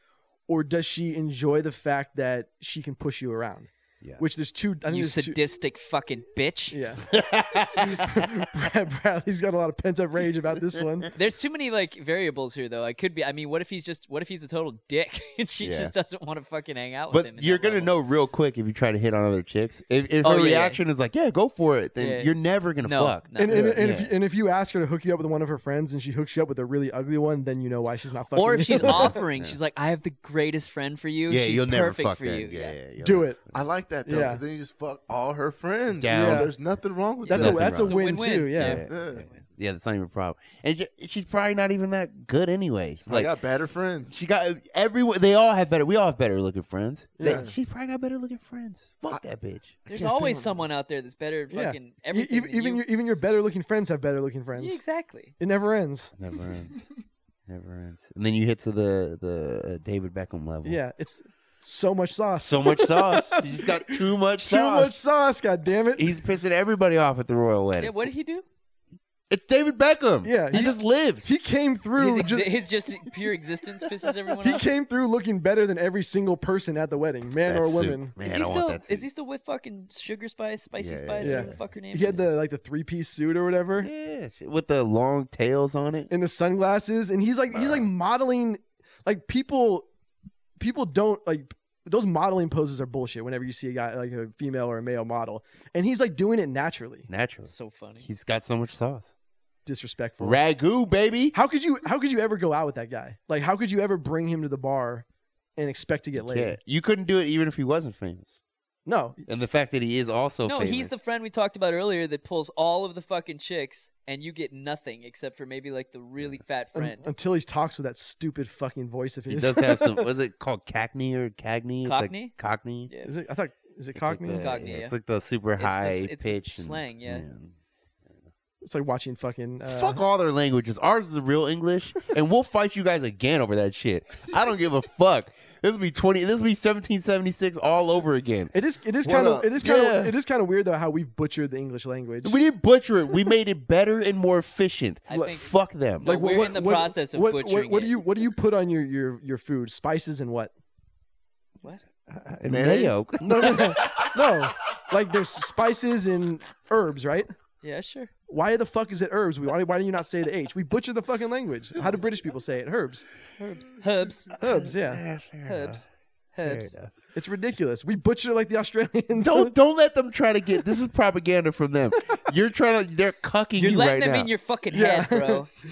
S2: or does she enjoy the fact that she can push you around?
S1: Yeah.
S2: Which there's two. I think
S3: You
S2: there's two-
S3: sadistic fucking bitch.
S2: Yeah. Brad Bradley's got a lot of pent up rage about this one.
S3: There's too many like variables here though. I could be I mean, what if he's just what if he's a total dick and she
S1: Yeah.
S3: just doesn't want to fucking hang out with him?
S1: But you're gonna know real quick if you try to hit on other chicks. If, if
S3: Oh,
S1: her
S3: yeah, yeah.
S1: reaction is like, "Yeah, go for it," then
S3: Yeah.
S1: you're never gonna
S3: No,
S1: fuck.
S3: no.
S2: And, and, and,
S1: Yeah.
S2: if, and if you ask her to hook you up with one of her friends and she hooks you up with a really ugly one, then you know why she's not fucking
S3: Or if
S2: you.
S3: she's offering, she's like, I have the greatest friend for you.
S1: Yeah,
S3: She's
S1: you'll never
S3: perfect
S1: fuck
S3: for
S1: that.
S3: you.
S1: Yeah, yeah, you'll
S2: Do
S1: never-
S2: it.
S4: I like that though,
S2: Yeah.
S4: because then you just fuck all her friends.
S1: Down.
S2: Yeah.
S4: There's nothing wrong with
S2: That's
S4: that.
S2: a that's a
S3: It's a
S2: win
S3: win-win.
S2: too. Yeah. E-,
S1: Yeah. Yeah. Yeah, that's not even a problem. And she- she's probably not even that good anyway. She's
S4: I
S1: Like
S4: got better friends.
S1: she got everyone. They all have better. We all have better looking friends. They-
S2: Yeah.
S1: she's probably got better looking friends. Fuck that bitch.
S3: There's
S2: Can't stand
S3: always
S2: them.
S3: someone out there that's better at
S2: Yeah.
S3: fucking
S2: E-
S3: everything.
S2: Even
S3: than
S2: even
S3: you.
S2: your, even your better looking friends have better looking friends.
S3: Yeah, exactly.
S2: It never ends.
S1: Never ends. Never ends. And then you hit to the the uh, David Beckham level.
S2: Yeah, it's so much sauce.
S1: So much sauce. You just got too much
S2: too
S1: sauce.
S2: much sauce. God damn it.
S1: He's pissing everybody off at the royal
S3: Yeah,
S1: wedding.
S3: what did he do?
S1: It's David Beckham.
S2: Yeah,
S1: he,
S2: he-
S1: just lives.
S2: He came through.
S3: His, ex-
S2: just,
S3: his just pure existence pisses everyone
S2: he
S3: off.
S2: came through looking better than every single person at the wedding, man
S1: That
S2: or
S1: suit.
S2: woman.
S1: Man,
S3: Is
S1: I
S3: he
S1: want
S3: still
S1: that
S3: is he
S1: suit.
S3: still with fucking sugar spice, spicy
S1: Yeah, yeah,
S3: spice,
S2: yeah.
S3: whatever the fuck her name
S2: He had
S3: is?
S2: the like the three piece suit or whatever.
S1: Yeah, shit, with the long tails on it.
S2: and the sunglasses and he's like he's like modeling like people people don't like those modeling poses are bullshit whenever you see a guy like a female or a male model and he's like doing it naturally
S1: Natural.
S3: so funny.
S1: He's got so much sauce.
S2: disrespectful
S1: Ragu, baby.
S2: how could you how could you ever go out with that guy like how could you ever bring him to the bar and expect to get laid.
S1: Yeah, you couldn't do it even if he wasn't famous.
S2: No,
S1: And the fact that he is also
S3: no,
S1: famous.
S3: he's the friend we talked about earlier that pulls all of the fucking chicks, and you get nothing except for maybe like the really fat
S2: un-
S3: friend.
S2: until he talks with that stupid fucking voice of
S1: he
S2: his.
S1: does have some. Was it called Cagney or Cagney? It's like
S3: Cockney?
S1: Cockney.
S3: yeah,
S2: is it? I thought is it
S1: It's
S2: Cockney?
S1: Like the,
S3: Cockney, yeah.
S1: It's like the super
S3: It's the s-
S1: high
S3: it's the
S1: pitch and-
S3: slang, yeah.
S2: It's like watching fucking. Uh,
S1: Fuck all their languages. Ours is the real English, and we'll fight you guys again over that shit. I don't give a fuck. This will be twenty. This will be seventeen seventy six all over again.
S2: It is. It is
S4: What
S2: kind
S4: up?
S2: of. It is kind of.
S1: Yeah.
S2: It is kind of weird though how we've butchered the English language.
S1: We didn't butcher it. We made it better and more efficient.
S3: I think-
S1: fuck them.
S3: No, we're in the process of
S2: what,
S3: butchering
S2: What, what do
S3: it.
S2: you What do you put on your your your food? Spices and what?
S3: what?
S1: And
S4: Mayonnaise?
S1: mayo.
S2: No, no, no. Like there's spices and herbs, right?
S3: Yeah, sure.
S2: Why the fuck is it herbs? We why, why do you not say the H? We butchered the fucking language. How do British people say it? Herbs,
S3: Herbs, herbs,
S2: herbs. Yeah,
S3: herbs, herbs.
S2: it's ridiculous. We butchered like the Australians.
S1: Don't don't let them try to get. This is propaganda from them. You're trying to. They're cucking
S3: You're
S1: you
S3: letting
S1: right
S3: them
S1: now.
S3: in your fucking
S2: Yeah.
S3: head, bro.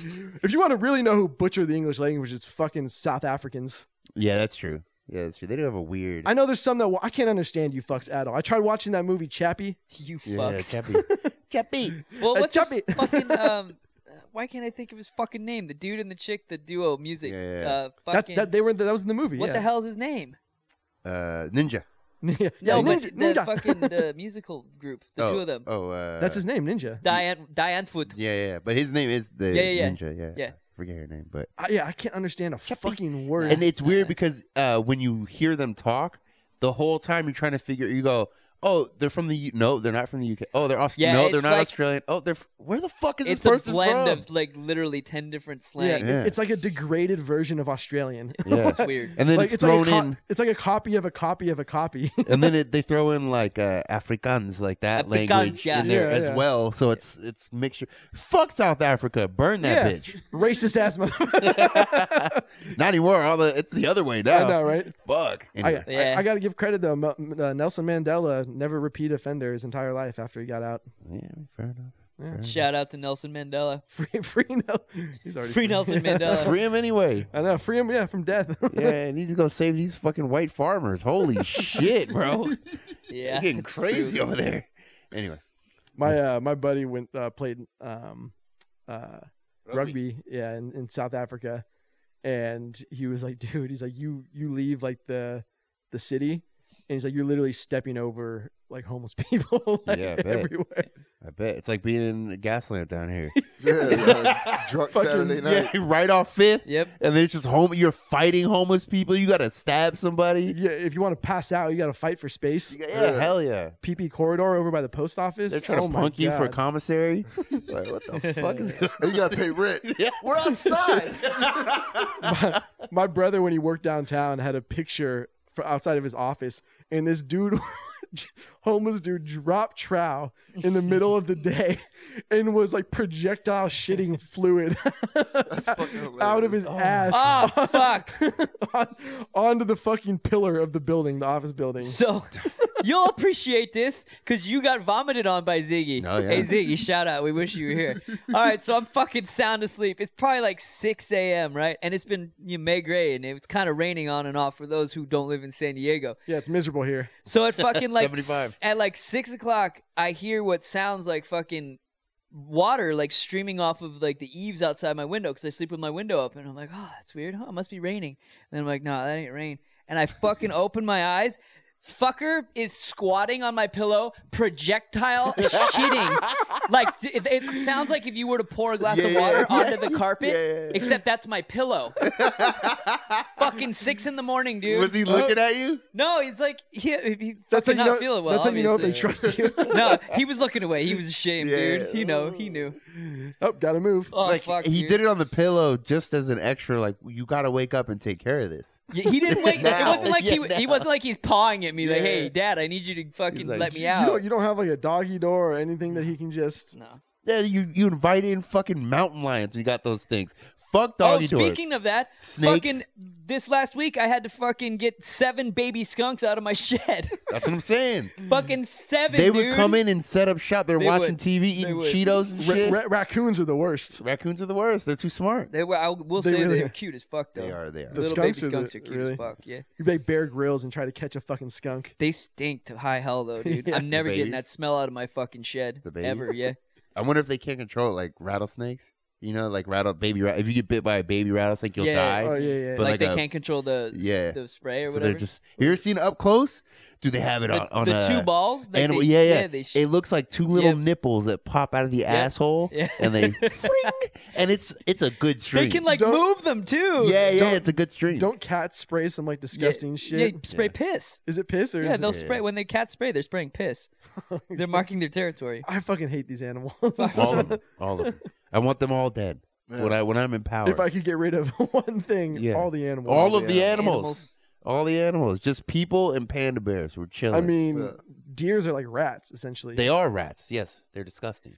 S2: if you want to really know who butchered the English language, it's fucking South Africans.
S1: yeah, that's true. Yeah, that's true. They do have a weird.
S2: I know there's some that wa- I can't understand you fucks at all. I tried watching that movie Chappie.
S3: You
S1: yeah,
S3: fucks.
S1: Chappie. Chappie.
S3: Well,
S2: Uh,
S3: what's his
S2: Chubby.
S3: fucking um? Why can't I think of his fucking name? The dude and the chick, the duo music.
S1: Yeah, yeah, yeah.
S3: Uh,
S2: That's
S3: fucking.
S2: that they were that was in the movie.
S3: what
S2: yeah.
S3: the hell's his name?
S1: Uh, ninja.
S2: yeah,
S3: no, but
S2: ninja,
S3: the
S2: ninja.
S3: fucking the musical group, the
S1: oh,
S3: two of them.
S1: Oh, uh,
S2: That's his name, Ninja.
S3: Diane Diane Foot.
S1: Yeah, yeah, yeah. But his name is the
S3: Yeah, yeah, yeah.
S1: ninja. Yeah,
S3: Yeah.
S1: I forget her name, but
S2: I, yeah, I can't understand a fucking word.
S1: and it's weird because uh, when you hear them talk, the whole time you're trying to figure. You go, oh, they're from the U- no, they're not from the UK. Oh, they're Aus-
S3: Yeah,
S1: no,
S3: it's
S1: they're not
S3: like-
S1: Australian. Oh, they're f- where the fuck is
S3: It's
S1: this
S3: a
S1: person
S3: blend
S1: from?
S3: of like literally ten different
S2: yeah,
S3: slangs.
S1: Yeah.
S2: It's, it's like a degraded version of Australian.
S1: yeah.
S3: It's weird.
S1: And then
S2: like
S1: it's, thrown
S2: like a co-
S1: in,
S2: it's like a copy of a copy of a copy.
S1: and then it, they throw in like uh, Afrikaans, like that
S3: Afrikaans,
S1: language
S3: yeah.
S1: in there
S2: Yeah,
S1: as
S2: yeah.
S1: well. So it's it's mixture. Fuck South Africa, burn that
S2: Yeah.
S1: bitch.
S2: Racist ass motherfucker.
S1: Not anymore. All the it's the other way
S2: I
S1: now.
S2: know, right?
S1: Fuck.
S2: I,
S1: Anyway.
S2: I-
S3: Yeah.
S2: I, got to give credit though. Mo- Uh, Nelson Mandela never repeat offender his entire life after he got out.
S1: yeah, fair enough.
S3: Shout out to Nelson Mandela.
S2: Free, free, Nel- he's already
S3: Free Nelson Mandela.
S1: Free him anyway.
S2: I know, free him, yeah, from death.
S1: Yeah, and you just go save these fucking white farmers. Holy shit, bro.
S3: Yeah.
S1: You're getting
S3: that's
S1: crazy
S3: true.
S1: over there. Anyway.
S2: my uh, my buddy went uh, played um, uh, rugby, yeah, in, in South Africa, and he was like, dude, he's like, you you leave like the the city, and he's like, you're literally stepping over like homeless people like,
S1: Yeah, I bet.
S2: everywhere.
S1: I bet. It's like being in a gas lamp down here.
S4: Yeah, like drunk
S2: Fucking-
S4: Saturday night.
S1: yeah, right off fifth.
S3: Yep.
S1: And then it's just home you're fighting homeless people. You gotta stab somebody.
S2: Yeah, if you want to pass out, you got to fight for space.
S1: You got- yeah, hell yeah.
S2: PP corridor over by the post office.
S1: They're trying
S2: Oh
S1: to
S2: my
S1: punk you for
S2: God.
S1: commissary. like, what the fuck is
S4: And you gotta pay rent. We're outside.
S2: my, my brother when he worked downtown had a picture for outside of his office and this dude homeless dude dropped trow in the middle of the day and was like projectile shitting fluid
S4: That's fucking hilarious.
S2: out of his ass
S3: Oh fuck.
S2: on- onto the fucking pillar of the building the office building
S3: So you'll appreciate this because you got vomited on by Ziggy.
S1: Oh, yeah.
S3: Hey Ziggy, shout out. We wish you were here. All right, so I'm fucking sound asleep. It's probably like 6 a.m. right, and it's been you know, May gray and it's kind of raining on and off for those who don't live in San Diego.
S2: yeah it's miserable here
S3: So at fucking like
S1: 75.
S3: at like six o'clock, I hear what sounds like fucking water like streaming off of like the eaves outside my window because I sleep with my window open. I'm like, oh, that's weird. Huh? It must be raining. And then I'm like, no, that ain't rain. And I fucking open my eyes. Fucker is squatting on my pillow, projectile shitting. Like it, it sounds like if you were to pour a glass of
S4: Yeah,
S3: water
S4: yeah,
S3: onto the carpet,
S4: Yeah, yeah, yeah.
S3: except that's my pillow. fucking six in the morning, dude.
S1: Was he looking at you?
S3: No, he's like he, he
S2: that's how
S3: fucking
S2: you
S3: not
S2: know
S3: feeling well.
S2: that's how you know if they
S3: obviously.
S2: trust you
S3: no, he was looking away. He was ashamed, dude.
S4: Yeah.
S3: You know, he knew.
S2: oh gotta move
S3: Oh
S1: like
S3: fuck,
S1: he
S3: dude.
S1: did it on the pillow just as an extra, like you gotta wake up and take care of this.
S3: Yeah, He didn't wait. it
S1: Now.
S3: wasn't like
S1: Yeah,
S3: he he
S1: now.
S3: wasn't like he's pawing at me like,
S1: Yeah.
S3: "Hey, Dad, I need you to fucking
S1: like,
S3: let me
S2: you
S3: out."
S2: don't, you don't have like a doggy door or anything that he can just
S3: no,
S1: Yeah, you you invite in fucking mountain lions. You got those things. Fuck doggy
S3: oh,
S1: doors.
S3: speaking of that,
S1: Snakes.
S3: fucking this last week I had to fucking get seven baby skunks out of my shed.
S1: That's what I'm saying.
S3: fucking seven.
S1: They would
S3: dude.
S1: come in and set up shop. They're
S3: They
S1: watching
S3: would.
S1: TV,
S3: They
S1: eating
S3: would.
S1: Cheetos and
S2: Ra-
S1: shit.
S2: ra- raccoons are the worst.
S1: Raccoons are the worst. They're too smart.
S3: They were. I will
S2: They
S3: say
S2: really
S3: they
S2: are.
S3: are cute as fuck though.
S1: They are. They are.
S2: The
S3: Little
S2: skunks are
S3: baby
S2: the-
S3: skunks are cute
S2: really-
S3: as fuck. Yeah.
S2: You like bear grills and try to catch a fucking skunk.
S3: They stink to high hell though, dude.
S2: Yeah.
S3: I'm never
S1: The
S3: getting
S1: babies?
S3: that smell out of my fucking shed
S1: The babies?
S3: ever. Yeah.
S1: I wonder if they can't control it, like rattlesnakes. You know, like rattle baby. Ra- if you get bit by a baby rattlesnake, you'll
S3: Yeah.
S1: die.
S2: Oh yeah, yeah.
S1: But
S3: like,
S1: like
S3: they
S1: a-
S3: can't control the
S1: Yeah.
S3: the spray or
S1: so
S3: whatever.
S1: they're just. You ever seen up close? Do they have it on
S3: the,
S1: on
S3: the
S1: a,
S3: two balls. Like
S1: animal-
S3: They,
S1: yeah, yeah.
S3: They sh-
S1: It looks like two little
S3: Yep.
S1: nipples that pop out of the asshole,
S3: Yeah.
S1: and they, fring, and it's it's a good
S3: they
S1: string.
S3: can like
S2: Don't-
S3: move them too.
S1: yeah, yeah,
S2: Don't-
S1: it's a good string.
S2: Don't cats spray some like disgusting
S3: Yeah,
S2: shit?
S3: spray
S1: Yeah.
S3: piss.
S2: Is it piss or
S3: Yeah,
S2: is it? oh,
S3: they'll
S1: Yeah.
S3: spray when they cat spray. They're spraying piss. They're marking their territory.
S2: I fucking hate these animals.
S1: all of them, all of them. I want them all dead
S4: Yeah.
S1: when I when I'm in power.
S2: if I could get rid of one thing,
S1: Yeah.
S2: all the animals.
S1: all of the
S4: Yeah.
S1: animals.
S3: Animals.
S1: all the animals, just people and panda bears. We're chilling.
S2: I mean,
S4: Yeah.
S2: deers are like rats essentially,
S1: they are rats. Yes, they're disgusting.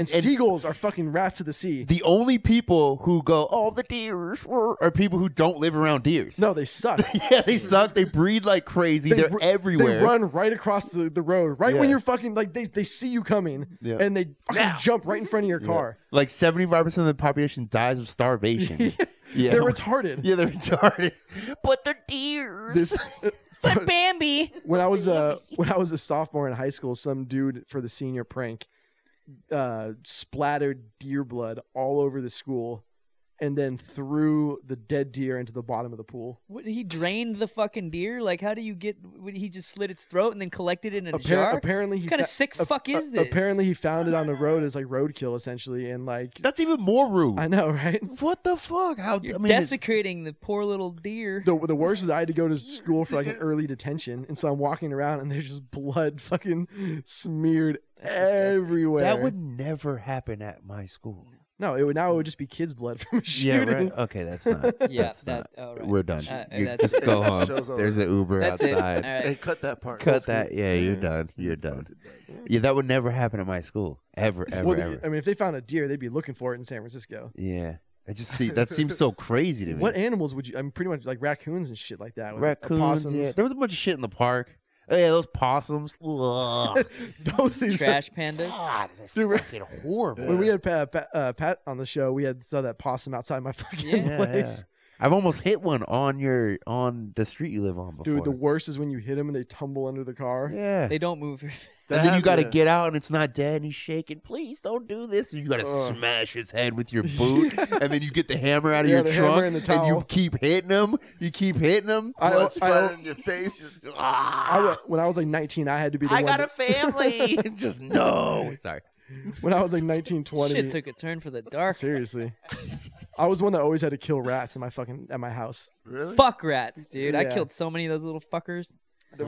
S1: And, and
S2: seagulls are fucking rats of the sea.
S1: the only people who go, "Oh, the deers," were," are people who don't live around deers.
S2: no, they suck.
S1: Yeah, they suck. They breed like crazy.
S2: They
S1: They, are
S2: ru-
S1: everywhere.
S2: They run right across the, the road, right when
S1: Yeah.
S2: you're fucking like they, they see you coming,
S1: Yeah.
S2: and they fucking
S1: Now.
S2: jump right in front of your car.
S1: Like seventy five percent of the population dies of starvation. yeah,
S2: They're retarded.
S1: yeah, they're retarded. But they're deers.
S2: This
S3: But Bambi.
S2: when I was a when I was a sophomore in high school, some dude for the senior prank uh, splattered deer blood all over the school, and then threw the dead deer into the bottom of the pool.
S3: What, he drained the fucking deer. Like, how do you get? What, he just slit its throat and then collected it in a
S2: Appar-
S3: jar.
S2: Apparently, he
S3: what kind of
S2: fa-
S3: sick
S2: a-
S3: fuck
S2: a-
S3: is this?
S2: Apparently, he found it on the road as like roadkill essentially, and like
S1: That's even more rude.
S2: I know, right?
S1: what the fuck? How
S3: you're
S1: I mean, it's-
S3: desecrating the poor little deer.
S2: The, the worst was I had to go to school for like an early detention, and so I'm walking around and there's just blood fucking smeared
S3: disgusting.
S2: everywhere.
S1: that would never happen at my school.
S2: no, it would now it would just be kids' blood from a
S1: Yeah,
S2: shooting.
S1: right. Okay, that's not.
S3: yeah,
S1: that's
S3: that.
S1: not.
S3: all right.
S1: We're done.
S3: Uh,
S1: You
S3: that's
S1: just go
S4: it. Show's
S1: home.
S4: over.
S1: There's an Uber
S3: That's it. All
S1: outside.
S4: Hey,
S3: right.
S4: cut that part.
S1: Cut that. Yeah, you're done. You're done. Yeah, that would never happen at my school. Ever, ever,
S2: Well,
S1: ever.
S2: they- I mean, if they found a deer, they'd be looking for it in San Francisco.
S1: yeah. I just see that seems so crazy to me.
S2: What animals would you? I mean, pretty much like raccoons and shit like that. would- uh,
S1: raccoons?
S2: opossums.
S1: Yeah. There was a bunch of shit in the park. Oh yeah, those possums. Ugh.
S2: Those things.
S3: Trash pandas.
S1: God, that's
S2: Dude, we're-
S1: fucking horrible.
S2: When we had Pat, Pat, uh, Pat on the show, we had saw that possum outside my fucking
S3: Yeah.
S1: Yeah,
S2: place.
S1: I've almost hit one on your on the street you live on before.
S2: Dude, the worst is when you hit them and they tumble under the car.
S1: yeah.
S3: They don't move. very fast.
S1: and then you got to get out, and it's not dead, and he's shaking. Please don't do this. And you got to
S2: Ugh.
S1: smash his head with your boot, and then you get the hammer out of
S2: Yeah,
S1: your
S2: the hammer
S1: trunk,
S2: and the
S1: you
S2: towel.
S1: keep hitting him. You keep hitting him.
S2: I-
S4: blood
S2: I-
S4: splatter in your face. Just
S2: I
S1: ah,
S2: wa- when I was like 19, I had to be the
S1: I
S2: one.
S1: got a
S2: that-
S1: family. Just no. Sorry.
S2: when I was like 19, 20.
S3: Shit took a turn for the dark.
S2: seriously, I was one that always had to kill rats in my fucking at my house.
S4: really.
S3: Fuck rats, dude. I
S2: Yeah.
S3: killed so many of those little fuckers.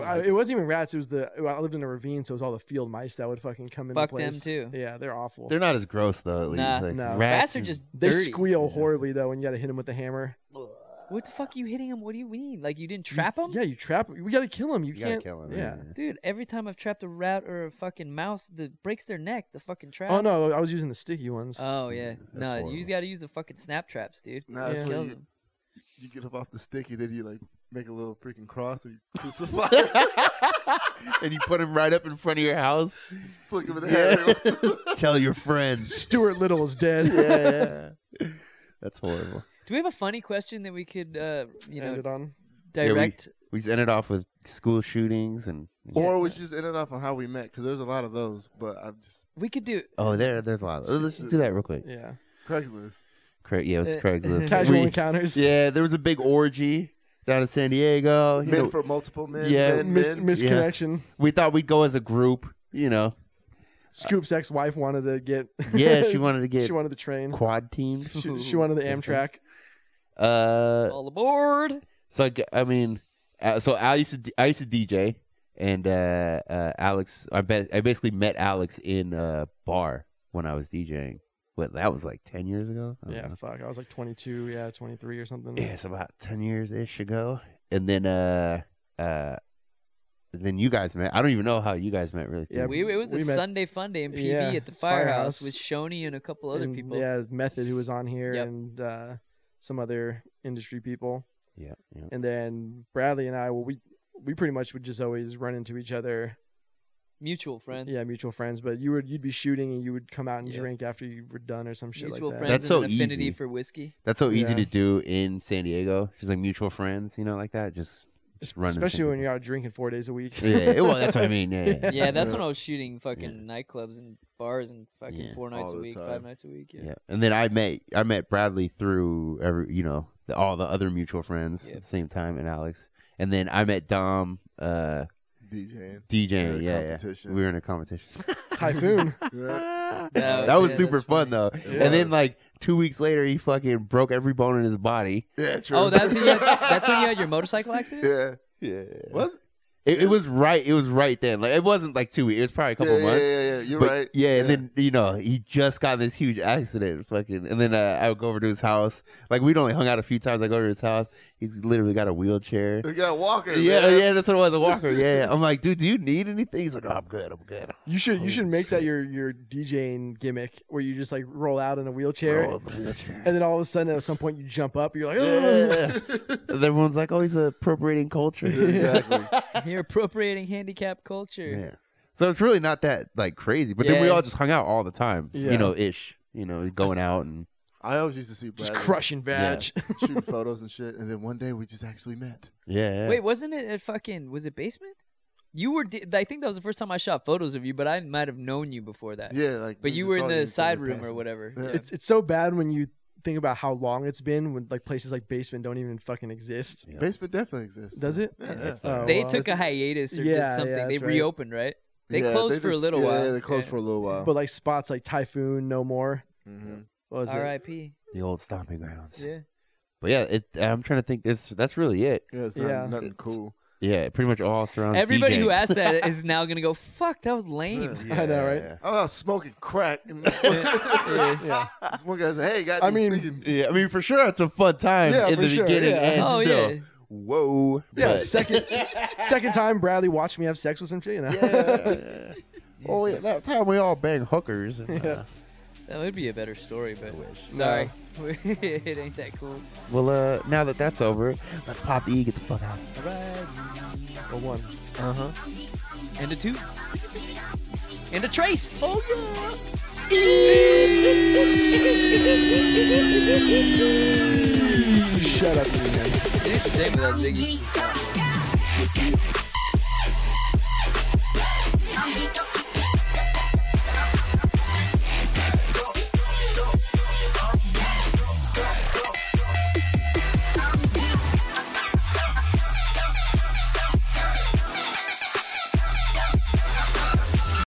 S2: I- it wasn't even rats. It was the I lived in a ravine, so it was all the field mice that would fucking come in.
S3: Fuck
S2: the
S3: them
S2: place.
S3: too.
S2: Yeah, they're awful.
S1: They're not as gross though. At least.
S3: Nah.
S1: Like,
S2: No.
S3: Rats, are
S1: is-
S3: just
S2: they
S3: dirty.
S2: squeal horribly though when you got to hit them with the hammer.
S3: What the fuck are you hitting him? What do you mean? Like you didn't trap him?
S2: Yeah, you trap. We got to kill them. You,
S1: You gotta
S2: can't
S1: kill him.
S2: Yeah.
S3: Dude, every time I've trapped a rat or a fucking mouse, that breaks their neck. The fucking trap.
S2: Oh no, I was using the sticky ones.
S3: Oh yeah. no,
S1: Mm,
S3: you
S1: horrible.
S3: got to use the fucking snap traps, dude.
S4: Nah, that's
S3: It
S4: what
S3: kills
S4: you-
S3: 'em.
S4: You get up off the sticky, then you like make a little freaking cross and you crucify.
S1: and you put him right up in front of your house.
S4: Flick him in the head.
S1: Yeah. Tell your friends.
S2: Stuart Little is dead.
S1: yeah, yeah. That's horrible.
S3: Do we have a funny question that we could, uh, you know,
S2: End it on.
S1: we-
S3: direct?
S1: We just ended off with school shootings and.
S4: Or we just ended off on how we met because there's a lot of those. But I'm just
S3: we, could do.
S1: oh, there, there's a lot. Let's just do that real quick.
S2: Yeah.
S4: Craigslist.
S1: Cra- yeah, it was
S3: Uh,
S1: Craigslist.
S2: Casual
S1: We-
S2: encounters.
S1: yeah, there was a big orgy down in San Diego. You
S4: Men
S1: know,
S4: for multiple men.
S1: yeah.
S4: men,
S2: Uh, Mis-
S4: men.
S2: misconnection.
S1: we thought we'd go as a group. You know,
S2: Scoop's ex-wife wanted to get.
S1: yeah, she wanted to get Uh-huh.
S2: she wanted the train.
S1: quad teams.
S2: She, she wanted the Amtrak.
S1: Uh,
S3: All aboard.
S1: so I, g- I mean, uh, so I used to d- I used to DJ, and uh, uh, Alex, I bet I basically met Alex in a bar when I was DJing. What that was like ten years ago. I don't
S2: Yeah,
S1: know.
S2: fuck. I was like 22, yeah, 23 or something.
S1: Yeah, it's about ten years ish ago, and then uh, uh, than you guys met. I don't even know how you guys met really.
S2: Yeah,
S1: Think-
S3: we, it was
S2: we
S3: a
S2: met-
S3: Sunday fun day in PB
S2: Yeah,
S3: at the
S2: it's
S3: firehouse,
S2: Firehouse.
S3: with Shoney and a couple other
S2: And,
S3: people.
S2: Yeah, Method, who was on here,
S3: Yep.
S2: and uh, some other industry people.
S1: yeah, yeah.
S2: and then Bradley and I, well, we we pretty much would just always run into each other.
S3: Mutual friends.
S2: Yeah, mutual friends. But you would you'd be shooting and you would come out and
S3: Yeah.
S2: drink after you were done or some shit
S3: Mutual
S2: like that.
S3: friends
S1: That's
S3: and
S1: so
S3: an affinity
S1: easy.
S3: for whiskey.
S1: That's so easy
S2: Yeah.
S1: to do in San Diego. Just like mutual friends, you know, like that. Just just run. into
S2: Especially
S1: some
S2: when you're out drinking four days a week.
S1: people. yeah, yeah, well, that's what I mean. Yeah, yeah.
S3: Yeah, that's
S4: Yeah.
S3: when I was shooting fucking nightclubs and bars and fucking
S1: Yeah.
S3: four nights a
S4: All the
S3: week,
S4: time.
S3: five nights a week. Yeah.
S1: Yeah. And then I met I met Bradley through every you know the, all the other mutual friends
S3: Yeah.
S1: at the same time and Alex. And then I met Dom uh
S4: DJing.
S1: DJing.
S4: a
S1: Yeah, yeah.
S4: competition.
S1: We were in a competition.
S2: Typhoon.
S1: that
S4: Yeah.
S3: Oh, yeah,
S1: was
S3: that's
S1: super fun
S3: funny.
S1: though.
S4: Yeah.
S1: And then like two weeks later, he fucking broke every bone in his body.
S4: Yeah, true.
S3: Oh, that's when you had, that's when you had your motorcycle accident.
S4: yeah.
S1: Yeah.
S4: What?
S1: It, it was right. It was right then. Like it wasn't like two weeks. It was probably a couple
S4: yeah,
S1: months.
S4: Yeah, yeah, yeah. You're
S1: But,
S4: right.
S1: Yeah, and then you know he just got in this huge accident, fucking. And then uh, I would go over to his house. Like we'd only hung out a few times. I go to his house. He's literally got a wheelchair.
S4: we got Walker.
S1: Yeah,
S4: man.
S1: yeah, that's what it was. A walker. Yeah, yeah. I'm like, dude, do you need anything? He's like, oh, I'm good. I'm good.
S2: You should you should
S1: Holy
S2: make that your your DJing gimmick where you just like roll out in a wheelchair
S1: Roll up in the wheelchair.
S2: and then all of a sudden at some point you jump up you're like "Ugh."
S1: Yeah. And everyone's like, oh, he's appropriating culture.
S4: Exactly.
S3: You're appropriating handicap culture.
S1: Yeah. So it's really not that like crazy. But then we
S3: Yeah.
S1: all just hung out all the time.
S2: Yeah.
S1: You know, ish. You know, going out and
S4: I always used to see
S2: just
S4: Bradley
S2: crushing badge.
S4: shooting photos and shit, and then one day we just actually met.
S1: yeah. yeah.
S3: Wait, wasn't it at fucking was it basement? You were. di- I think that was the first time I shot photos of you, but I might have known you before that.
S4: Yeah, like.
S3: But
S4: we
S3: you
S4: just
S3: were
S4: saw
S3: in
S4: each
S3: the
S4: other
S3: side room or
S4: passing.
S3: whatever.
S4: Yeah.
S2: It's it's so bad when you think about how long it's been when like places like basement don't even fucking exist.
S1: Yeah.
S4: Basement definitely exists.
S2: Does it?
S4: Yeah,
S1: it's
S4: yeah.
S2: not- Oh,
S3: They
S2: well,
S3: took a hiatus or did
S2: Yeah,
S3: something.
S2: yeah,
S3: they
S2: that's right.
S3: reopened, right? They
S4: Yeah,
S3: closed for a
S4: just-
S3: little
S4: yeah,
S3: while.
S4: Yeah, they closed
S3: Yeah.
S4: for a little while.
S2: But like spots like Typhoon, No More.
S4: Mhm.
S2: What was it?
S3: R.I.P.
S1: the old stomping grounds.
S3: Yeah.
S1: But yeah, it, I'm trying to think. This that's really it.
S4: Yeah, it's not,
S2: Yeah.
S4: nothing
S1: It's-
S4: cool.
S1: Yeah, pretty much all surrounds.
S3: Everybody who
S1: DJing.
S3: asked that is now gonna go. Fuck, that was lame.
S4: Yeah.
S2: I know, right?
S1: Yeah.
S4: I was smoking crack. And
S2: Yeah, yeah.
S4: This one guy said, "Hey, got
S2: I
S4: any
S2: mean,
S4: freaking-
S1: Yeah, I mean, for sure, it's a fun time
S2: Yeah,
S1: in
S2: for
S1: the
S2: sure,
S1: beginning
S2: yeah.
S1: and
S3: Oh
S1: still.
S3: yeah.
S1: Whoa.
S2: Yeah,
S1: but-
S2: second second time Bradley watched me have sex with some shit, you know.
S1: yeah. Oh, yeah, that time we all bang hookers. and, uh,
S3: That would be a better story, but sorry, it ain't that cool.
S1: well, uh, now that that's over, let's pop the E, get the fuck out.
S3: All right,
S2: A one.
S3: and a two, and a trace.
S2: Oh, Shut up, you man.
S3: It ain't the same without Ziggy.
S5: I'm